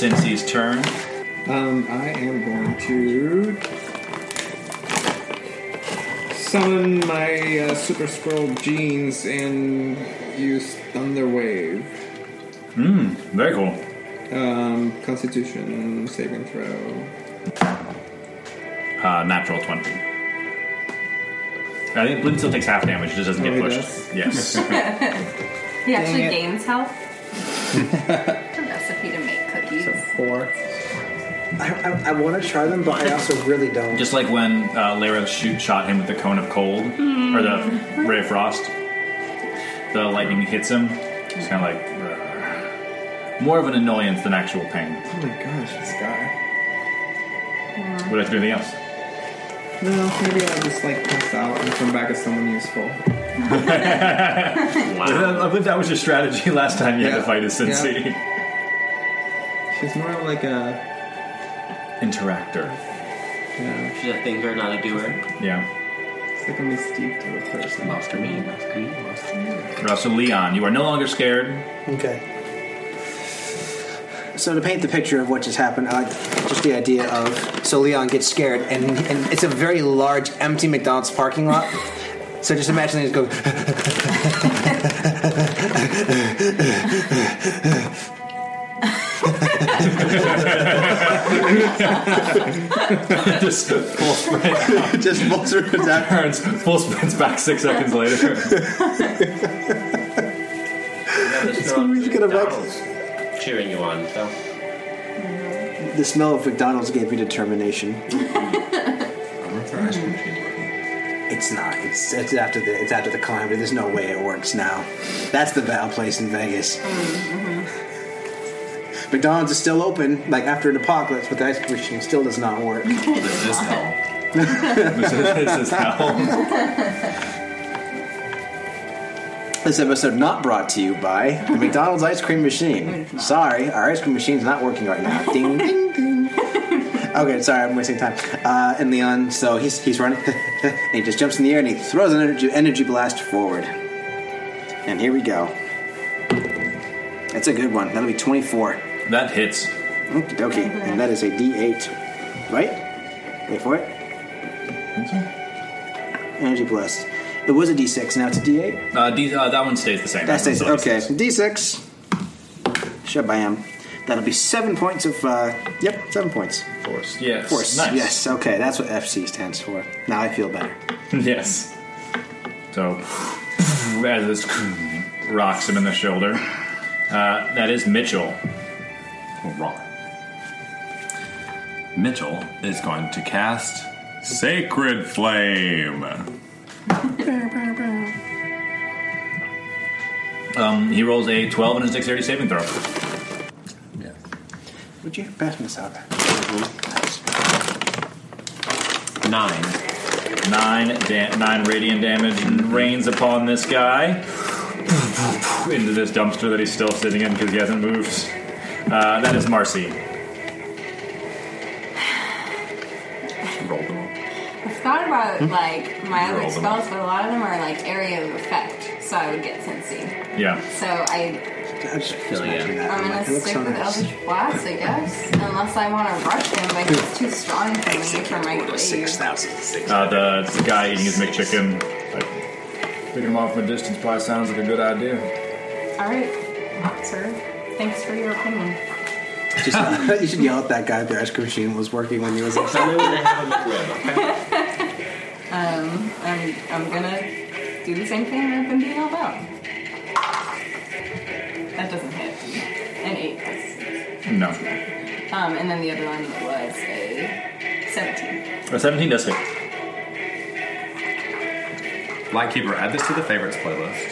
S1: Cincy's turn.
S8: Um, I am going to summon my uh, super scroll genes and use thunder wave.
S1: Mmm, very cool.
S8: Um, Constitution saving throw.
S1: Uh, natural 20. I think Blin still takes half damage, just doesn't
S8: Oh,
S1: get
S8: he
S1: pushed.
S8: does?
S1: Yes.
S2: He actually
S8: it.
S2: gains health. a recipe to make cookies.
S8: So four.
S9: I, I, I want to try them, but I also really don't.
S1: Just like when uh, Lara shoot shot him with the cone of cold or the ray of frost, the lightning hits him. It's kind of like "Ugh." more of an annoyance than actual pain.
S8: Oh my gosh, this guy.
S1: Would I do anything else?
S8: No, maybe I'll just like pass out and come back as someone useful.
S1: I believe that was your strategy last time you had
S8: Yeah.
S1: to fight a Cincy.
S8: She's more of like a
S1: Interactor.
S8: yeah,
S6: She's a thinker, not a doer.
S1: Yeah.
S8: it's like a mystique to a person.
S6: Monster me, monster me, monster me.
S1: Uh, So Leon, you are no longer scared.
S9: Okay.
S4: So to paint the picture of what just happened, I like just the idea of so Leon gets scared, and, and it's a very large, empty McDonald's parking lot. So just imagine they just go.
S1: Just full sprint,
S4: just bolts her down.
S1: turns, full sprints back six seconds later.
S4: He's gonna wreck-
S6: McDonald's cheering you on. So
S4: The smell of McDonald's gave me determination.
S8: Mm-hmm.
S4: It's not. It's, it's after the it's after the climb. but There's no way it works now. That's the battle place in Vegas. McDonald's is still open, like after an apocalypse, but the ice cream machine still does not work.
S5: This is hell.
S1: this is- this is hell.
S4: This episode not brought to you by the McDonald's ice cream machine. Sorry, our ice cream machine's not working right now. Ding ding ding.
S7: Okay, sorry, I'm wasting time. Uh, and Leon, so he's he's running, and he just jumps in the air and he throws an energy, energy blast forward. And here we go. That's a good one. That'll be 24.
S1: That hits.
S7: Okie dokie. And that is a D8. Right? Wait for it. Energy blast. It was a D6, now it's a D8.
S1: Uh, these, uh, that one stays the same.
S7: That stays
S1: one
S7: okay. D6. Shabam. That'll be seven points of. Uh, yep, seven points.
S1: Force. Yes.
S7: Force.
S1: Nice.
S7: Yes. Okay, that's what FC stands for. Now I feel better.
S1: yes. So, as this rocks him in the shoulder, uh, that is Mitchell.
S5: Wrong. Mitchell is going to cast Sacred Flame.
S1: Um, he rolls a 12 and his dexterity saving throw.
S7: Would you pass me this out?
S1: Nine. Nine, da- nine radiant damage rains upon this guy. Into this dumpster that he's still sitting in because he hasn't moved. Uh, that is Marcy.
S5: Roll them.
S2: I've thought about
S5: Hmm?
S2: like my
S5: Roll
S2: other
S5: them.
S2: spells, but a lot of them are like area of effect, so I would get Sensi.
S1: Yeah.
S2: So I,
S7: I'm just
S1: feeling
S2: I'm gonna stick with Eldritch Blast, I guess, unless I want to rush him, but he's too strong for me for my blade.
S1: Uh, the, the guy eating his McChicken. Picking him off from a distance probably sounds like a good idea.
S2: All right, sir. Thanks for your opinion.
S7: Just, you should yell at that guy. The ice cream machine was working when you was.
S2: Um, I'm, I'm gonna do the same thing that I've been doing all about. That doesn't hit. An eight. that's-
S1: No.
S2: Um, and then the other one was a seventeen.
S1: A 17 does hit.
S5: Lightkeeper, add this to the favorites playlist.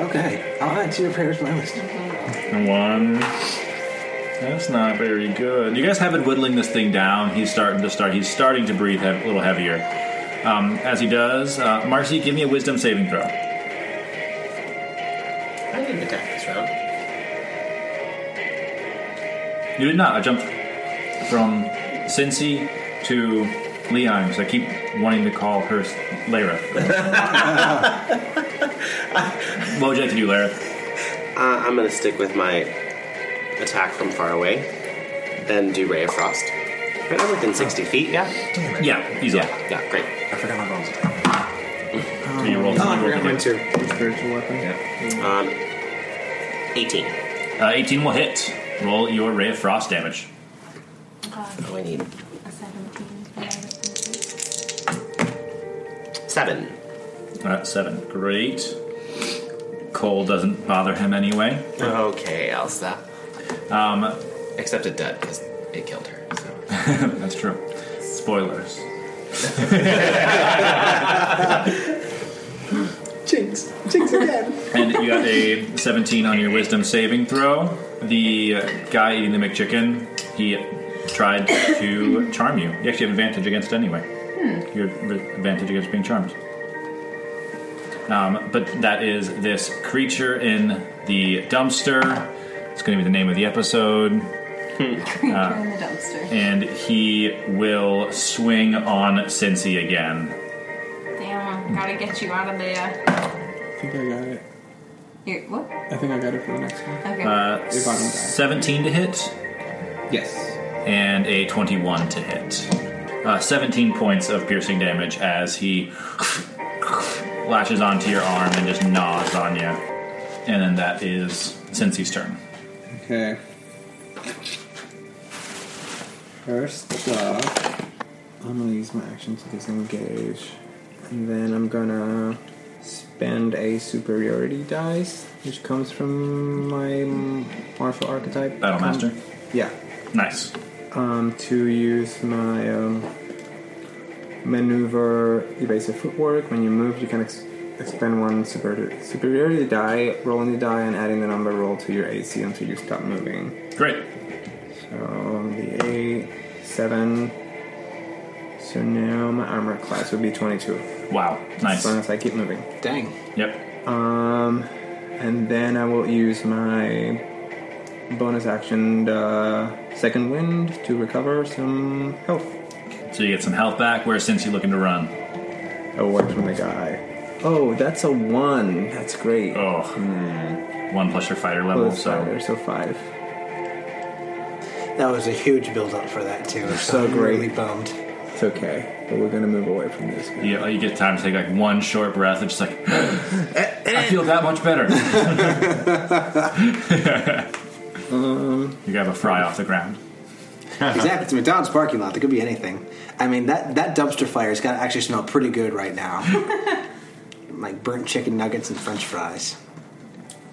S7: okay, I'll add to your prayers my list.
S1: One. That's not very good. You guys have been whittling this thing down. He's starting to start. He's starting to breathe heav- a little heavier. Um, as he does, uh, Marcy, give me a wisdom saving throw.
S11: I didn't attack this round.
S1: You did not. I jumped from Cincy to Leon because I keep wanting to call her S- Lara. what would you like to do, Lara?
S6: Uh, I'm going to stick with my attack from far away and do Ray of Frost. Right, I'm within 60 feet, yeah?
S1: Yeah, easily.
S6: Yeah, yeah, great. I forgot my bones.
S1: Do you roll-
S6: Oh,
S1: you roll
S6: I forgot mine
S1: again?
S6: too. Spiritual weapon? Yeah. Um, 18.
S1: Uh, 18 will hit. Roll your ray of frost damage.
S6: Oh, I need
S2: A seventeen.
S6: seven.
S1: Uh, seven. Great. Cold doesn't bother him anyway.
S6: Okay, Elsa.
S1: Um,
S6: Except it did, because it killed her. So.
S1: That's true. Spoilers.
S9: Jinx. Jinx again.
S1: and you got a 17 on your wisdom saving throw. The uh, guy eating the McChicken, he tried to charm you. You actually have advantage against anyway.
S2: Hmm.
S1: You have advantage against being charmed. Um, but that is this creature in the dumpster. It's going to be the name of the episode.
S2: Creature
S1: Uh,
S2: in the dumpster.
S1: and he will swing on Cincy again.
S2: Damn, gotta get you out of there.
S8: I think I got it.
S2: You're, what?
S8: I think I got it for the next one.
S2: Okay.
S1: Uh,
S8: If I don't die.
S1: 17 to hit.
S8: Yes.
S1: and a 21 to hit. Uh, 17 points of piercing damage as he lashes onto your arm and just gnaws on you. And then that is Cincy's turn.
S8: Okay. First up, I'm gonna use my action to disengage. And then I'm gonna spend a superiority dice, which comes from my martial archetype.
S1: Battle Master.
S8: Yeah.
S1: Nice.
S8: Um, to use my um, maneuver evasive footwork. When you move, you can ex- expend one super- superiority die, rolling the die, and adding the number roll to your AC until you stop moving.
S1: Great.
S8: So the eight, seven. So now my armor class would be 22.
S1: Wow, nice.
S8: As long as I keep moving.
S7: Dang.
S1: Yep.
S8: Um, and then I will use my bonus action uh, second wind to recover some health.
S1: So you get some health back. Where since you looking to run?
S8: Oh, work from the guy. Oh, that's a one. That's great.
S1: Oh, one plus your fighter level,
S8: Hmm. Plus
S1: so-
S8: fighter, so five.
S9: That was a huge build up for that too.
S8: So
S9: I'm
S8: great.
S9: Really bummed.
S8: It's okay, but we're gonna move away from this.
S1: You, you get time to take like one short breath and just like I feel that much better.
S4: Um,
S1: you grab a fry off the ground.
S4: exactly. It's McDonald's parking lot. There could be anything. I mean, that, that dumpster fire's got to actually smell pretty good right now. like burnt chicken nuggets and french fries.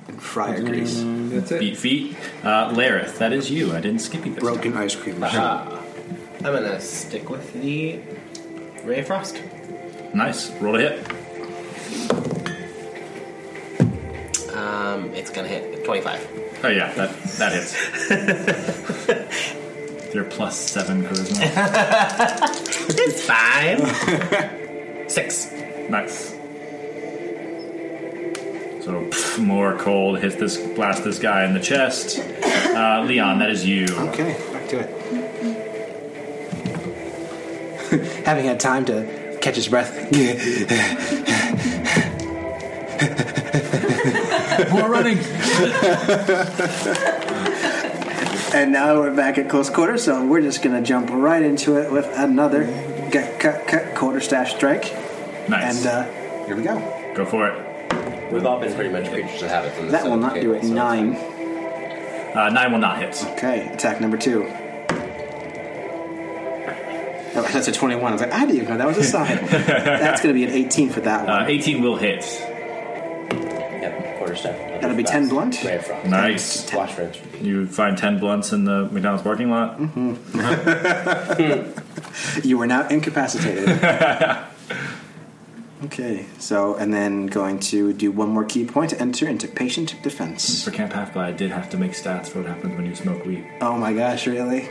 S4: And
S9: Mm-hmm.
S4: fryer grease.
S8: That's it.
S1: Beat feet. Uh, Lareth, that is you. I didn't skip you this
S4: Broken ice cream
S1: machine.
S11: I'm gonna stick with the Ray of Frost.
S1: Nice. Roll a hit.
S11: Um, it's gonna hit 25.
S1: Oh yeah, that that hits. Your plus seven charisma.
S11: it's five. Six.
S1: Nice. So pff, more cold hits this blast this guy in the chest. Uh, Leon, that is you.
S4: Okay, back to it. Having had time to catch his breath.
S1: More running.
S7: and now we're back at close quarters, so we're just gonna jump right into it with another gut cut cut quarter stash strike.
S1: Nice.
S7: And uh, here we go.
S1: Go for it.
S11: We've all been pretty much creatures of habit. From this
S7: That will
S11: side of
S7: not
S11: the
S7: do
S11: table,
S7: it.
S11: so-
S7: Nine.
S1: Uh, nine will not hit.
S7: Okay, attack number two. Oh, that's a 21. I was like, I didn't even know that was a sign. that's going to be an 18 for that one.
S1: Uh, 18 will hit.
S11: Yep, quarter staff.
S7: That'll be 10 blunt.
S11: Ray of Frost.
S1: Nice.
S11: Watch range.
S1: You find 10 blunts in the McDonald's parking lot.
S7: You are now incapacitated. okay, so, and then going to do one more key point to enter into patient defense.
S1: For Camp Half I did have to make stats for what happens when you smoke weed.
S7: Oh my gosh, really?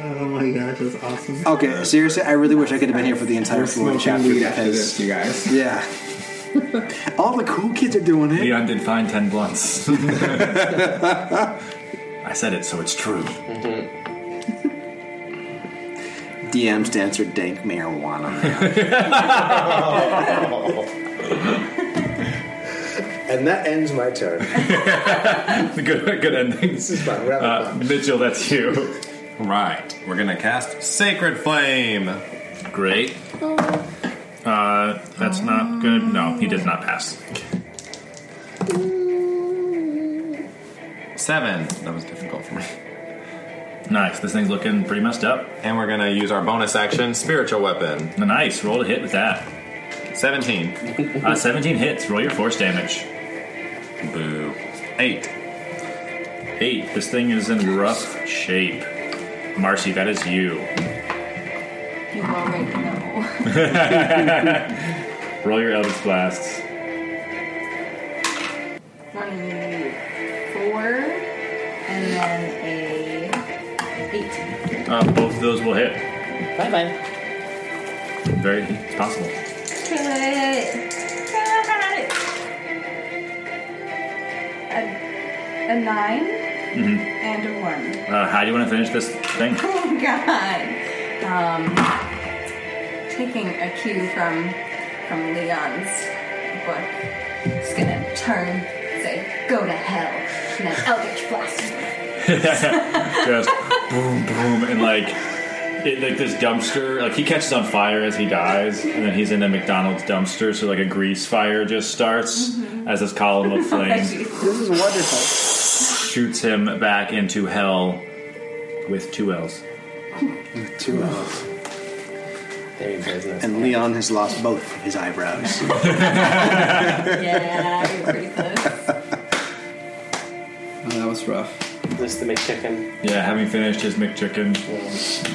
S8: Oh my gosh, that's awesome.
S7: Okay, seriously, I really wish I could have been here for the entire
S8: We're
S7: fluent
S8: smoking
S7: chapter
S8: weed after
S7: because-
S8: this, you guys.
S7: Yeah. All the cool kids are doing it.
S1: Leon did find 10 blunts. I said it, so it's true.
S7: DM stands for dank marijuana.
S9: And that ends my turn.
S1: good, good ending. This
S9: is fun. We're having
S1: Uh, Mitchell, that's you.
S5: Right. We're gonna cast Sacred Flame.
S1: Great. Uh, that's not good. No, he does not pass.
S5: Seven. That was difficult for me.
S1: Nice. This thing's looking pretty messed up.
S5: And we're gonna use our bonus action, Spiritual Weapon.
S1: Nice. Roll a hit with that.
S5: 17.
S1: Uh, 17 hits. Roll your force damage.
S5: Boo. Eight.
S1: Eight. This thing is in rough shape. Marcy, that is you.
S2: You already know.
S1: Roll your Eldritch Blasts.
S10: Twenty-four, and then a eight.
S1: Uh, both of those will hit.
S10: Bye bye.
S1: Very it's possible.
S10: Kill it. Kill it. A, a nine
S1: Mm-hmm.
S10: and a one.
S1: Uh, how do you want to finish this thing?
S10: Oh God. Um, taking a cue from from Leon's book, just gonna turn, say, "Go to hell," and then Eldritch blast.
S1: Just boom, boom, and like. It, like this dumpster, like he catches on fire as he dies, and then he's in a McDonald's dumpster, so like a grease fire just starts as this column of flame
S7: this is wonderful.
S1: shoots him back into hell with two L's.
S7: Two of. And Leon has lost both of his eyebrows.
S10: Yeah, you're pretty close.
S8: Oh, that was rough.
S11: This is the McChicken.
S1: Yeah, having finished his McChicken.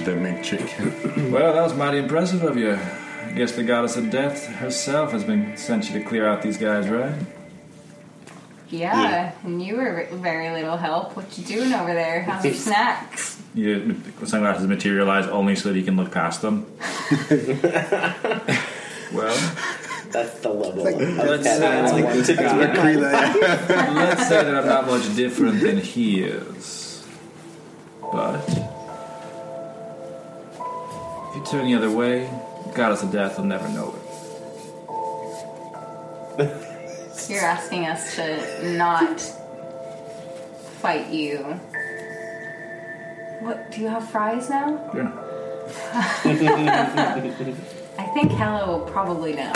S5: The McChicken.
S1: Well, that was mighty impressive of you. I guess the goddess of death herself has been sent you to clear out these guys, right?
S2: Yeah, and you were very little help. What you doing over there? How's your snacks?
S1: You, sunglasses materialize only so that he can look past them. well,
S11: That's the level. of
S1: let's
S11: cat
S1: say,
S11: I want to
S1: let's
S11: die.
S1: say that I'm not much different than he is. If you turn the other way, God is a death, will never know it.
S2: You're asking us to not fight you. What? Do you have fries now?
S1: You're
S2: I think Hella will probably know.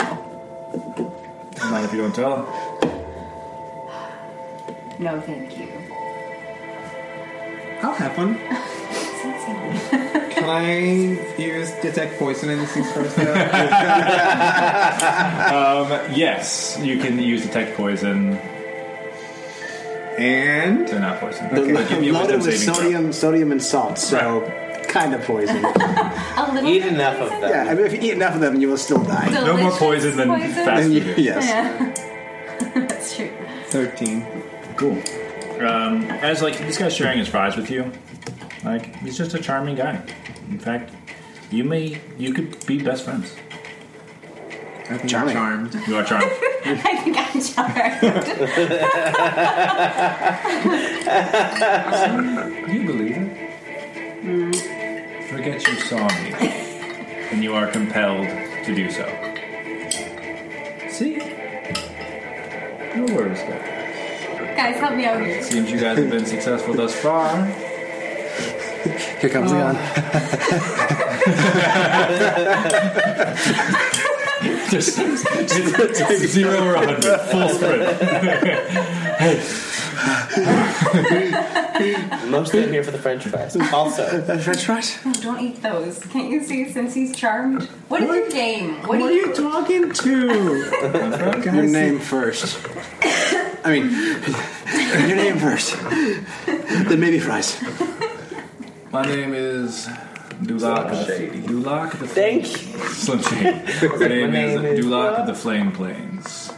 S1: Not if you don't tell him.
S2: No, thank you.
S8: I'll have one. Can I use detect poison in this thing's first?
S1: um, yes, you can use detect poison.
S8: And
S1: they're not poison.
S7: The
S1: They're
S7: lo-
S1: giving you a
S7: loaded
S1: wisdom
S7: with
S1: saving throw.
S7: sodium, sodium and salt, so kind of poison.
S2: A little
S7: eat enough of them. Yeah, I mean, if you eat enough of them, you will still die.
S2: No more Delicious poison than poison. fast
S7: Then you-
S1: food.
S7: Yes.
S2: Yeah. That's true.
S8: 13.
S1: Cool. Um, as like this guy's sharing his fries with you, like he's just a charming guy. In fact, you may you could be best friends.
S8: I'm Charming. charmed.
S1: You are charmed.
S2: I think I'm
S1: Do you believe it? Forget you saw me, and you are compelled to do so. See? No worries, guys.
S2: Guys, help me out here.
S1: Seems you guys have been successful thus far.
S4: Here comes Leon.
S7: Oh.
S1: Just zero or hundred, full sprint.
S11: Mostly I'm here for the French fries. Also,
S7: French fries.
S2: No, don't eat those. Can't you see? Since he's charmed, what is your game? What,
S7: What
S2: do
S7: are you talking to? Your name first. I mean, your name first. Then maybe fries.
S1: My name is Duloc of the Duloc of the
S11: Thank
S1: you. Slim Shady. My name,
S7: name
S1: is
S7: is
S1: Duloc of the Flame Plains.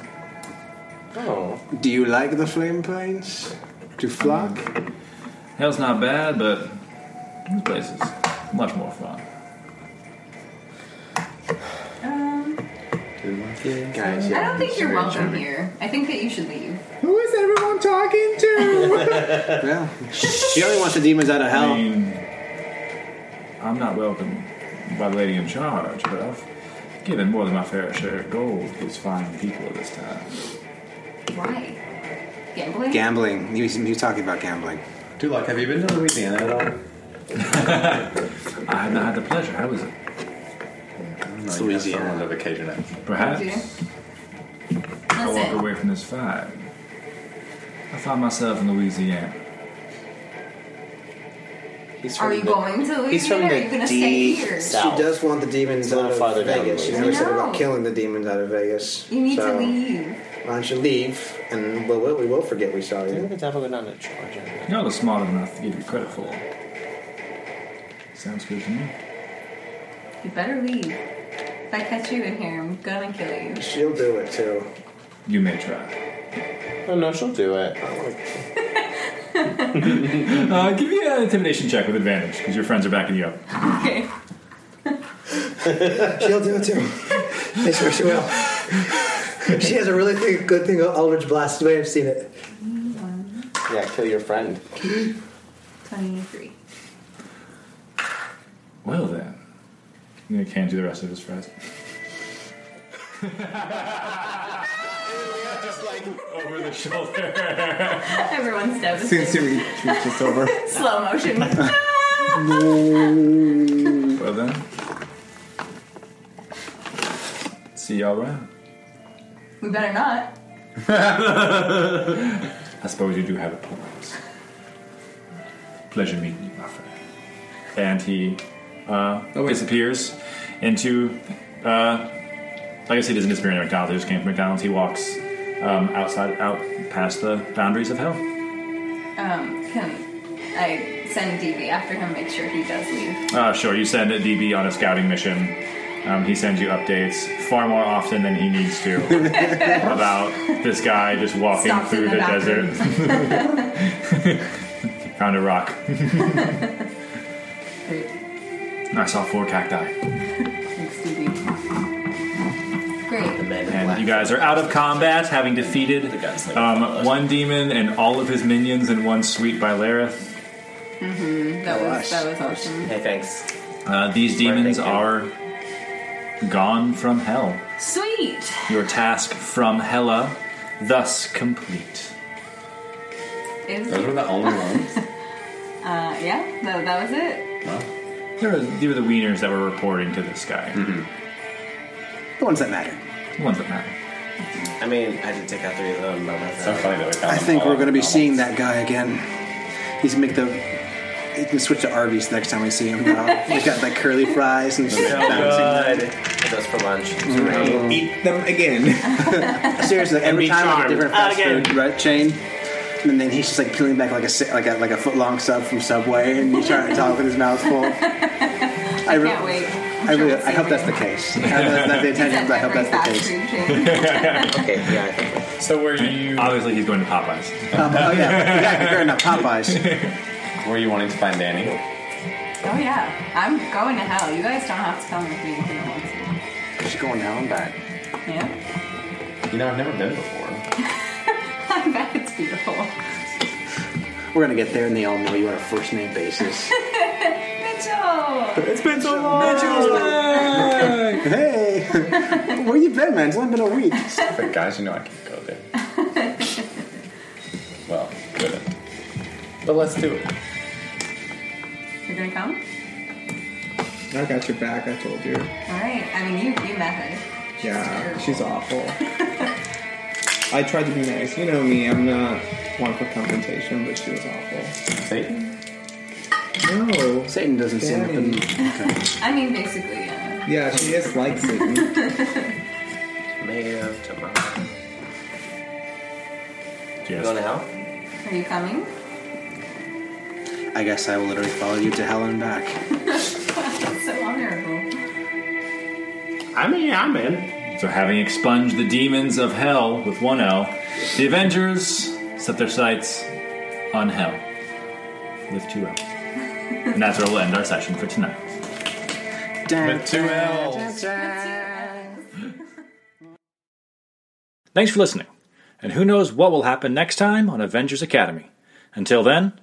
S11: Oh.
S7: Do you like the flame planes? To flock?
S1: Hell's not bad, but this place is much more fun.
S7: Guys,
S2: I don't think you're welcome here. I think that you should leave.
S8: Who is everyone talking to?
S7: Yeah. She only wants the demons out of hell.
S1: I mean, I'm not welcome by the lady in charge, but I've given more than my fair share of gold to these fine people at this time.
S2: Why? Gambling.
S4: Gambling. He was, he was talking about gambling.
S5: Dude, like, have you been to Louisiana at all?
S1: I have not had the pleasure. How is it?
S5: It's Louisiana. on the vacation. actually.
S1: Perhaps.
S2: Okay.
S1: I walk
S2: Listen,
S1: away from this fire. I find myself in Louisiana.
S11: He's
S2: are you going to leave? or are you going to stay here?
S9: She does want the demons
S11: It's a little
S9: out
S11: farther
S9: of
S11: down
S9: Vegas. She
S11: the
S9: never
S2: road.
S9: said about
S2: No.
S9: killing the demons out of Vegas.
S2: You need
S9: so
S2: to leave.
S9: Why don't you leave, and we'll, we'll, we will forget we saw
S11: Didn't
S9: you.
S11: the devil go down to Georgia?
S1: Y'all are smarter than I have to give you credit for. Sounds good to me.
S2: You better leave. If I catch you in here, I'm gonna kill you.
S9: She'll do it too.
S1: You may try.
S11: Oh no, she'll do it.
S1: Uh, give me an intimidation check with advantage because your friends are backing you up.
S2: Okay.
S9: She'll do it too. I swear she will. She has a really thing, good thing about Eldritch Blast. You may have seen it.
S11: Yeah, kill your friend.
S2: 23.
S1: Well then, I'm gonna can do the rest of his fries. Over the shoulder.
S2: Everyone's
S8: Since
S2: devastated.
S8: you reach just over.
S2: Slow motion.
S1: well then. See y'all around.
S2: we better not.
S1: I suppose you do have a point. Pleasure meeting you, my friend. And he uh, disappears into. Uh, I guess he doesn't disappear into McDonald's. He just came from McDonald's. He walks um, outside, out past the boundaries of hell.
S2: Um, can I send DB after him, make sure he does leave?
S1: Uh, sure, you send a DB on a scouting mission. Um, he sends you updates far more often than he needs to about this guy just walking
S2: Stops in
S1: through
S2: the
S1: the,
S2: bathroom.
S1: desert. Found a rock.
S2: Great.
S1: I saw four cacti.
S2: Thanks, DB. Great.
S1: And you guys are out of combat, having defeated
S11: guy's like-
S1: um, one demon and all of his minions in one sweep by Lareth.
S2: That was, that was awesome.
S11: Hey, thanks.
S1: Uh, these demons are gone from hell.
S2: Sweet.
S1: Your task from Hella, thus complete.
S2: Is-
S5: Those were the only ones.
S2: Uh, yeah, that, that was it.
S1: They were, they were the wieners that were reporting to this guy.
S7: The ones that matter.
S1: The ones that matter.
S6: I mean, I did take out three of them, but that's
S5: So funny that we found
S7: I
S5: them
S7: think
S5: all
S7: we're going to be
S5: at
S7: seeing that guy again. He's make the. He can switch to Arby's next time we see him. Now. He's got like curly fries and
S6: So
S7: bouncing.
S6: good. That's for lunch.
S7: Right.
S8: Eat them again.
S7: Seriously, like, every
S6: be
S7: time like, a
S6: charmed.
S7: different fast
S6: Again.
S7: food right, chain. And then he's just like peeling back like a si- like a like a foot long sub from Subway, and he's trying to talk with his mouth full. I,
S2: I
S7: re-
S2: can't wait.
S7: I, really, I hope that's the case. I hope that's not the intention, but I hope that's the case.
S6: Okay, yeah, I think
S5: So were you
S1: Obviously, he's going to Popeyes.
S7: Um, oh yeah, exactly. Fair enough. Popeyes.
S5: were you wanting to find Danny?
S2: Oh yeah, I'm going to hell. You guys don't have to come with me if you don't want to.
S7: She's going now and back.
S2: Yeah,
S5: You know, I've never been before.
S2: I bet it's beautiful.
S7: We're gonna get there, and they all know you on a first name basis.
S2: Mitchell,
S7: It's been so long. hey, where you been, man? It's only been a week.
S5: But guys, you know I can't go there. well, couldn't. But let's do it.
S2: you're gonna come?
S8: I got your back. I told you.
S2: All right. I mean, you you met her.
S8: Yeah,
S2: Terrible.
S8: she's awful. I tried to be nice. You know me. I'm not one for confrontation, but she was awful.
S5: Satan?
S8: No.
S7: Satan doesn't seem like
S8: Danny.
S7: the. Okay.
S2: I mean, basically, yeah.
S8: Yeah, she is like Satan.
S6: May of tomorrow. You
S5: Yes.
S6: going to hell?
S2: Are you coming?
S7: I guess I will literally follow you to hell and back.
S2: That's so honorable.
S6: I mean, I'm in.
S1: So, having expunged the demons of hell with one L, the Avengers set their sights on hell with two L. And that's where we'll end our session for tonight.
S7: Dun,
S5: Two L's.
S1: Thanks for listening. And who knows what will happen next time on Avengers Academy. Until then,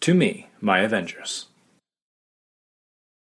S1: to me, my Avengers.